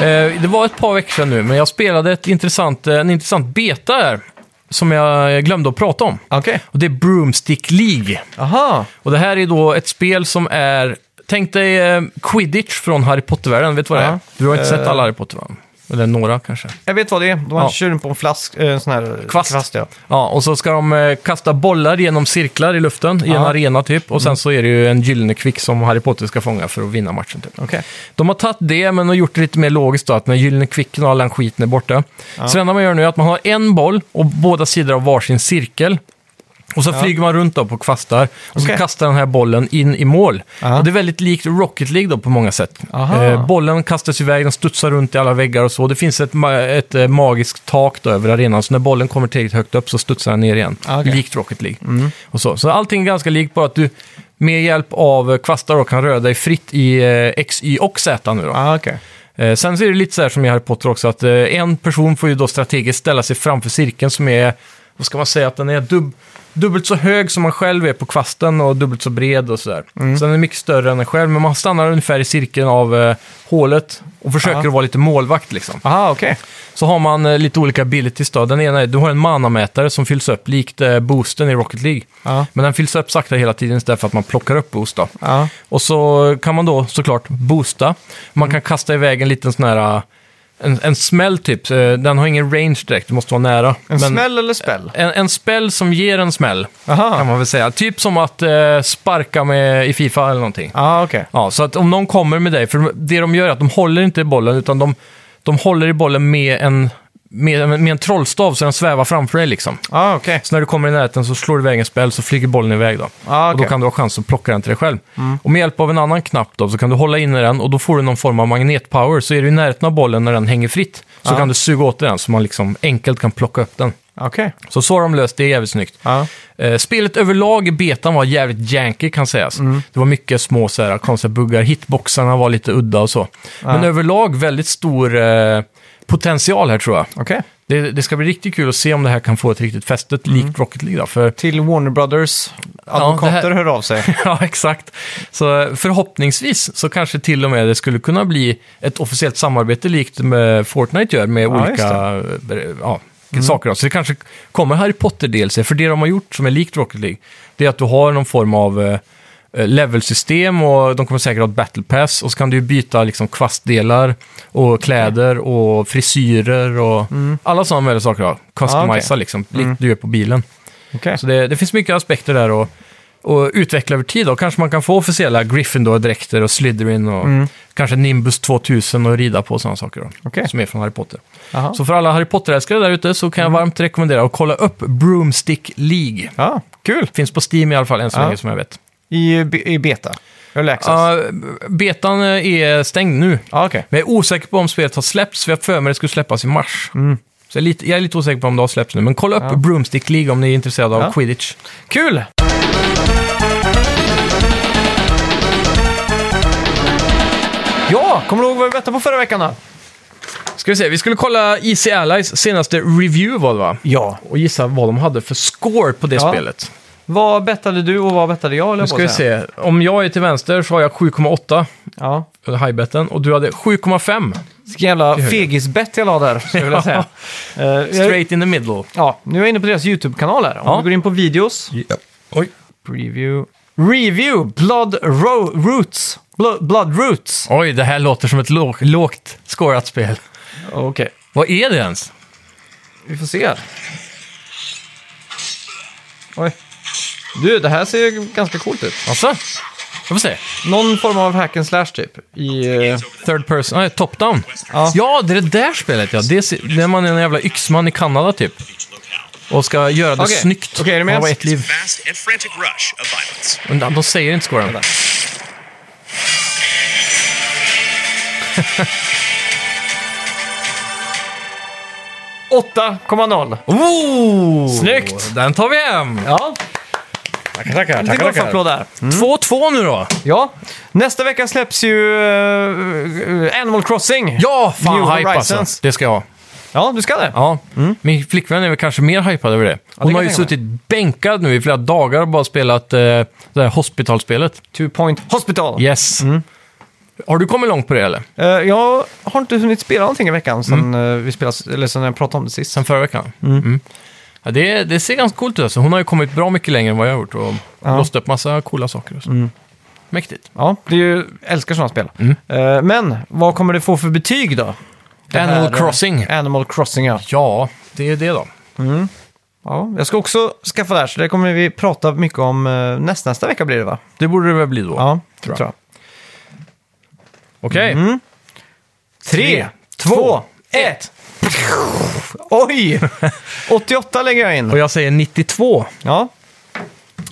[SPEAKER 2] Eh, det var ett par veckor sedan nu, men jag spelade ett intressant, eh, en intressant beta här. Som jag glömde att prata om.
[SPEAKER 1] Okej.
[SPEAKER 2] Och det är Broomstick League.
[SPEAKER 1] Aha,
[SPEAKER 2] Och det här är då ett spel som är... Tänk dig eh, Quidditch från Harry Potter-världen, vet du vad det
[SPEAKER 1] Ja.
[SPEAKER 2] är? Du har inte
[SPEAKER 1] Eh.
[SPEAKER 2] sett alla Harry Potter va? Eller några kanske.
[SPEAKER 1] Jag vet vad det är. De har
[SPEAKER 2] Ja.
[SPEAKER 1] kör den på en flask, eh, en sån här
[SPEAKER 2] Kvast.
[SPEAKER 1] ja.
[SPEAKER 2] Ja, och så ska de eh, kasta bollar genom cirklar i luften i en
[SPEAKER 1] Ja.
[SPEAKER 2] arena typ. Och sen så är det ju en gyllene kvick som Harry Potter ska fånga för att vinna matchen typ.
[SPEAKER 1] Okej.
[SPEAKER 2] De har tagit det, men har gjort det lite mer logiskt då, att när gyllene kvicken och all den skiten är borta. Så det enda man gör nu är att man har en boll och båda sidor av varsin cirkel. Och så flyger man runt då på kvastar och
[SPEAKER 1] Okej.
[SPEAKER 2] så kastar den här bollen in i mål.
[SPEAKER 1] Ja.
[SPEAKER 2] Och det är väldigt likt Rocket League då på många sätt.
[SPEAKER 1] Aha.
[SPEAKER 2] Eh, bollen kastas iväg, den studsar runt i alla väggar och så. Det finns ett, ma- ett eh, magiskt tak då över arenan, så när bollen kommer tillräckligt högt upp så studsar den ner igen.
[SPEAKER 1] Ah, okej.
[SPEAKER 2] Likt Rocket League. Och så. så allting är ganska likt, bara att du med hjälp av eh, kvastar då kan röra dig fritt i eh, X, Y och Z nu då.
[SPEAKER 1] Ah, okej.
[SPEAKER 2] Eh, sen så är det lite så här som i Harry Potter också, att eh, en person får ju då strategiskt ställa sig framför cirkeln som är, vad ska man säga, att den är dub- dubbelt så hög som man själv är på kvasten och dubbelt så bred och sådär. Så den är mycket större än en själv, men man stannar ungefär i cirkeln av eh, hålet och försöker
[SPEAKER 1] Ja.
[SPEAKER 2] att vara lite målvakt liksom.
[SPEAKER 1] Aha, okej.
[SPEAKER 2] Så har man eh, lite olika abilities då. Den ena är, du har en manamätare som fylls upp likt eh, boosten i Rocket League.
[SPEAKER 1] Ja.
[SPEAKER 2] Men den fylls upp sakta hela tiden istället för att man plockar upp boost då.
[SPEAKER 1] Ja.
[SPEAKER 2] Och så kan man då såklart boosta. Man kan kasta iväg en liten sån här... äh, En, en smäll typ. Eh, Den har ingen range direkt, du måste vara nära.
[SPEAKER 1] En smäll Ah. eller spell?
[SPEAKER 2] En, en spell som ger en smäll,
[SPEAKER 1] Aha.
[SPEAKER 2] kan man väl säga. Typ som att eh, sparka med, i Fifa eller någonting.
[SPEAKER 1] Ja, okej.
[SPEAKER 2] Ja, så att om någon kommer med dig, för det de gör är att de håller inte i bollen, utan de, de håller i bollen med en, med, med en trollstav så den svävar framför dig liksom.
[SPEAKER 1] Ja, okej.
[SPEAKER 2] Så när du kommer i närheten så slår du iväg en spel så flyger bollen iväg då.
[SPEAKER 1] Ah,
[SPEAKER 2] Och
[SPEAKER 1] okej. Mm.
[SPEAKER 2] då kan du ha chans att plocka den till dig själv. Och med hjälp av en annan knapp då så kan du hålla inne den och då får du någon form av magnetpower. Så är du i närheten av bollen när den hänger fritt så
[SPEAKER 1] Ah.
[SPEAKER 2] kan du suga åt dig den så man liksom enkelt kan plocka upp den.
[SPEAKER 1] Okej.
[SPEAKER 2] Så så har de löst det, jävligt snyggt.
[SPEAKER 1] Ja.
[SPEAKER 2] Eh, spelet överlag i betan var jävligt janky kan sägas.
[SPEAKER 1] Mm.
[SPEAKER 2] Det var mycket små så här, konstiga buggar, hitboxarna var lite udda och så.
[SPEAKER 1] Ah.
[SPEAKER 2] Men överlag väldigt stor eh, potential här tror jag.
[SPEAKER 1] Okej.
[SPEAKER 2] Det, det ska bli riktigt kul att se om det här kan få ett riktigt fästet likt Rocket League. Då, för,
[SPEAKER 1] Till Warner Brothers advokater
[SPEAKER 2] det här-
[SPEAKER 1] hör av sig.
[SPEAKER 2] ja, exakt. Så eh, förhoppningsvis så kanske till och med det skulle kunna bli ett officiellt samarbete likt med Fortnite gör med olika eh, ja, saker. Då. Så det kanske kommer Harry Potter-DLC. För det de har gjort som är likt Rocket League, det är att du har någon form av eh, levelsystem och de kommer säkert ha ett battle pass och så kan du ju byta liksom kvastdelar och kläder och frisyrer och alla sådana möjliga saker. Då. Customisa
[SPEAKER 1] okej.
[SPEAKER 2] liksom, likt du gör på bilen.
[SPEAKER 1] Okej.
[SPEAKER 2] Så det, det finns mycket aspekter där och, och utveckla över tid. Då. Kanske man kan få officiella Gryffindor-dräkter och Slytherin och
[SPEAKER 1] Mm.
[SPEAKER 2] kanske Nimbus 2000 och rida på och sådana saker då,
[SPEAKER 1] Okej.
[SPEAKER 2] som är från Harry Potter.
[SPEAKER 1] Jaha.
[SPEAKER 2] Så för alla Harry Potter-älskare där ute så kan
[SPEAKER 1] Mm.
[SPEAKER 2] jag varmt rekommendera att kolla upp Broomstick League.
[SPEAKER 1] Ja, kul.
[SPEAKER 2] Finns på Steam i alla fall än så
[SPEAKER 1] Ja.
[SPEAKER 2] länge som jag vet.
[SPEAKER 1] I, be- i beta? Early access? Ja,
[SPEAKER 2] Ja, betan eh, är stängd nu.
[SPEAKER 1] okej.
[SPEAKER 2] Men jag är osäker på om spelet har släppts, för jag har för mig det skulle släppas i mars.
[SPEAKER 1] Mm.
[SPEAKER 2] Så jag är, lite, jag är lite osäker på om det har släppts nu, men kolla upp Broomstick League om ni är intresserade av
[SPEAKER 1] Ja.
[SPEAKER 2] quidditch.
[SPEAKER 1] Kul! Ja, kommer du ihåg vad vi berättade på förra veckan då?
[SPEAKER 2] Ska vi se, vi skulle kolla EC Allies senaste review var det va?
[SPEAKER 1] Ja.
[SPEAKER 2] Och gissa vad de hade för score på det
[SPEAKER 1] Ja.
[SPEAKER 2] spelet.
[SPEAKER 1] Vad bettade du och vad bettade jag? eller
[SPEAKER 2] Nu
[SPEAKER 1] jag
[SPEAKER 2] ska
[SPEAKER 1] på
[SPEAKER 2] vi
[SPEAKER 1] att säga?
[SPEAKER 2] se, om jag är till vänster så har jag 7,8,
[SPEAKER 1] Ja.
[SPEAKER 2] under highbetten, och du hade 7,5.
[SPEAKER 1] Vilken jävla
[SPEAKER 2] höger.
[SPEAKER 1] fegisbett jag la där, skulle jag vilja säga. Eh, jag,
[SPEAKER 2] Straight in the middle.
[SPEAKER 1] ja, nu är jag inne på deras YouTube-kanal här. Om
[SPEAKER 2] Ja.
[SPEAKER 1] vi går in på videos.
[SPEAKER 2] Oj.
[SPEAKER 1] Preview. Review! Blood Ro- Roots. Blood, Blood Roots.
[SPEAKER 2] Oj, det här låter som ett låg, lågt scorat spel.
[SPEAKER 1] Okej,
[SPEAKER 2] Vad är det ens?
[SPEAKER 1] vi får se. här. Oj. Du, det här ser ju ganska coolt ut.
[SPEAKER 2] Alltså? Jag får se.
[SPEAKER 1] Någon form av hack and slash typ. I, eh,
[SPEAKER 2] Third person, nej, top down.
[SPEAKER 1] Ja.
[SPEAKER 2] ja, det är det där spelet ja. Det är, det är man är en jävla yxman i Kanada typ. Och ska göra det
[SPEAKER 1] Okej.
[SPEAKER 2] snyggt.
[SPEAKER 1] Okej, är du med?
[SPEAKER 2] Man har bara ett liv.
[SPEAKER 4] fast and frantic rush of violence.
[SPEAKER 2] Men de säger inte scoren.
[SPEAKER 1] Vänta. 8,0.
[SPEAKER 2] Oh!
[SPEAKER 1] Snyggt!
[SPEAKER 2] Den tar vi hem!
[SPEAKER 1] Ja,
[SPEAKER 2] Tackar, tackar, Mm.
[SPEAKER 1] det går för applåd där.
[SPEAKER 2] 2-2 nu då!
[SPEAKER 1] Ja, nästa vecka släpps ju eh, Animal Crossing.
[SPEAKER 2] Ja, fan
[SPEAKER 1] New
[SPEAKER 2] hype
[SPEAKER 1] Horizons.
[SPEAKER 2] alltså. Det ska jag ha.
[SPEAKER 1] Ja, du ska det?
[SPEAKER 2] Ja. Min flickvän är väl kanske mer hypad över Mm. det. Hon
[SPEAKER 1] kan
[SPEAKER 2] har ju
[SPEAKER 1] jag tänka
[SPEAKER 2] suttit bänkad nu i flera dagar och bara spelat eh, det här hospitalspelet.
[SPEAKER 1] Two Point Hospital.
[SPEAKER 2] Yes. Har du kommit långt på det eller?
[SPEAKER 1] Eh, jag har inte hunnit spela någonting i veckan sen, eh, vi spelade, eller sen jag pratade om det sist.
[SPEAKER 2] Mm. Sen förra veckan? Mm. Ja, det, det ser ganska coolt ut alltså. Hon har ju kommit bra mycket längre än vad jag har gjort och låst upp massa coola saker. Och så. Mäktigt. Mm.
[SPEAKER 1] Ja, det är ju, jag älskar sådana spel. Eh, men vad kommer det få för betyg då? det
[SPEAKER 2] Animal
[SPEAKER 1] här, eh,
[SPEAKER 2] Crossing.
[SPEAKER 1] Animal Crossing, ja.
[SPEAKER 2] Ja, det är det då.
[SPEAKER 1] ja. Jag ska också skaffa det här, så det kommer vi prata mycket om eh, nästa, nästa vecka blir det va?
[SPEAKER 2] Det borde det väl bli då.
[SPEAKER 1] Ja,
[SPEAKER 2] tror jag.
[SPEAKER 1] tror jag.
[SPEAKER 2] Okej.
[SPEAKER 1] Tre,
[SPEAKER 2] Tre,
[SPEAKER 1] två,
[SPEAKER 2] två,
[SPEAKER 1] ett! Oj! 88 lägger jag
[SPEAKER 2] Och
[SPEAKER 1] in.
[SPEAKER 2] jag säger 92.
[SPEAKER 1] Ja.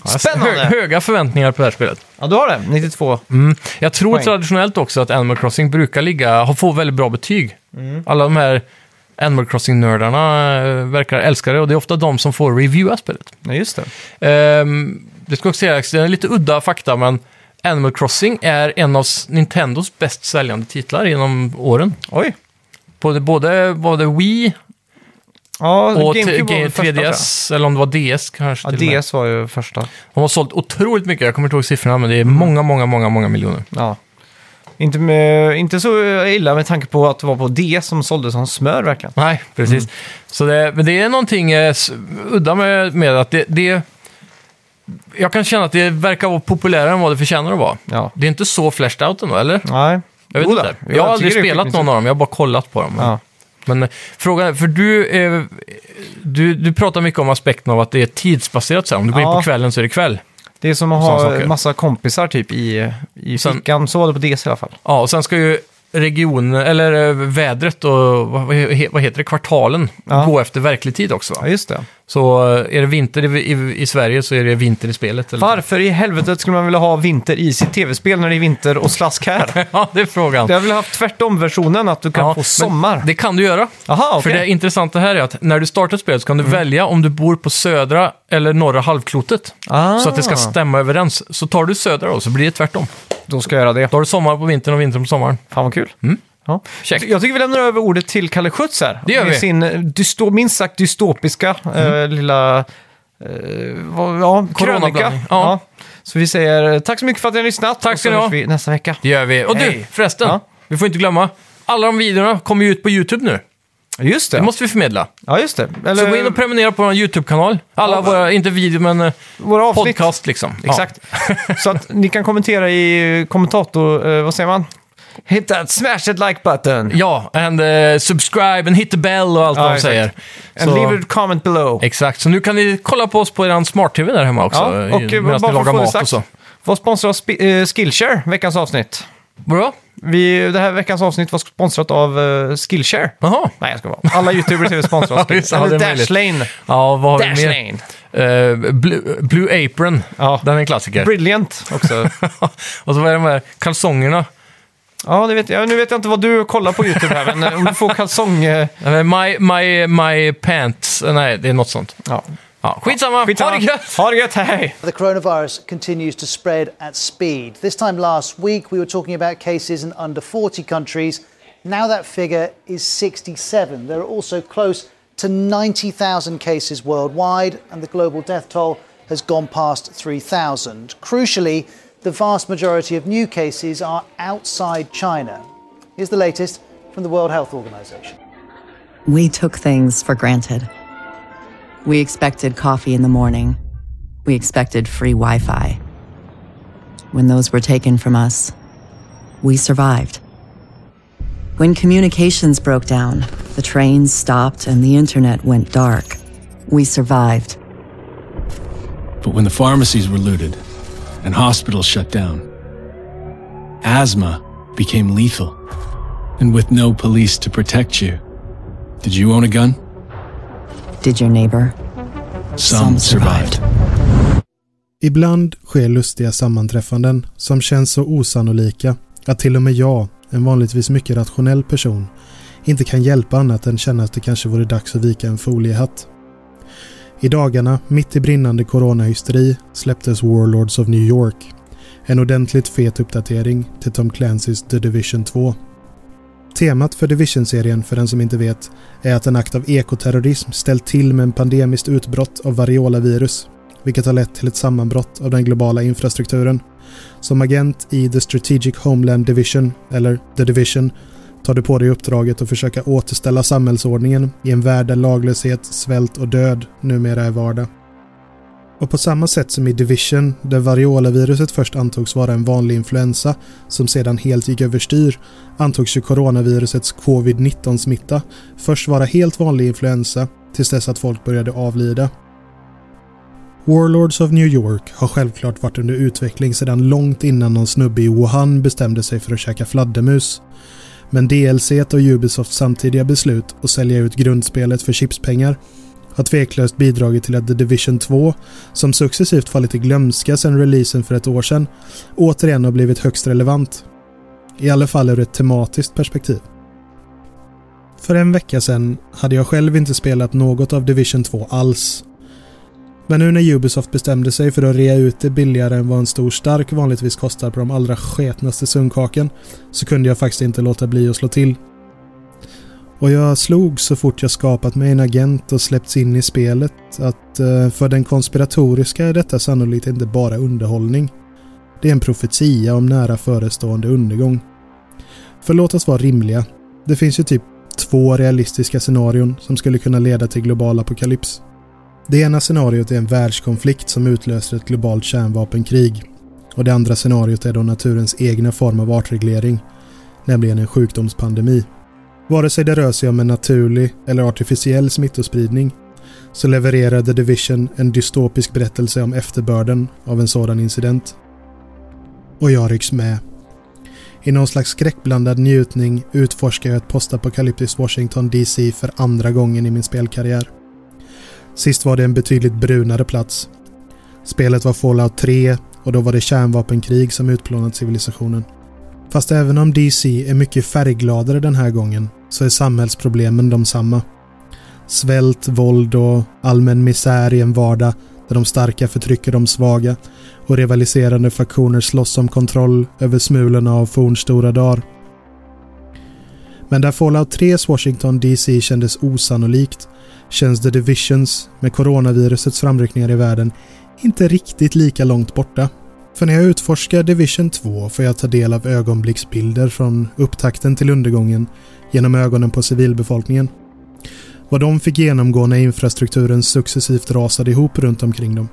[SPEAKER 2] Hö-
[SPEAKER 1] Spännande!
[SPEAKER 2] höga förväntningar på det här spelet.
[SPEAKER 1] Ja, du har det. 92.
[SPEAKER 2] Mm. Jag tror
[SPEAKER 1] Poäng.
[SPEAKER 2] traditionellt också att Animal Crossing brukar ligga, har fått väldigt bra betyg.
[SPEAKER 1] Mm.
[SPEAKER 2] Alla de här Animal Crossing-nördarna eh, verkar älska det och det är ofta de som får reviewa spelet.
[SPEAKER 1] Ja, just det.
[SPEAKER 2] Ehm, det ska också sägas, det är lite udda fakta, men Animal Crossing är en av s- Nintendos bäst säljande titlar genom åren.
[SPEAKER 1] Oj.
[SPEAKER 2] Både, både var det Wii
[SPEAKER 1] Ja,
[SPEAKER 2] och
[SPEAKER 1] GameCube
[SPEAKER 2] t-
[SPEAKER 1] var väl första, tror jag.
[SPEAKER 2] 3DS, eller om det var DS kanske
[SPEAKER 1] Ja,
[SPEAKER 2] till och med.
[SPEAKER 1] DS var ju första.
[SPEAKER 2] De har sålt otroligt mycket, jag kommer inte ihåg siffrorna, men det är
[SPEAKER 1] Mm.
[SPEAKER 2] många, många, många, många miljoner.
[SPEAKER 1] Ja. Inte, med, inte så illa med tanke på att det var på DS som såldes som smör verkligen.
[SPEAKER 2] Nej, precis. Så det, men det är någonting eh, s- udda med, med att det, det... Jag kan känna att det verkar vara populärare än vad det förtjänar att vara.
[SPEAKER 1] Ja.
[SPEAKER 2] Det är inte så flashed out ändå, eller?
[SPEAKER 1] Nej.
[SPEAKER 2] Jag vet
[SPEAKER 1] Jo
[SPEAKER 2] inte.
[SPEAKER 1] då.
[SPEAKER 2] Jag, har aldrig
[SPEAKER 1] tycker det är
[SPEAKER 2] spelat
[SPEAKER 1] skitmysigt.
[SPEAKER 2] någon av dem, jag har bara kollat på dem.
[SPEAKER 1] Ja.
[SPEAKER 2] Men eh, frågan är, för du, eh, du, du pratar mycket om aspekten av att det är tidsbaserat. Så här. Om du går in
[SPEAKER 1] Ja.
[SPEAKER 2] på kvällen så är det kväll.
[SPEAKER 1] Det är som att
[SPEAKER 2] Sådana
[SPEAKER 1] ha
[SPEAKER 2] saker.
[SPEAKER 1] massa kompisar typ i, i
[SPEAKER 2] Sen-
[SPEAKER 1] fickan. Så var det på DS i alla fall.
[SPEAKER 2] Ja, och sen ska ju regionen, eller eh, vädret och vad, vad he- vad heter det, kvartalen
[SPEAKER 1] Ja.
[SPEAKER 2] gå efter verklig tid också. Va?
[SPEAKER 1] Ja, just det.
[SPEAKER 2] Så eh, är det vinter i, i, i Sverige så är det vinter i spelet. Eller?
[SPEAKER 1] Varför i helvetet skulle man vilja ha vinter i sitt tv-spel när det är vinter och slask här?
[SPEAKER 2] Ja, det är frågan.
[SPEAKER 1] Jag vill ha haft tvärtom-versionen, att du kan
[SPEAKER 2] Ja,
[SPEAKER 1] få
[SPEAKER 2] men
[SPEAKER 1] sommar.
[SPEAKER 2] Det kan du göra.
[SPEAKER 1] Aha, okej.
[SPEAKER 2] För det intressanta här är att när du startar spelet så kan du välja om du bor på södra eller norra halvklotet.
[SPEAKER 1] Ah.
[SPEAKER 2] Så att det ska stämma överens. Så tar du södra då, så blir det tvärtom.
[SPEAKER 1] Då ska jag göra det. Mm.
[SPEAKER 2] Då har du sommar på vintern och vinter på sommaren.
[SPEAKER 1] Fan vad kul. Ja.
[SPEAKER 2] Check.
[SPEAKER 1] Jag tycker vi lämnar över ordet till Kalle Schütz här.
[SPEAKER 2] Det gör
[SPEAKER 1] Med
[SPEAKER 2] vi.
[SPEAKER 1] sin eh, dysto, minst sagt dystopiska eh, lilla eh, vad- ja, krönika.
[SPEAKER 2] Coronablandning. Ja.
[SPEAKER 1] Så vi säger eh, tack så mycket för att ni har lyssnat.
[SPEAKER 2] Tack
[SPEAKER 1] Och
[SPEAKER 2] ska
[SPEAKER 1] så
[SPEAKER 2] ni ha.
[SPEAKER 1] hörs vi nästa vecka.
[SPEAKER 2] Det gör vi. Och du,
[SPEAKER 1] Hej.
[SPEAKER 2] förresten.
[SPEAKER 1] Ja.
[SPEAKER 2] Vi får inte glömma. Alla de videorna kommer ju ut på YouTube nu.
[SPEAKER 1] Just det.
[SPEAKER 2] Det måste vi förmedla.
[SPEAKER 1] Ja, just det. Eller
[SPEAKER 2] Så gå in och prenumerera på vår YouTube-kanal. Alla
[SPEAKER 1] Ja.
[SPEAKER 2] våra, inte video men eh,
[SPEAKER 1] våra avsnitt.
[SPEAKER 2] podcast liksom. Ja.
[SPEAKER 1] Exakt. så att ni kan kommentera i eh, kommentator... Eh, vad säger man? Hit that smash that like button.
[SPEAKER 2] Ja, and eh, subscribe and hit the bell och allt
[SPEAKER 1] Ja,
[SPEAKER 2] vad de
[SPEAKER 1] exakt.
[SPEAKER 2] säger.
[SPEAKER 1] And
[SPEAKER 2] Så-
[SPEAKER 1] leave a comment below.
[SPEAKER 2] Exakt, så nu kan ni kolla på oss på er smart-tv där hemma också.
[SPEAKER 1] Ja, och eh,
[SPEAKER 2] medan
[SPEAKER 1] bara
[SPEAKER 2] ni
[SPEAKER 1] för att
[SPEAKER 2] lagar
[SPEAKER 1] få det
[SPEAKER 2] mat och
[SPEAKER 1] sagt.
[SPEAKER 2] så.
[SPEAKER 1] Vår sponsor av Sp- eh, Skillshare, veckans avsnitt.
[SPEAKER 2] Bra?
[SPEAKER 1] Vi, det här veckans avsnitt var sponsrat av eh, Skillshare.
[SPEAKER 2] Jaha.
[SPEAKER 1] Nej, jag ska vara. Alla YouTubers är sponsrade av
[SPEAKER 2] Ja, just det. Ja,
[SPEAKER 1] Skillshare. Eller
[SPEAKER 2] det är möjligt.
[SPEAKER 1] Dashlane.
[SPEAKER 2] Ja, vad har vi mer?
[SPEAKER 1] Dashlane.
[SPEAKER 2] Eh, Blue, Blue Apron,
[SPEAKER 1] Ja.
[SPEAKER 2] den är en klassiker.
[SPEAKER 1] Brilliant också.
[SPEAKER 2] och så var det de här kalsongerna.
[SPEAKER 1] Ja, det vet jag. Nu vet jag inte vad du kollar på YouTube här, men eh, om du får kalsong... eh,
[SPEAKER 2] Eller My, my, my pants, Eh, nej det är något sånt.
[SPEAKER 1] Ja.
[SPEAKER 2] Ja, skitsamma,
[SPEAKER 1] Skitsamma.
[SPEAKER 2] ha det gött!
[SPEAKER 1] Ha det gött, hej!
[SPEAKER 5] The coronavirus continues to spread at speed. This time last week, we were talking about cases in under 40 countries. Now that figure is 67. There are also close to 90,000 cases worldwide, and the global death toll has gone past 3,000. Crucially, the vast majority of new cases are outside China. Here's the latest from the World Health Organization.
[SPEAKER 6] We took things for granted. We expected coffee in the morning. We expected free Wi Fi. When those were taken from us, we survived. When communications broke down, the trains stopped, and the internet went dark, we survived.
[SPEAKER 7] But when the pharmacies were looted and hospitals shut down, asthma became lethal. And with no police to protect you, did you own a gun?
[SPEAKER 6] Did your neighbor?
[SPEAKER 7] Some,
[SPEAKER 6] Some survived.
[SPEAKER 7] survived.
[SPEAKER 8] Ibland sker lustiga sammanträffanden som känns så osannolika att till och med jag, en vanligtvis mycket rationell person, inte kan hjälpa annat än känna att det kanske vore dags att vika en foliehatt. I dagarna, mitt i brinnande coronahysteri, släpptes Warlords of New York. En ordentligt fet uppdatering till Tom Clancys The Division 2. Temat för Division-serien, för den som inte vet, är att en akt av ekoterrorism ställt till med en pandemiskt utbrott av variolavirus vilket har lett till ett sammanbrott av den globala infrastrukturen. Som agent i The Strategic Homeland Division, eller The Division, tar du på dig uppdraget att försöka återställa samhällsordningen i en värld där laglöshet, svält och död numera är vardag. Och på samma sätt som i Division, där variolaviruset först antogs vara en vanlig influensa som sedan helt gick överstyr, antogs ju coronavirusets covid-19-smitta först vara helt vanlig influensa tills dess att folk började avlida. Warlords of New York har självklart varit under utveckling sedan långt innan någon snubbe i Wuhan bestämde sig för att käka fladdermus. Men DLC och Ubisofts samtidiga beslut att sälja ut grundspelet för chipspengar har tveklöst bidragit till att The Division 2, som successivt fallit i glömska sedan releasen för ett år sedan, återigen har blivit högst relevant. I alla fall ur ett tematiskt perspektiv. För en vecka sedan hade jag själv inte spelat något av Division 2 alls. Men nu när Ubisoft bestämde sig för att rea ut det billigare än vad en stor stark vanligtvis kostar på de allra sketnaste sundkaken så kunde jag faktiskt inte låta bli att slå till. Och jag slog så fort jag skapat mig en agent och släppts in i spelet att eh, för den konspiratoriska är detta sannolikt inte bara underhållning. Det är en profetia om nära förestående undergång. För låt oss vara rimliga. Det finns ju typ två realistiska scenarion som skulle kunna leda till global apokalyps. Det ena scenariot är en världskonflikt som utlöser ett globalt kärnvapenkrig. Och det andra scenariot är då naturens egna form av artreglering, nämligen en sjukdomspandemi. Vare sig det rör sig om en naturlig eller artificiell smittospridning så levererar The Division en dystopisk berättelse om efterbörden av en sådan incident. Och jag rycks med. I någon slags skräckblandad njutning utforskar jag ett postapokalyptiskt Washington DC för andra gången i min spelkarriär. Sist var det en betydligt brunare plats. Spelet var Fallout 3 och då var det kärnvapenkrig som utplånat civilisationen. Fast även om DC är mycket färggladare den här gången så är samhällsproblemen de samma. Svält, våld och allmän misär i en vardag där de starka förtrycker de svaga och rivaliserande faktioner slåss om kontroll över smulorna av fornstora dagar. Men där Fallout 3s Washington DC kändes osannolikt känns The Divisions med coronavirusets framryckningar i världen inte riktigt lika långt borta. För när jag utforskar Division 2 får jag ta del av ögonblicksbilder från upptakten till undergången genom ögonen på civilbefolkningen. Vad de fick genomgå när infrastrukturen successivt rasade ihop runt omkring dem.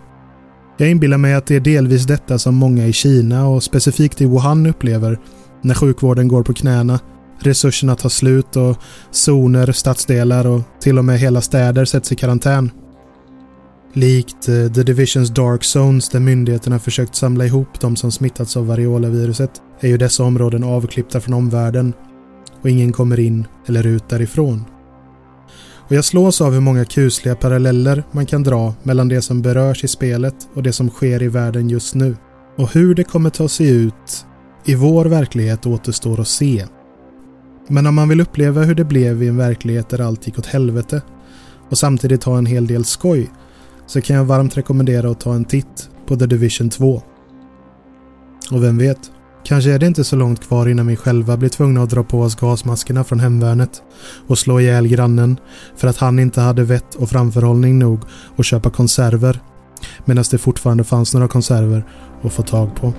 [SPEAKER 8] Jag inbillar mig att det är delvis detta som många i Kina och specifikt i Wuhan upplever när sjukvården går på knäna, resurserna tar slut och zoner, stadsdelar och till och med hela städer sätts i karantän. Likt eh, The Divisions Dark Zones där myndigheterna försökt samla ihop de som smittats av variolaviruset är ju dessa områden avklippta från omvärlden och ingen kommer in eller ut därifrån. Och jag slås av hur många kusliga paralleller man kan dra mellan det som berörs i spelet och det som sker i världen just nu. Och hur det kommer ta sig ut i vår verklighet återstår att se. Men om man vill uppleva hur det blev i en verklighet där allt gick åt helvete och samtidigt ha en hel del skoj så kan jag varmt rekommendera att ta en titt på The Division 2. Och vem vet, kanske är det inte så långt kvar innan vi själva blir tvungna att dra på oss gasmaskerna från hemvärnet och slå ihjäl grannen för att han inte hade vett och framförhållning nog att köpa konserver medan det fortfarande fanns några konserver att få tag på.